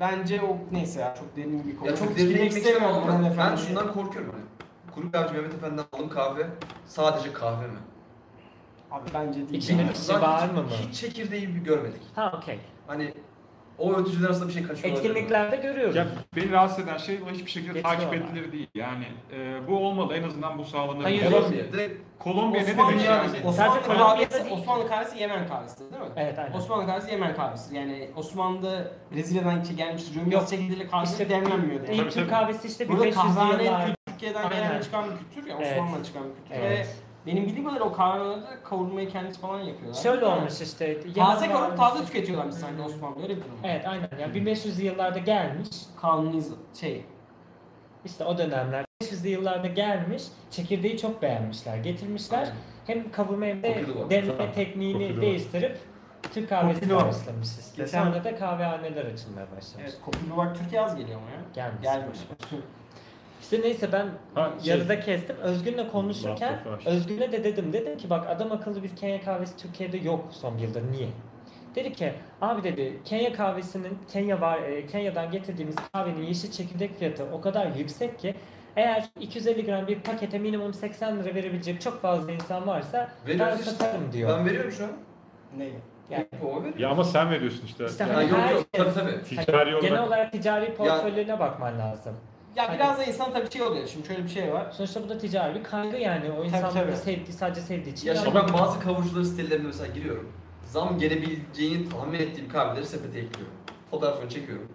bence o neyse ya çok derin bir konu.
Ya çok
Girmek
derine inmek istemiyorum
istemiyorum
ama ben
hanımefendi.
şundan korkuyorum hani. Kuru kahveci Mehmet Efendi'den aldığım kahve sadece kahve mi?
Abi bence değil.
İçine
Yani.
bir şey
Zaten
var mı mı?
hiç, hiç çekirdeği bir görmedik.
Ha okey.
Hani o ötücüler arasında bir şey kaçıyor olabilir mi?
Etkinliklerde görüyoruz.
Ya beni rahatsız eden şey o hiçbir şekilde
Geçmiyorlar.
takip edilir değil. Yani e, bu olmalı en azından bu sağlanabilir.
Hayır.
Kolombiya'da
Kolombiya ne
Osmanlı,
demek yani?
Osmanlı,
Sadece
kahvesi,
Kolombiya'da değil.
Osmanlı kahvesi Yemen kahvesi değil mi?
Evet aynen.
Osmanlı kahvesi Yemen kahvesi. Yani Osmanlı'da Brezilya'dan çe- gelmiş Rumya
Yok.
çekirdeğiyle kahve
İşte-
demlenmiyordu. Yani.
İlk
Tabii,
Türk
tabii.
kahvesi işte
Burada
1500
kahvehane
yıllar.
hep Türkiye'den gelen
Aynen.
çıkan bir kültür ya,
Evet.
Osmanlı'dan çıkan bir kültür.
Evet.
Ve benim bildiğim kadarıyla o kahvehanelerde kavurmayı kendisi falan yapıyorlar.
Şöyle
Yani
olmuş işte.
Taze kavurup
Yamanlar-
taze tüketiyorlar biz sanki Osmanlı öyle bir durum.
Evet aynen. Yani 1500'lü yıllarda gelmiş.
Kanuni şey.
İşte o dönemler 500'lü yıllarda gelmiş. Çekirdeği çok beğenmişler. Getirmişler. Hem kavurma hem de
Kokulu var.
demleme tekniğini
Kokulu var.
değiştirip Türk kahvesi
Kokulu var.
başlamışız.
Geçen-
Sonra da kahvehaneler açılmaya başlamış.
Evet, kokulu bak Türkiye az geliyor ama ya.
Gelmiş.
Gelmiş.
İşte neyse ben
Ha, şey-
yarıda kestim. Özgün'le konuşurken
Laf lafı açtı.
Özgün'e de dedim. Dedim ki bak adam akıllı bir Kenya kahvesi Türkiye'de yok son bir yılda. Niye? Dedi ki abi dedi Kenya kahvesinin Kenya var e, Kenya'dan getirdiğimiz kahvenin yeşil çekirdek fiyatı o kadar yüksek ki eğer 250 gram bir pakete minimum 80 lira verebilecek çok fazla insan varsa ben
Veriyoruz işte.
satarım diyor.
Ben veriyorum şu an.
Neyi?
Yani,
Kova veriyor.
Ya ama sen veriyorsun işte.
İşte
Ya
Yani
hani-
yok yok tabii
herkes-
tabii.
hani
ticari olarak.
genel olarak ticari portföylerine bakman lazım.
Ya
Hadi.
biraz da insan tabii şey oluyor. Şimdi şöyle bir şey var.
Sonuçta bu da ticari bir kaygı yani. O
tabii.
insanların sevdiği sadece sevdiği için.
Ya
yani-
şimdi ben bazı kavurucular sitelerine mesela giriyorum. Zam gelebileceğini tahmin ettiğim kahveleri sepete ekliyorum. Fotoğrafını çekiyorum.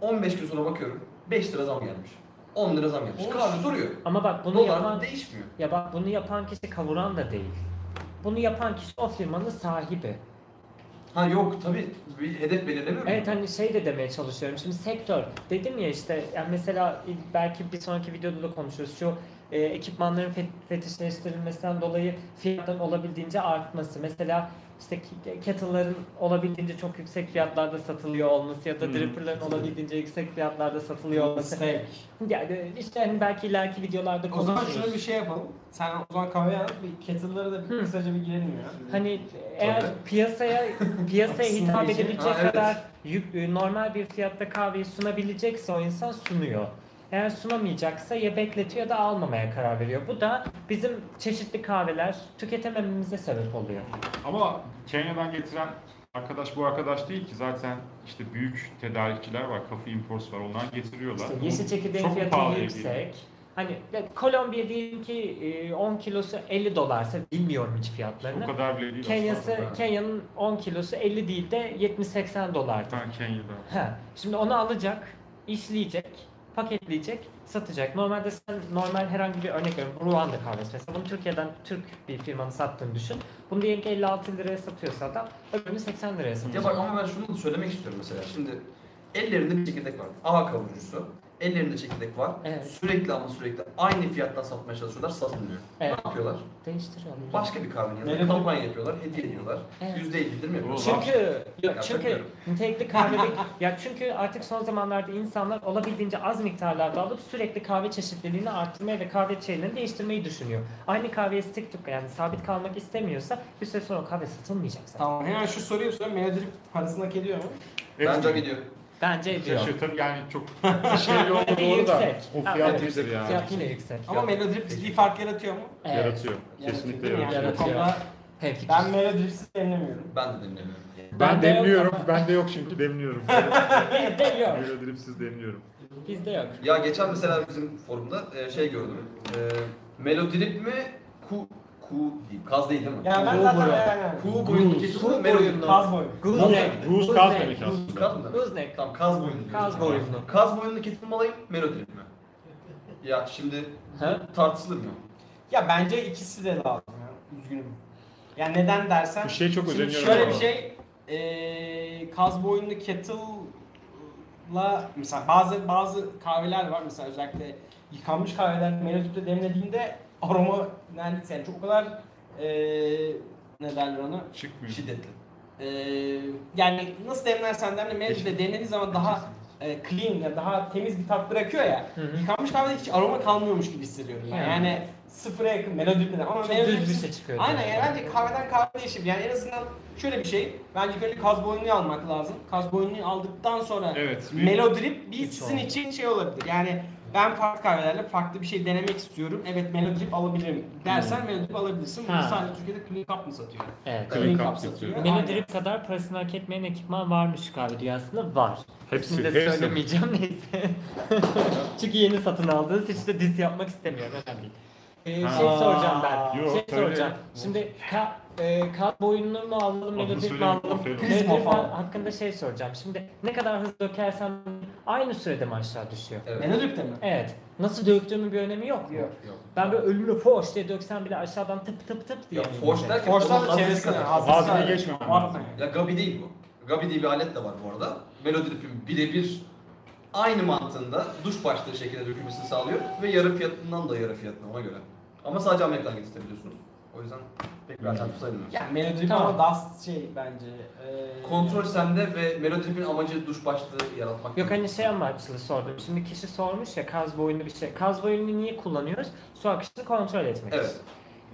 15 gün sonra bakıyorum. 5 lira zam gelmiş. 10 lira zam gelmiş.
Olur.
Kahve duruyor.
Ama bak bunu
Dolar
yapan
değişmiyor.
ya bak bunu yapan kişi kavuran da değil. Bunu yapan kişi o firmanın sahibi.
Ha yok tabii bir hedef belirlemiyorum.
Evet hani şey de demeye çalışıyorum. Şimdi sektör dedim ya işte yani mesela belki bir sonraki videoda da konuşuruz. Şu e, ekipmanların fe- fetişleştirilmesinden dolayı fiyatların olabildiğince artması. Mesela işte ki- kettle'ların olabildiğince çok yüksek fiyatlarda satılıyor olması ya da
Hmm.
dripper'ların olabildiğince yüksek fiyatlarda satılıyor olması.
Steak.
Yani işte hani belki ileriki videolarda
O zaman
konuşuruz.
şöyle bir şey yapalım. Sen o zaman kahve yap. Bir kettle'lara da bir
Hı.
kısaca bir girelim ya.
Hani eğer
Tabii. şey.
piyasaya piyasaya hitap
Sunabilici.
edebilecek
Ha, evet.
kadar yük- e, normal bir fiyatta kahveyi sunabilecekse o insan sunuyor. Eğer sunamayacaksa ya bekletiyor ya da almamaya karar veriyor. Bu da bizim çeşitli kahveler tüketemememize sebep oluyor.
Ama Kenya'dan getiren arkadaş bu arkadaş değil ki zaten işte büyük tedarikçiler var, Coffee Imports var, onlar getiriyorlar.
İşte yeşil çekirdeğin
Çok pahalı
fiyatı
bir
yüksek. Hani ya Kolombiya diyelim ki e, 10 kilosu 50 dolarsa bilmiyorum hiç
O
fiyatlarını.
kadar bile değil
Kenya'sı
aslında.
Kenya'nın 10 kilosu 50 değil de 70-80 dolar.
Ben Kenya'da.
Ha, şimdi onu alacak, işleyecek, paketleyecek, satacak. Normalde sen normal herhangi bir örnek veriyorum. Ruanda kahvesi mesela. Bunu Türkiye'den Türk bir firmanın sattığını düşün. Bunu diyelim ki 56 liraya satıyorsa adam öbürünü 80 liraya
Ya
satacak.
bak ama ben şunu da söylemek istiyorum mesela. Şimdi ellerinde bir çekirdek var. A kavurucusu. Ellerinde çekirdek var.
Evet.
Sürekli ama sürekli aynı fiyattan satmaya çalışıyorlar. Satılmıyor.
Evet.
Ne yapıyorlar?
Değiştiriyorum.
Başka bir kahvenin yanında
Melodi-
kampanya yapıyorlar. Hediye ediyorlar.
Evet.
Yüzde elli indirim yapıyorlar.
Çünkü-
Çünkü
Ya
ya çünkü
bilmiyorum.
nitelikli kahvede ya çünkü artık son zamanlarda insanlar olabildiğince az miktarlarda alıp sürekli kahve çeşitliliğini arttırmayı ve kahve çeşitlerini değiştirmeyi düşünüyor. Aynı kahveye stick to yani sabit kalmak istemiyorsa bir süre sonra o kahve satılmayacak zaten.
Tamam hemen şu soruyu sorayım. Melodrip parasını hak ediyor mu?
Bence
Etmiyor.
gidiyor.
Bence ediyor.
Şey, tabii yani çok şeyli oldu
Tabii
doğru da
yüksek.
o
Evet.
fiyat nedir ya?
Fiyat yine yüksek.
Ama Melodrip ciddi fark yaratıyor mu?
Evet.
Yaratıyor. Kesinlikle
değil mi? Yani
yaratıyor.
bu konuda
Hemfikir.
Ben Melodrip'siz denemiyorum.
Ben de dinlemiyorum.
Ben
Bende yok
demliyorum.
ama.
Ben de yok çünkü demliyorum.
Bizde yok.
Böyle dripsiz demliyorum.
Bizde yok.
Ya geçen mesela bizim forumda e, şey gördüm. E, Melodrip mi? Ku, ku diyeyim. Kaz değil değil mi?
Yani ben zaten yani.
Ku boyunun keçisi
Ku
Melodrip.
boyunlu.
Kaz boyu.
Guznek.
Goose Kaz demek aslında.
Kaz mı?
Guznek.
Tamam kaz boyunlu.
Kaz boyunlu.
Kaz boyunlu keçi mi alayım? Melodrip mi? Ya şimdi
Ha?
tartışılır mı?
Ya bence ikisi de lazım ya. Üzgünüm. Yani neden dersen.
şey
Bir şeye çok
Şimdi
özeniyorum.
Şöyle
ama.
bir şey. eee kaz boyunlu kettle'la mesela bazı bazı kahveler var mesela özellikle yıkanmış kahveler melodikte demlediğinde aroma neredeyse yani çok o kadar eee ne derler ona
Çıkmıyor.
Şiddetli.
Eee, yani nasıl demlersen demle melodikte demlediğin zaman daha eee, clean ya daha temiz bir tat bırakıyor ya
Hı hı.
yıkanmış kahvede hiç aroma kalmıyormuş gibi hissediyorum ben.
Yani.
yani sıfıra yakın melodikte ama
Çok düz bir
melodipsiz-
şey çıkıyor.
Aynen yani bence kahveden kahve değişir. Yani en azından şöyle bir şey. Bence ilk önce kaz boyunluğu almak lazım. Kaz boyunluğu aldıktan sonra
Evet. bir-
melodrip bir
Hiç
sizin
olmaz.
için şey olabilir. Yani ben farklı kahvelerle farklı bir şey denemek istiyorum. Evet melodrip alabilirim dersen melodrip alabilirsin. Bunu
Hmm. Ha.
sadece Türkiye'de Clean Cup mı satıyor?
Evet.
Clean Cup satıyor.
Aynen.
Melodrip kadar parasını hak etmeyen ekipman varmış kahve dünyasında var.
Hepsi,
Şimdi de
hepsi.
söylemeyeceğim neyse. Çünkü yeni satın aldığınız hiç de diz yapmak istemiyorum önemli değil. Ee,
Ha.
şey soracağım ben.
Yok,
şey
söyle.
soracağım. Şimdi ka, e, ka boyunluğunu mu alalım,
Adını
melodip mi
söylemek
alalım?
aferin.
Melodip
Prisma falan.
hakkında şey soracağım. Şimdi ne kadar hızlı dökersen aynı sürede mi aşağı düşüyor?
Evet.
Melodrip'te mi?
Evet. Nasıl döktüğümün bir önemi yok mu?
Yok.
Yok.
Ben böyle ölümle foş diye döksem bile aşağıdan tıp tıp tıp diye.
Ya
inecek.
force derken
Borçlar
onun
da
hazırlığı
çevresine.
kadar.
Hazırlığı
hazırlığı-
geçmem lazım.
Abartma yani.
Ya Gabi değil bu. Gabi diye bir alet de var bu arada. Melodrip'in birebir aynı mantığında duş başlığı şekilde dökülmesini sağlıyor ve yarı fiyatından da yarı fiyatına ona göre. Ama sadece Amerika'dan getirebiliyorsunuz. O yüzden pek bir alternatif sayılmıyor.
Ya melodrip
Tamam.
ama dust şey bence. Ee,
Kontrol sende ve Melodrip'in amacı duş başlığı yaratmak.
Yok
değil.
hani şey amaçlı sordum. Şimdi kişi sormuş ya kaz boyunlu bir şey. Kaz boyunlu niye kullanıyoruz? Su akışını kontrol etmek için.
Evet.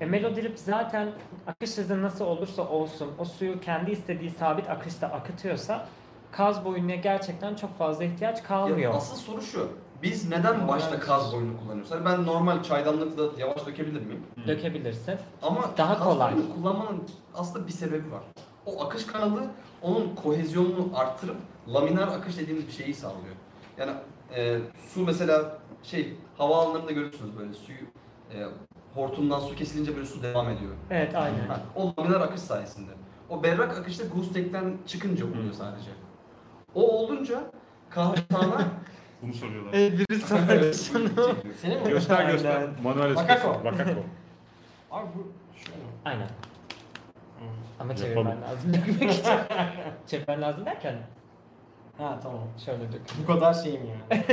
E, melodrip zaten akış hızı nasıl olursa olsun o suyu kendi istediği sabit akışta akıtıyorsa kaz boyunluya gerçekten çok fazla ihtiyaç
Ya,
kalmıyor.
asıl soru şu. Biz neden başta kaz boyunu kullanıyoruz? Hani ben normal çaydanlıkla yavaş dökebilir miyim?
Dökebilirsin.
Ama
Daha
kas
kolay.
boyunu kullanmanın aslında bir sebebi var. O akış kanalı onun kohezyonunu arttırıp laminar akış dediğimiz bir şeyi sağlıyor. Yani e, su mesela şey havaalanlarında görürsünüz böyle suyu e, hortumdan su kesilince böyle su devam ediyor.
Evet aynen.
Ha, o laminar akış sayesinde. O berrak akışta Gustek'ten çıkınca oluyor sadece. O olunca kahve sahana
Bunu soruyorlar.
E, biri sormuş.
Senin mi?
Göster göster.
Aynen.
Manuel
Bakako.
espresso. Bakako.
Abi bu şöyle.
aynen. Ama
Yapalım.
çevirmen lazım dökmek için. çevirmen lazım derken. Ha tamam şöyle dök.
Bu kadar şeyim yani.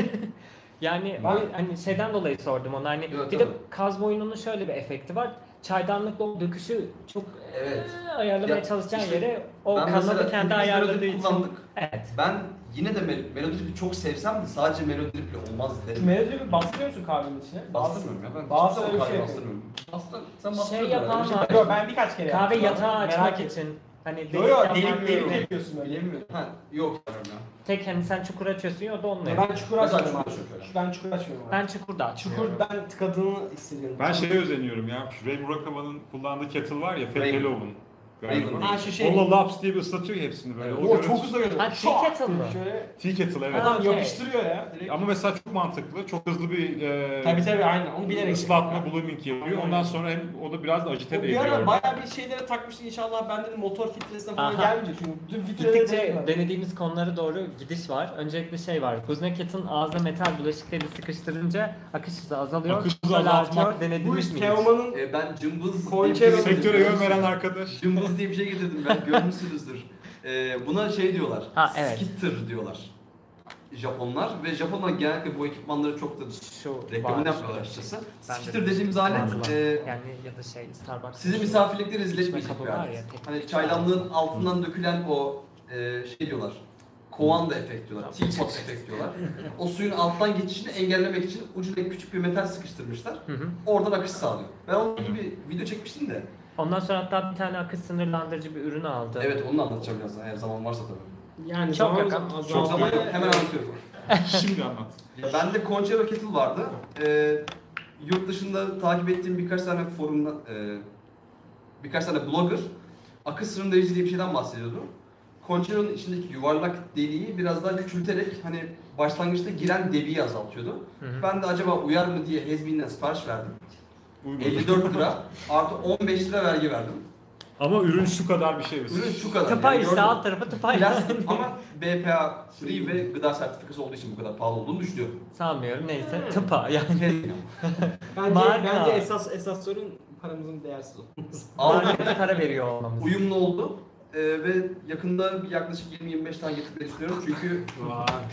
Yani o, hani şeyden dolayı sordum onu hani
Yok,
bir de
Hmm. tabii.
kazma oyununun şöyle bir efekti var. Çaydanlıkla o döküşü çok
Evet.
eee, ayarlamaya
Ya,
çalışacağın
işte
yere o
ben
kazmadı
mesela
kendi
İngiliz
ayarladığı
melodip
için.
kullandık.
Evet.
Ben yine de mel- melodripi çok sevsem de sadece melodriple olmaz derim.
Melodiyi bastırıyor musun kahvenin içine?
Bastırmıyorum ya ben.
Bazı
hiç
öyle
kahve
şey
bastırmıyorum. Bastır, sen
Şey
bastırıyorsun.
yapan var.
Yok ben birkaç kere
Kahve
yaptım.
yatağı açmak
Merak et.
için. Hani
Yo yo
delikten
delik
var.
delik yapıyorsun öyle.
Bilemiyorum. Ha, yok yapmıyorum ya.
Tek hani sen çukur açıyorsun ya o da onunla
Ya
yapıyor.
ben çukur
Mesela
açmıyorum abi.
çukur açıyorum.
Ben çukur açmıyorum abi.
Ben çukur da açıyorum.
Çukur ben tıkadığını hissediyorum.
Ben şeye özeniyorum ya. Şu Ray Murakami'nin kullandığı kettle var ya.
Raven.
Fetelov'un.
Raven.
Ha
galiba.
şu şey.
Onunla laps diye bir ıslatıyor ya hepsini böyle.
Evet.
O,
Oo
görüntü-
çok güzel
Ha
görünüyor.
tea kettle mı?
Şöyle
Tea kettle evet.
Ha.
adam
okey.
yapıştırıyor ya direkt.
Ama mesela çok mantıklı. Çok hızlı bir e,
Tabii tabii aynen onu bilerek.
ıslatma, blooming yapıyor. Ondan sonra hem o da biraz da
O
acite de
bir
ediyor.
ara
orada.
bayağı bir şeylere takmıştık inşallah ben dedim motor filtresine falan
Aha.
gelmeyecek çünkü dün filtreleri
Gittikçe şey denediğimiz konulara doğru gidiş var. Öncelikle şey var. Kuzneket'in ağzına metal bulaşıkları sıkıştırınca akış hızı azalıyor.
Akış hızı
Hala
azaltmak-
artıyor.
Bu
Denediniz
iş
miyiz?
Teoman'ın
Ee, ben cımbız...
Konçe
diye bir şey
Sektöre
getirdim.
yön veren arkadaş.
Cımbız diye bir şey getirdim ben görmüşsünüzdür. Ee, buna şey diyorlar.
Ha, evet.
Skitter diyorlar. Japonlar ve Japonlar genellikle bu ekipmanları çok da
Şu
reklamını
var.
yapıyorlar açıkçası.
Ben de-
Skitter dediğimiz alet
Var.
e,
Yani ya da şey Starbucks.
Sizi
Şu-
misafirlikleri
İçme
izletmeyecek
kabı
bir
var
alet.
ya, tek-
Hani çaydanlığın altından dökülen o e, şey diyorlar. Kovanda efekt diyorlar. Teapot efekt diyorlar. O suyun alttan geçişini engellemek için ucuna küçük bir metal sıkıştırmışlar.
Hı hı.
Oradan akış sağlıyor. Ben onun gibi bir video çekmiştim de.
Ondan sonra hatta bir tane akış sınırlandırıcı bir ürün aldı.
Evet onu da anlatacağım birazdan eğer zaman varsa tabii.
yani
Çok
zaman
yakın.
zaman-
Çok zaman
zaman-
hemen anlatıyorum.
Şimdi anlat.
Ya bende Conchero Kettle vardı. Ee, yurt dışında takip ettiğim birkaç tane forumda, e, birkaç tane blogger akış sınırlayıcı diye bir şeyden bahsediyordu. Conchero'nun içindeki yuvarlak deliği biraz daha küçülterek hani başlangıçta giren deliği azaltıyordu.
Hı hı.
Ben de acaba uyar mı diye Hezbinden sipariş verdim.
Uygun.
54 lira artı 15 lira vergi verdim.
Ama ürün şu kadar bir şey.
Ürün şu kadar.
Tıpay
yani
işte
gördüm.
alt tarafı tıpay.
Plastik ama BPA free ve gıda sertifikası olduğu için bu kadar pahalı olduğunu düşünüyorum.
Sanmıyorum
Hmm.
neyse. Tıpa yani.
Hezbinden.
Bence,
Marka.
bence esas esas sorun paramızın değersiz olması.
Aldım.
Markete para veriyor olmamız.
uyumlu oldu. Ee, ve yakında bir yaklaşık 20-25 tane getirmeyi düşünüyorum çünkü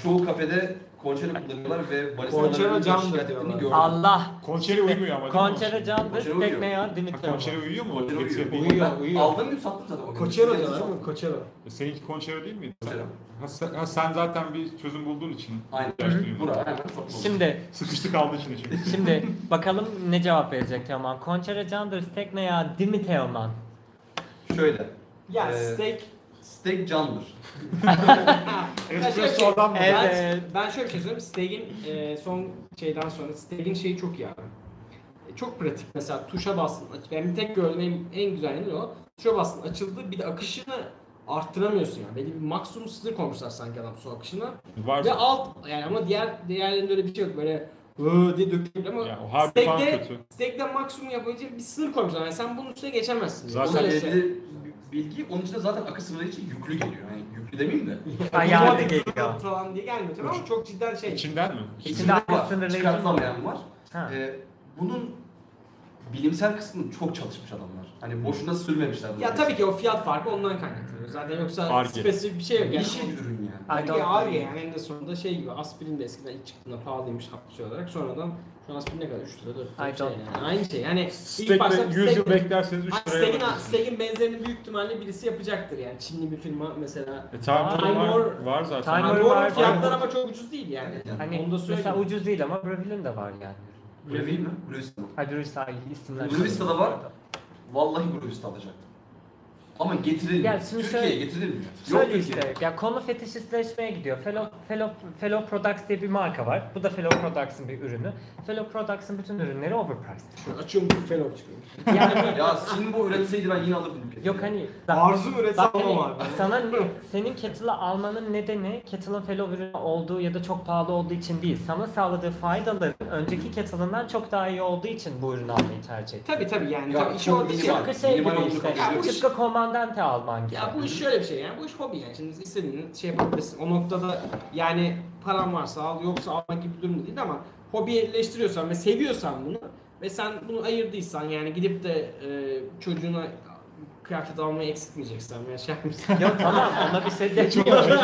çoğu kafede konçero kullanıyorlar ve
Konçero
baristaların
candır
şikayet ettiğini
diyorlar.
gördüm.
Allah.
Konçere uymuyor ama. değil mi?
Konçere candır.
Konçere uyuyor.
Tekmeyan Dimitri.
Ha, Konçere uyuyor mu?
Konçero uyuyor.
Getirdiğin-
Uyuyor,
Ben
uyuyor.
Aldım gibi sattım zaten. o gün.
Koçero
Siz
diyorlar değil mi?
yaptınız.
Koçero.
Seninki konçere değil miydi?
Konçero.
Ha, sen, ha, sen zaten bir çözüm bulduğun için.
Aynen.
ihtiyaç duymadın.
Bura hemen sattım.
Şimdi
Sıkıştı kaldığı için de çünkü.
Şimdi bakalım ne cevap verecek Teoman. Konçera Candır Stek ne ya? Dimi Teoman.
Şöyle.
Ya
Ee,
steak.
Steak candır.
Espresso adam mı?
şey- Ben-
Evet.
Ben şöyle bir şey söyleyeyim. Steak'in e, son şeyden sonra Steak'in şeyi çok iyi abi. E, Çok pratik. Mesela tuşa bastın. aç- Ben bir tek gördüğüm en, en güzel yanı o. Tuşa bastın açıldı. Bir de akışını arttıramıyorsun yani. Belli bir maksimum sınır koymuşlar sanki adam su akışına.
Var
Ve
mı?
alt yani ama diğer diğerlerinde öyle bir şey yok. Böyle "Hı" diye dökülüyor ama
Ya, o harbi falan
Steak'te,
kötü.
steak'te maksimum yapabileceği bir sınır koymuşlar. Yani sen bunun üstüne geçemezsin.
Zaten
Onunla
Bunun üstüne-
ilgili bilgi onun için de zaten akı sınırları için yüklü geliyor. Yani yüklü demeyeyim de.
Ayarlı
Otomatik
geliyor.
falan diye gelmiyor tabii ama çok cidden şey.
İçinden mi?
İçinde akı
var,
sınırlayıcı-
Çıkartılamayan var.
Ha.
Ee, bunun bilimsel kısmını çok çalışmış adamlar. Hani boşuna sürmemişler. bunu.
Ya tabii ki o fiyat farkı ondan kaynaklanıyor. Zaten yoksa
Arge.
spesifik bir şey yok.
Bir
Yani
şey ürün yani.
Arge,
Aynen.
arge yani en de sonunda şey gibi aspirin de eskiden ilk çıktığında pahalıymış hapçı olarak sonradan şu an aspirin ne kadar 3 lira 4 lira
Aynen.
bir şey yani. Aynı şey yani ilk
Steak'te
başta
100 yıl
steak-
beklerseniz 3
Ay,
liraya
Steak'in,
bakıyorsunuz.
steak'in benzerini büyük ihtimalle birisi yapacaktır yani Çinli bir firma mesela.
E tamam
Time
tamam var,
Warner-
var zaten.
Time
Yani
Warner
oranın
var.
fiyatları ama çok ucuz değil yani.
Hani
Onu da
mesela
söyleyeyim.
ucuz değil ama Bravil'in de var yani.
Brevi mi? Brewista mı?
Hadi Rusta isimler.
Brewista'da var. Vallahi Brewista alacaktım. Ama getirilmiyor.
Ya şimdi
Türkiye'ye
şöyle-
getirilmiyor. Yok
Şöyle
Türkiye'ye.
işte, ya konu fetişistleşmeye gidiyor. Fellow, Fellow, Fellow Products diye bir marka var. Bu da Fellow Products'ın bir ürünü. Fellow Products'ın bütün ürünleri overpriced.
Açıyorum Fellow çıkıyor.
Yani
Ya Sinbo üretseydi ben yine alırdım. Ülkeye.
yok hani
Arzu üretsem
Bak
ama
hani
var.
sana ne- senin kettle'ı almanın nedeni kettle'ın fellow ürünü olduğu ya da çok pahalı olduğu için değil. Sana sağladığı faydaların önceki kettle'ından çok daha iyi olduğu için bu ürünü almayı tercih ettin.
Tabii tabii yani.
Ya
tabii işi
çok
orada
iyi
şey-
var.
Tıpkı şey
minimal
gibi
olduğunu
işte.
kabul
Ya,
ediyoruz.
tıpkı komandante alman gibi.
Ya bu iş şöyle bir şey yani. Bu iş hobi yani. Şimdi istediğin şey yapabilirsin. O noktada yani paran varsa al yoksa alma gibi bir durum değil ama hobileştiriyorsan ve seviyorsan bunu ve sen bunu ayırdıysan yani gidip de e, çocuğuna kıyafet almayı eksiltmeyeceksen veya şey yapmayacaksın.
Yok tamam ona bir şey demiyorum.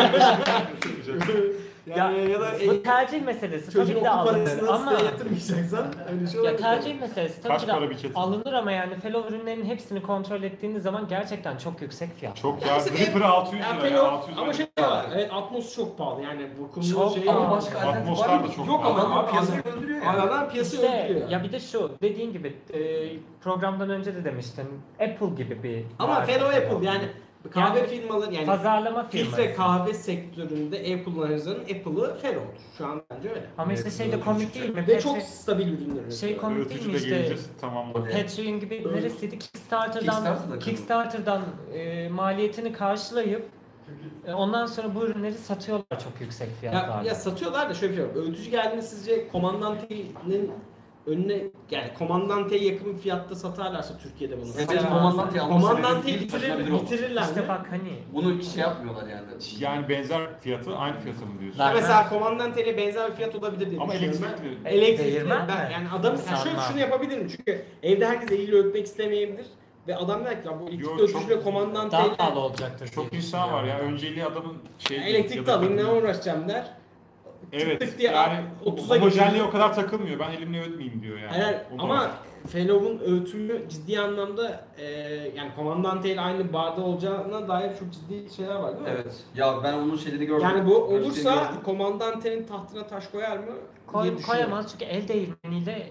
yani, ya, da
Bu
e,
tercih meselesi
çocuğun
tabii ki de
okul
alınır
parasını
ama
siteye yatırmayacaksan öyle şey
ya
olabilir.
tercih meselesi tabii
Kaç
ki de
para bir çetin?
alınır ama yani fellow ürünlerin hepsini kontrol ettiğiniz zaman gerçekten çok yüksek fiyat.
Çok ya.
Neyse,
Gripper 600
Ya
lira
fena-
ya. 600
ama
lira.
şey var. Evet Atmos çok pahalı yani bu konuda
Çok
şey
pahalı.
Ama başka alternatif var
Atmosfer
mı?
de çok
Yok
pahalı.
ama-
Adamlar piyasayı öldürüyor yani.
Adamlar piyasayı
İşte,
öldürüyor.
ya bir de şu dediğin gibi e, programdan önce de demiştin Apple gibi bir
Ama
marka
fellow
Fellow.
Apple yani kahve
Yani-
firmaları yani
pazarlama firması.
filtre kahve sektöründe ev kullanıcılarının Apple'ı fellow'dur. Şu an bence öyle.
Ama işte şey de komik değil mi?
Ve
Petri-
çok stabil ürünler üretiyor.
Şey komik-
Öğütücü de
işte-
geleceğiz. Tamam.
Patreon gibi
Evet.
neresiydi? Kickstarter'dan
Kickstarter'da
Kickstarter'dan e, maliyetini karşılayıp e, ondan sonra bu ürünleri satıyorlar çok yüksek
Ya,
fiyatlarla.
ya satıyorlar da şöyle bir şey var. Öğütücü geldiğinde sizce komandantenin önüne yani komandanteye yakın fiyatta satarlarsa Türkiye'de bunu.
Evet,
Satarlar.
komandanteyi alma
komandanteyi
sebebi
bitirir,
taşınabilir olması.
bitirirler mi?
İşte bak hani
Bunu şey yapmıyorlar yani.
Yani benzer fiyatı aynı fiyatı mı diyorsun?
Zaten-
Mesela komandanteyle benzer bir fiyat olabilir diye
Ama
düşünüyorum ben.
elektrikli.
Elektrikli
Değirmen
ben
mi?
yani adam yani şöyle
Sanmam.
şunu yapabilir mi? Çünkü evde herkes eliyle öpmek istemeyebilir ve adam der ki "Lan bu
Yo,
elektrik
çok-
ölçüsüyle komandan
daha
teyle
pahalı olacaktır. diye
Çok insan var ya.
düşünüyorum.
Önceliği adamın şey
elektrikli alayım ne uğraşacağım der.
Evet.
Tık diye
Yani
30'a
homojenliğe
geliyor.
o kadar takılmıyor. Ben elimle ötmeyeyim diyor yani.
Hayır,
O da var.
ama Fellow'un öğütümü ciddi anlamda e, yani komandanteyle aynı barda olacağına dair çok ciddi şeyler var değil mi?
Evet. Ya ben onun şeyleri gördüm.
Yani bu
Görüşlerini
olursa
gördüm.
komandantenin tahtına taş koyar mı? diye
Koy,
düşünüyorum.
koyamaz çünkü el değirmeniyle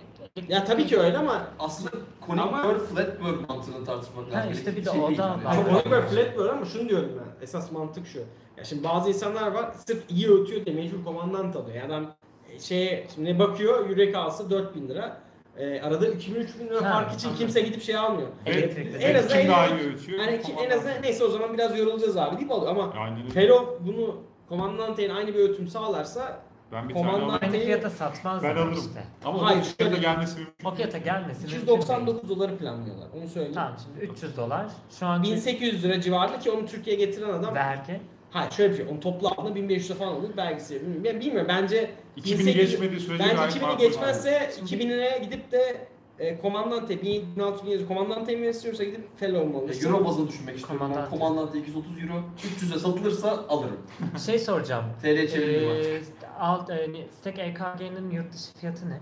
Ya tabii ki öyle ama
aslında konik
Ama-
bird, flat bird mantığını tartışmak
Ha,
lazım.
işte bir
Elektrikli
de
şey
o
değil
da
yani.
var.
Çok
Çok
Oliver
önemli.
Flatware ama şunu diyorum ben. Esas mantık şu. Ya şimdi bazı insanlar var sırf iyi ötüyor diye mecbur komandant alıyor. Yani adam e, şeye şimdi ne bakıyor yürek ağası 4000 lira. E, arada 2000-3000 lira
Ha,
fark için
anladım.
kimse gidip şey almıyor.
Ve-
Elektrikli.
ve
En azından
kim daha iyi
elektrik-
ötüyor?
Yani ki, en azından neyse o zaman biraz yorulacağız abi deyip alıyor ama
Aynen öyle.
Felo bunu komandanteyin aynı bir ötüm sağlarsa
Ben bir
Komandan-
tane alırım.
aynı fiyata satmaz
Ben alırım.
işte.
Ama
Hayır,
onun fiyata
şöyle-
gelmesi mümkün.
O fiyata gelmesin.
299 doları planlıyorlar. Onu söyleyeyim.
Tamam şimdi 300 dolar. Şu an
1800 lira civarında ki onu Türkiye'ye getiren adam
vergi.
Ha şöyle bir şey, onun toplu aldığında 1500 lira falan olur belgesi. Bilmiyorum, yani bilmiyorum bence
2000'i
1800
geçmediği sürece gayet
Bence 2000'i
makul.
geçmezse
Şimdi-
2000'lere gidip de e, komandante, 1600 yazıyor. Komandante mi istiyorsa gidip fel olmalı.
E, Euro bazında düşünmek istiyorum.
Komandante.
Ben Komandante 230 euro. 300'e satılırsa alırım.
Şey soracağım.
TL'ye çevirdim artık.
Ee, alt, e, Stack EKG'nin yurt dışı fiyatı ne?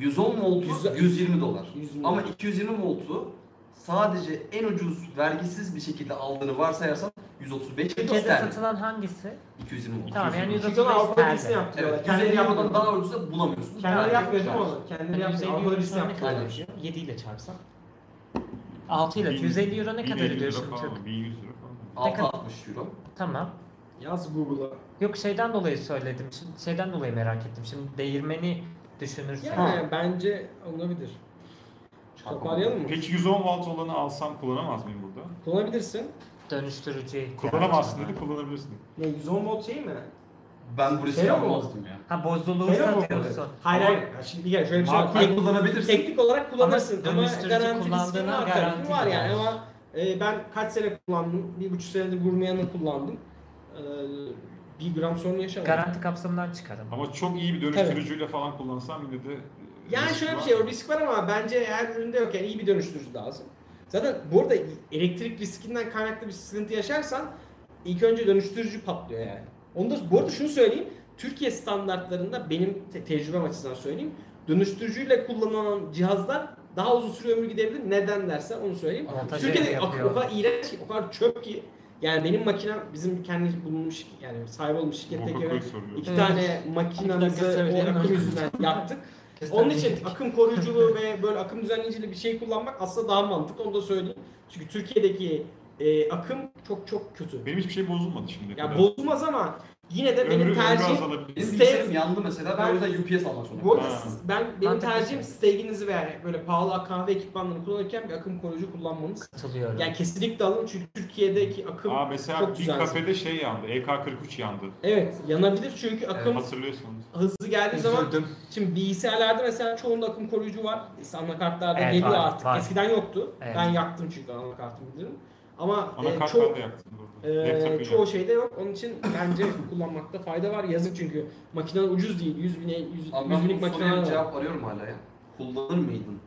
110 voltu 120 dolar.
120
Ama 220 voltu sadece en ucuz vergisiz bir şekilde aldığını varsayarsan 135
Türkiye'de
sterlin.
satılan hangisi?
220 volt.
Tamam yani
Bütün
135
Avrupa listesini
TL.
yaptırıyorlar.
Evet,
Kendileri
150 eurodan
yapmadan
daha ucuza bulamıyorsun.
Kendileri
Yani- Hani
yapmıyor değil mi onu?
Hani
Kendileri yapmıyor. Avrupa listesi yaptırıyorlar.
Aynen.
7 ile çarpsam. 6 ile
1000
150 euro ne
1050
kadar
lira
ediyor şimdi
falan,
Türk?
1100 lira falan.
660 euro.
Tamam.
Yaz Google'a.
Yok şeyden dolayı söyledim. Şimdi şeyden dolayı merak ettim. Şimdi değirmeni düşünürsen.
Yani bence olabilir. Toparlayalım mı?
Peki 110 volt olanı alsam kullanamaz mıyım burada?
Kullanabilirsin.
Dönüştürücü. ihtiyacın
Kullanamazsın
var.
dedi kullanabilirsin.
Ne 110 volt şey mi? Şey
Ben bu riski
Fena mı?
almazdım ya.
Ha bozuluğu
Felo mu?
satıyorsun.
Hayır hayır. Ya Şimdi gel şöyle bir şey var.
Makul
Tek-
kullanabilirsin.
Teknik olarak kullanırsın
Ama
ama,
dönüştürücü
garanti riskin
kullandığına
var
garanti
tabii var yani
gider.
ama e, ben kaç sene kullandım? Bir buçuk senedir Gourmet'ını kullandım. E, bir gram sorun yaşamadım.
Garanti kapsamından çıkarım.
Ama çok iyi bir dönüştürücüyle falan kullansam yine de... e,
Yani
risk
şöyle bir
var.
şey, o risk var ama bence her üründe yok. Yani iyi bir dönüştürücü lazım. Zaten bu arada elektrik riskinden kaynaklı bir sıkıntı yaşarsan ilk önce dönüştürücü patlıyor yani. Onu da, bu arada şunu söyleyeyim. Türkiye standartlarında benim te- tecrübem açısından söyleyeyim. Dönüştürücüyle kullanılan cihazlar daha uzun süre ömür gidebilir. Neden dersen onu söyleyeyim.
Avantajı
Türkiye'de o
yapıyor.
kadar iğrenç ki, o kadar çöp ki. Yani benim makinem bizim kendi bulunmuş yani sahibi olmuş şirkette
Boka
göre
koy soruyor.
iki
Evet.
tane
Bir Hmm. dakika
makinamızı
söyleyeyim.
o akım yüzünden yaktık. Onun için akım koruyuculuğu ve böyle akım düzenleyicili bir şey kullanmak aslında daha mantıklı onu da söyleyeyim. Çünkü Türkiye'deki e, akım çok çok kötü.
Benim hiçbir şey bozulmadı şimdiye
Ya
kadar.
bozulmaz ama yine de benim
Ömrü- ömrü
tercihim
azalabilir.
Benim
Stay-
bilgisayarım yandı mesela.
Ben-
Ben o yüzden UPS almak zorunda
bu arada
Ha.
s- ben benim
Mantıklı.
tercihim stevinizi veya böyle pahalı kahve ekipmanlarını kullanırken bir akım koruyucu kullanmanız.
Katılıyorum.
Yani kesinlikle alın çünkü Türkiye'deki akım
Aa, mesela
çok
bir
düzensiz.
kafede şey yandı, EK43 yandı.
evet yanabilir çünkü akım
Hatırlıyorsunuz.
hızlı geldiği zaman
Üzüldüm.
Şimdi bilgisayarlarda mesela çoğunda akım koruyucu var. İşte anakartlarda
Evet,
geliyor
var,
artık.
var.
Eskiden yoktu.
Evet.
Ben yaktım çünkü anakartımı bilirim. Ama e,
Anakart
çoğu,
ben de yaktım burada.
e,
Laptop'uyla.
çoğu şeyde yok. Onun için bence kullanmakta fayda var. Yazık çünkü makineler ucuz değil. 100 bine, 100,
Abi
100
ben
binlik
bu
makineler
soruya
var.
cevap arıyorum hala ya. Kullanır mıydın?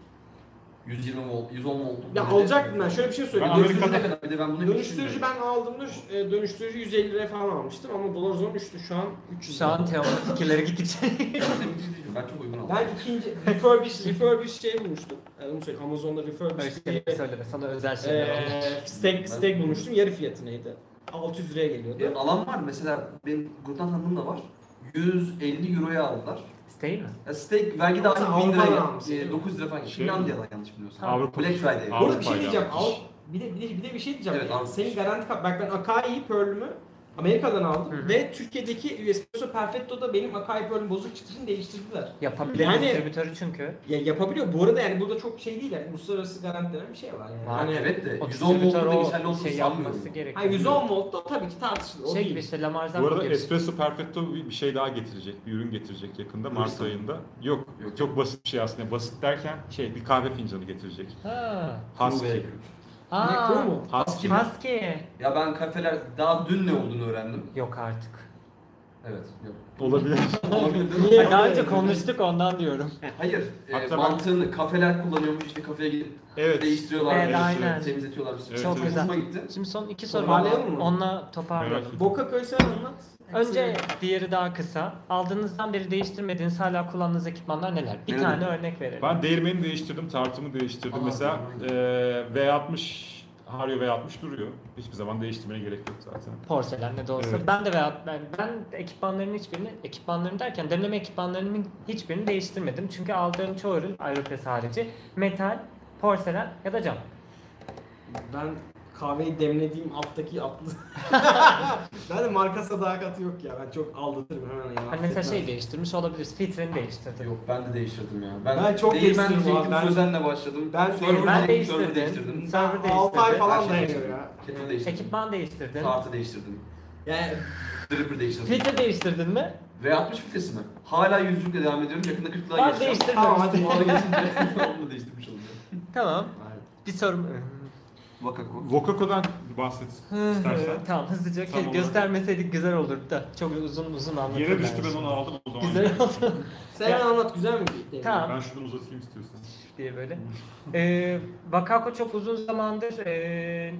120 volt, 110 voltluk.
Ya
böyle-
alacaktım ben. Şöyle bir şey
Ben
söyleyeyim.
Amerika'da-
Dönüştürücü ne kadar? Bir de ben bunu
Dönüştürücü ben aldığımda şu- e, dönüştürücü 150 liraya falan almıştım ama dolar zon 3'tü şu an 300
Şu an teorik fikirlere gittik.
Ben çok uygun aldım.
Ben ikinci refurbish, refurbish şey bulmuştum. Yani onu söyleyeyim. Amazon'da refurbish diye
şey Söyleme sana özel şeyler
e, steak, steak bulmuştum. Yarı fiyatı neydi? 600 liraya geliyordu.
E, alan var mesela benim gruptan tanıdığım da var. 150 euroya aldılar.
Stay mi?
Ya steak vergi
Yoksa
dahil 1000
Avrupa'dan
liraya,
almış, değil mi?
e, 9 lira falan.
Şey-
Finlandiya'dan yanlış bilmiyorsam.
Avrupa.
Black Friday.
Bu arada
Avrupa
bir şey diyeceğim.
yapmış.
Al, bir, de, bir, de, bir de bir şey diyeceğim.
Evet, almış.
Senin garanti kap. Bak ben Akai Pearl'ümü Amerika'dan aldım
Hı hı.
ve Türkiye'deki Espresso Perfetto'da benim Akai Pearl'üm bozuk çıktığı için değiştirdiler.
Yapabilen
Yani-
distribütörü çünkü.
Ya yapabiliyor. Bu arada yani burada çok şey değil yani uluslararası garanti denen bir şey var yani.
Var.
Hani,
Yani evet de
O
110
distribütör
voltta da
o
geçerli olduğunu
şey
sanmıyorum.
yapması gerekiyor.
hani 110 volt da tabii ki tartışılır. O
Şey
değil.
gibi işte Lamarzan
Bu arada
gibi.
Espresso Perfetto bir bir şey daha getirecek, bir ürün getirecek yakında Mart
Hırsız.
ayında. Yok, çok basit bir şey aslında. Basit derken şey bir kahve fincanı getirecek.
Ha.
Husky.
Ne,
Aa.
kuru mu?
Husky.
Maske.
Ya ben kafeler daha dün ne olduğunu öğrendim.
Yok artık.
Evet. Yok.
Olabilir.
Olabilir değil mi?
Niye?
Hayır, Daha önce konuştuk ondan diyorum.
Hayır. e,
Hatta ben-
mantığını kafeler kullanıyormuş işte kafeye gidip
Evet.
değiştiriyorlar.
Evet,
böyle
aynen.
Temizletiyorlar. bir sürü.
Evet, Çok
evet.
Hoşuma gitti.
Şimdi son iki soru var.
Toparlayalım mı?
Onunla
Merak
toparlayalım.
ettim.
Boka köy sen anlat.
Önce diğeri daha kısa. Aldığınızdan beri değiştirmediğiniz hala kullandığınız ekipmanlar neler? Bir
Neler?
tane örnek verelim.
Ben değirmeni değiştirdim, tartımı değiştirdim.
Aa,
Mesela e,
tamam.
eee V60 Haryo V60 duruyor. Hiçbir zaman değiştirmeye gerek yok zaten.
Porselen ne de olsa.
Evet.
Ben de veya ben, ben de ekipmanların hiçbirini, ekipmanlarım derken deneme ekipmanlarımın hiçbirini değiştirmedim. Çünkü aldığım çoğu ürün Aeropress harici metal, porselen ya da cam. Hani
Ben kahveyi demlediğim alttaki atlı. ben de marka sadakati yok ya. Ben çok aldatırım hemen ya.
Hani mesela
affetmem.
şey değiştirmiş olabiliriz. Filtreni değiştirdim.
Yok ben de değiştirdim ya.
Ben çok
değil,
değiştirdim
ben diyecektim,
abi. Ben-
Sözenle başladım.
Ben-
Ben
Server diyecektim, server
değiştirdim.
değiştirdim.
Server
Altı ay
değiştirdi.
falan
Her şey
dayanıyor
değiştirdim.
ya.
Kettle değiştirdim.
Ekipman değiştirdin.
Saati değiştirdim.
Yani
Dripper değiştirdim.
Filtre değiştirdin mi?
V60 filtresi mi? Hala yüzlükle devam ediyorum. Yakında 40'lığa
Ben
geçeceğim.
değiştirdim.
tamam hadi.
Ona geçince onu da değiştirmiş olacağım.
Tamam. Bir sorum.
Vakako.
Vokako'dan bahset istersen.
tamam hızlıca
Tamam, olur.
göstermeseydik güzel olurdu da çok uzun uzun anlatırlar.
Yere düştü ben onu aldım o zaman.
Güzel oldu
sen hemen anlat güzel mi? Değil.
Tamam.
Ben şuradan uzatayım istiyorsan.
diye böyle. Ee, Vakako çok uzun zamandır ee,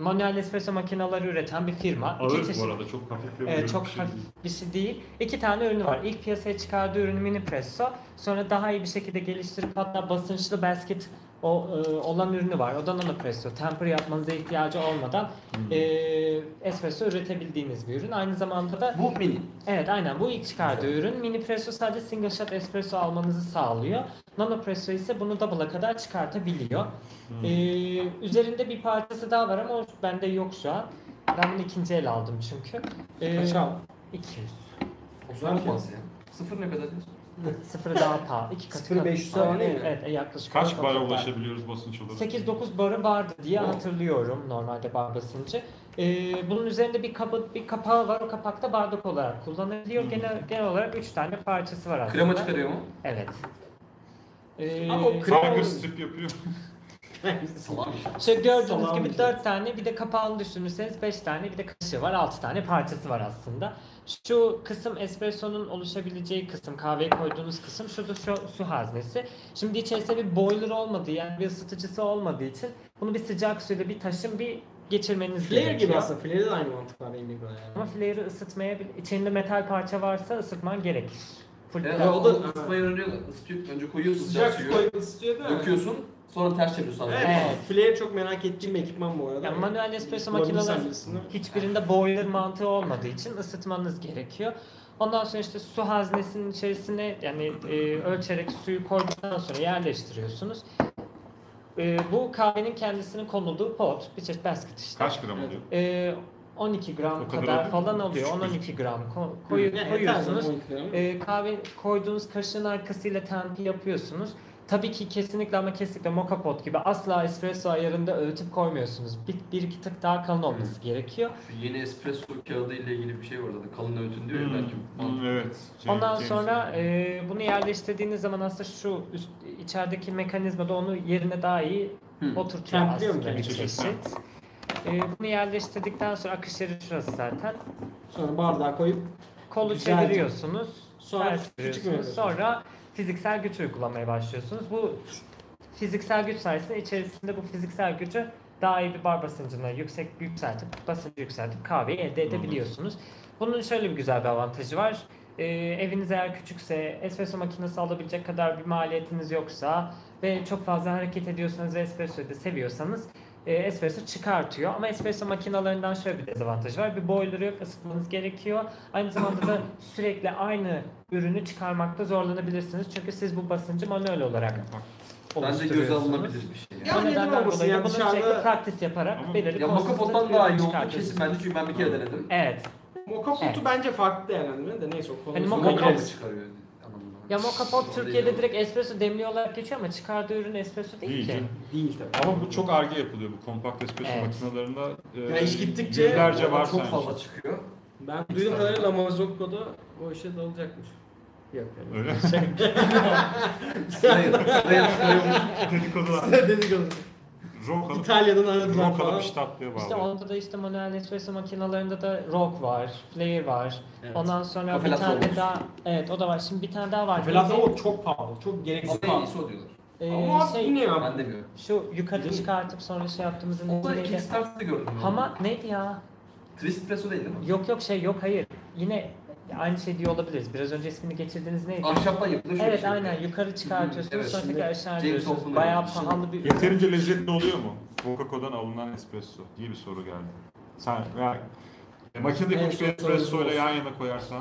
manuel espresso makineleri üreten bir firma. İki
Ağır
çeşit-
bu arada çok hafif bir
Ee,
ürün,
çok
bir şey
hafif
değil.
bir şey değil. İki tane ürünü var. İlk piyasaya çıkardığı ürün mini presso. Sonra daha iyi bir şekilde geliştirip hatta basınçlı basket o, e, olan ürünü var. O da nano presso. Temper yapmanıza ihtiyacı olmadan e, espresso üretebildiğiniz bir ürün. Aynı zamanda da
Bu mini.
Evet aynen bu ilk çıkardığı ürün. Mini Presso sadece single shot espresso almanızı sağlıyor. Nano Presso ise bunu double'a kadar çıkartabiliyor. Ee, üzerinde bir parçası daha var ama o bende yok şu an. Ben bunu ikinci el aldım çünkü. Ee,
Kaça aldın?
200.
Güzel ki.
Olmaz ya. Sıfır ne kadar diyorsun?
Sıfır daha pahalı. İki katı.
0.500
kadar.
falan değil mi?
Evet e, yaklaşık.
Kaç
olarak
bara
o kadar.
ulaşabiliyoruz basınç olarak?
8-9 barı vardı diye hatırlıyorum normalde bar basıncı. Ee, bunun üzerinde bir kabı, bir kapağı var. O kapakta bardak olarak kullanılıyor. Genel, genel olarak 3 tane parçası var aslında.
Krema çıkarıyor mu?
Evet. Ee,
Ama o krema-
Tiger strip yapıyor.
Salam.
işte gördüğünüz
Salam
gibi
güzel.
4 tane bir de kapağını düşünürseniz 5 tane bir de kaşığı var 6 tane parçası var aslında. Şu kısım espressonun oluşabileceği kısım kahveye koyduğunuz kısım şu da şu su haznesi. Şimdi içerisinde bir boiler olmadığı yani bir ısıtıcısı olmadığı için bunu bir sıcak suyla bir taşın bir geçirmeniz
Flair
gerekiyor.
gibi aslında. Flair'de de aynı mantık var benim göre yani.
Ama flare'ı ısıtmaya bil- içinde metal parça varsa ısıtman gerekir. Full
E,
blast.
o da ısıtmayı öğreniyorlar. Isıtıyor. Önce koyuyorsun sıcak,
Sıcak su
suyu.
koyup ısıtıyor değil mi?
Döküyorsun. Sonra ters çeviriyorsun. ağzını.
Evet. Flair çok merak ettiğim bir ekipman bu arada.
Yani manuel espresso
Kullanırsan
makineler
bilirsin, değil mi?
hiçbirinde boiler mantığı olmadığı için ısıtmanız gerekiyor. Ondan sonra işte su haznesinin içerisine yani e, ölçerek suyu koyduktan sonra yerleştiriyorsunuz. E, bu kahvenin kendisinin konulduğu pot, bir çeşit basket işte.
Kaç gram oluyor?
E, 12 gram
O kadar
kadar,
oluyor
falan
mu?
alıyor.
Küçük
10-12 gram ko-
Yani
koyu-
yeter
koyuyorsunuz.
zaten 12 gram.
E, kahve koyduğunuz kaşığın arkasıyla tempi yapıyorsunuz. Tabii ki kesinlikle ama kesinlikle moka pot gibi asla espresso ayarında öğütüp koymuyorsunuz. Bir, bir iki tık daha kalın olması gerekiyor.
Şu yeni espresso kağıdı ile ilgili bir şey var zaten. Kalın öğütün diyor ya belki.
Hmm, evet.
şey,
James-
Ondan
James-
sonra e, bunu yerleştirdiğiniz zaman aslında şu üst, içerideki mekanizma da onu yerine daha iyi
Hı.
oturtuyor
Templiyor mu
aslında bir
kendi
çeşit. E, bunu yerleştirdikten sonra akış yeri şurası zaten.
Sonra bardağa koyup
Kolu
Güzelce.
çeviriyorsunuz.
Sonra
ters
küçük
çeviriyorsunuz.
veriyorsunuz.
Sonra fiziksel güç uygulamaya başlıyorsunuz. Bu fiziksel güç sayesinde içerisinde bu fiziksel gücü daha iyi bir bar basıncına yüksek yükseltip basıncı yükseltip kahveyi elde edebiliyorsunuz. Bunun şöyle bir güzel bir avantajı var. Ee, eviniz eğer küçükse, espresso makinesi alabilecek kadar bir maliyetiniz yoksa ve çok fazla hareket ediyorsanız ve espressoyu da seviyorsanız e, espresso çıkartıyor. Ama espresso makinalarından şöyle bir dezavantajı var. Bir boiler'ı yok, ısıtmanız gerekiyor. Aynı zamanda da sürekli aynı ürünü çıkarmakta zorlanabilirsiniz. Çünkü siz bu basıncı manuel olarak
Bence göz
oluşturuyorsunuz.
alınabilir bir şey. Yani.
Ya
O
neden
nedenden
olmasın
dolayı
ya?
da bunu
Dışarıda-
sürekli praktis yaparak
Ama-
belirli
Ya
konsantre
Makapot'tan daha iyi
ürün
olduğu
çıkartıyorsunuz.
kesin bence çünkü ben bir kere denedim.
Evet.
Moka potu
Evet.
bence farklı yani hani de neyse o konu.
Hani
sonra
moka
gireriz.
Moka çıkarıyor. anlamında.
Ya moka pot
Onu
Türkiye'de
deniyorum.
direkt espresso demliği olarak geçiyor ama çıkardığı ürün espresso değil
Değil
ki.
canım.
Değil tabii.
Ama bu çok arge yapılıyor bu kompakt espresso
e, Evet.
makinelerinde. e,
Ya iş gittikçe
yüzlerce var
Oradan Çok
sanki.
fazla çıkıyor.
Ben duyduğum kadarıyla La Mazzocco'da o işe dalacakmış. Yok yani.
Öyle.
Sıraya, sıraya çıkarıyormuş.
Dedikodular.
Dedikodu.
Rock alıp,
İtalya'dan aradılar
rock
falan.
alıp iştahlıyor
İşte
bağlı.
onda da işte manuel espresso makinalarında da rock var, flair var.
Evet.
Ondan sonra
Kafe
bir
latte
tane
olmuş.
daha evet o da var. Şimdi bir tane daha var.
Velhasıl o çok pahalı, çok gereksiz
Ama en
pahalı.
iyisi o diyorlar.
Ee,
Ama abi bu
şey,
ne ya?
Ben demiyorum.
şu yukarı çıkartıp sonra şey yaptığımızın
O da
neydi?
Kickstarter'da gördüm. ben.
Ama neydi ya?
Tristresso değil değil mi?
Yok yok şey yok hayır. Yine aynı şey diyor olabiliriz. Biraz önce ismini geçirdiğiniz neydi?
Ahşaptan yapılıyor şöyle
Evet
şey.
aynen yukarı çıkartıyorsunuz
evet,
sonra
şimdi
tekrar aşağı
James
indiriyorsunuz.
Hoffman'ın şey
Bayağı
işini-
pahalı bir
Yeterince lezzetli oluyor mu? Coca-Cola'dan alınan espresso diye bir soru geldi. Sen yani, e, makinede
En
küçük
son
espresso ile
sorumuz
yan yana koyarsan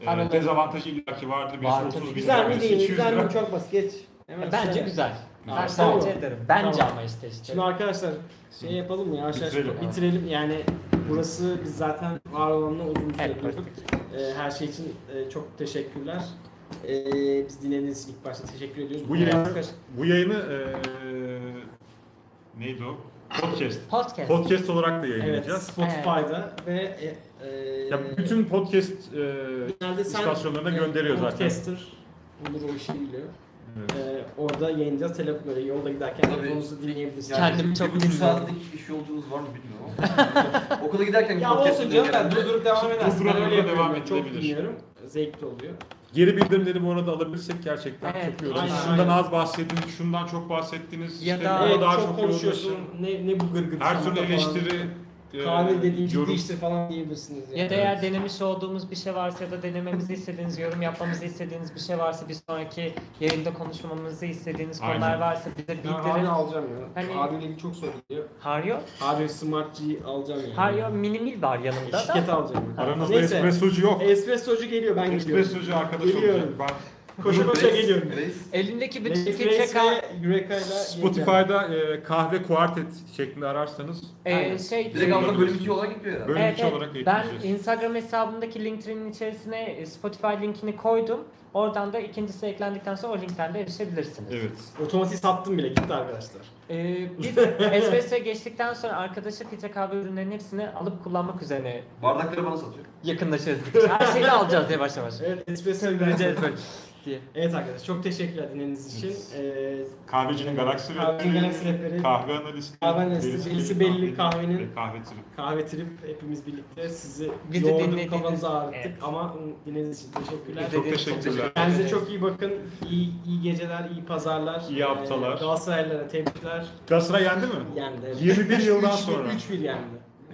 e,
Aralarında-
dezavantajı illaki vardı. Bir
Var,
30
tabii.
bin
Güzel mi
tanesi
değil mi?
200
Güzel
lira.
mi? Çok basit. Geç. Hemen
Bence
söyle.
güzel.
Tamam.
Ben
Tamam.
tercih ederim. Bence
Tamam.
ama işte işte.
Şimdi arkadaşlar şey yapalım ya arkadaşlar
Bitirelim.
bitirelim. yani burası biz zaten var olanla uzun süre
Evet,
konuştuk. Ee, her şey için e, çok teşekkürler. Ee, biz dinlediğiniz için ilk başta teşekkür ediyoruz.
Bu
yine
yayını, bu yayını e, neydi o? Podcast.
Podcast.
Podcast olarak da
evet,
yayınlayacağız.
Spotify'da ve e, e,
Ya bütün podcast e,
genelde sen-
istasyonlarına
e,
gönderiyor zaten.
Podcaster olur o işi biliyor.
evet.
Ee, orada yayınlayacağız. Telefon böyle yolda giderken
Tabii.
telefonunuzu dinleyebilirsiniz.
Yani
Kendimi çok
bir buçuk
bilmiyorum.
saatlik iş yolculuğunuz var mı bilmiyorum ama. Okula giderken
Ya olsun canım ben
dinleyenler-
durdurup devam edersin. Ben
Durdurup
öyle
devam
yapıyorum. Çok
edilebilir.
dinliyorum. Zevkli oluyor.
Geri bildirimleri bu arada alabilirsek gerçekten
Evet,
çok iyi olur.
aynen,
Şundan
aynen.
az bahsettiniz, şundan çok bahsettiniz.
Ya
işte
da-
buna
Evet,
daha
çok,
çok
konuşuyorsun.
yoğunlaşın.
Ne, ne bu gırgır.
Her
sanata
türlü
falan.
eleştiri, e,
Kahve dediğin ciddi
yorum.
iştir falan diyebilirsiniz. Yani.
Ya da eğer denemiş olduğumuz bir şey varsa ya da denememizi istediğiniz, yorum yapmamızı istediğiniz bir şey varsa, bir sonraki yayında konuşmamızı istediğiniz
Aynen.
konular varsa bize
Ben abi
bildirin.
alacağım ya.
Hani-
Abiyle ilgili çok soru geliyor.
Haryo?
Abi Smart G alacağım yani.
Haryo minimil var yanımda da.
Şirket alacağım. yani.
Aranızda
Neyse.
espressocu yok.
Espressocu geliyor ben geliyorum.
Espressocu arkadaş
Geliyorum.
olacak. Ben
Koşa koşa
Reis-
geliyorum.
Reis.
Elindeki bir
Lex
filtre
Reis
kah-
ve Yureka'yla geleceğim.
Spotify'da e, kahve kuartet şeklinde ararsanız
Ee,
Aynen.
şey
Direkt ardından bölüm 2 olarak gidiyor herhalde.
Bölüm
Evet,
içi
evet.
olarak
Ben
ekleyeceğiz.
Instagram hesabımdaki Linktrinin içerisine e, Spotify linkini koydum. Oradan da ikincisi eklendikten sonra o linkten de erişebilirsiniz.
Evet.
Otomatik sattım bile gitti arkadaşlar.
Ee, biz Espresso'ya geçtikten sonra arkadaşı filtre kahve ürünlerinin hepsini alıp kullanmak üzerine
Bardakları bana satıyor.
yakınlaşırız. Her şeyi de alacağız yavaş yavaş.
Evet espressoyu vereceğiz.
Göreceğiz böyle diye.
Evet arkadaşlar çok teşekkürler dinlediğiniz için. Ee,
Kahvecinin galaksi
Kahvecinin Galaksi Rehberi,
rehberi, kahve analisti,
kahve analisti, birisi belli,
kahveli
kahvenin-
ve kahve trip.
kahve trip hepimiz birlikte sizi
Bizi
yoğurduk
dinlediğiniz-
kafanızı ağrıttık
Evet.
ama dinlediğiniz için teşekkürler.
Çok
Dediğiniz-
teşekkürler.
Kendinize çok iyi bakın. İyi, iyi geceler, iyi pazarlar.
İyi haftalar.
Ee, Galatasaraylılara tebrikler.
Galatasaray yendi mi?
Yendi. evet.
21 yıldan
Üç bir-
sonra.
3-1 yendi.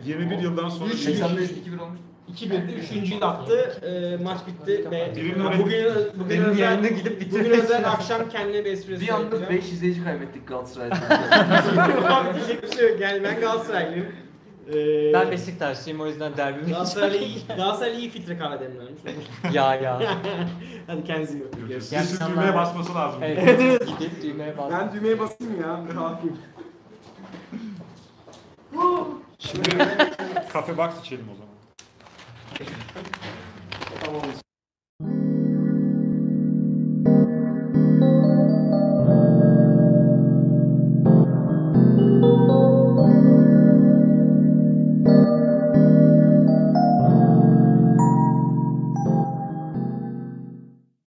21 yıldan sonra.
Üç-
85 2-1 olmuş.
2-1'de 3. attı. Ee, maç bitti ve
Birinin oraya-
bugün, bugün
Benim
özel,
yerine gidip bitirmek
bugün özel
lazım.
akşam kendine bir espresso
Bir anda
yapacağım.
5 izleyici kaybettik Galatasaray'dan.
Abi diyecek bir şey yok. Yani ben Galatasaraylıyım. Ee,
Ben Beşiktaşlıyım o yüzden derbimi
Galatasaraylı iyi, Galatasaraylı iyi filtre kahve demlenmiş.
ya ya.
Hadi kendinize iyi bakın. Görüşürüz.
Birisi
akşamlar.
düğmeye basması lazım.
Evet. Gidip düğmeye bas.
Ben düğmeye basayım ya. Rahatlayayım.
Kafe box içelim o zaman.
Tamam.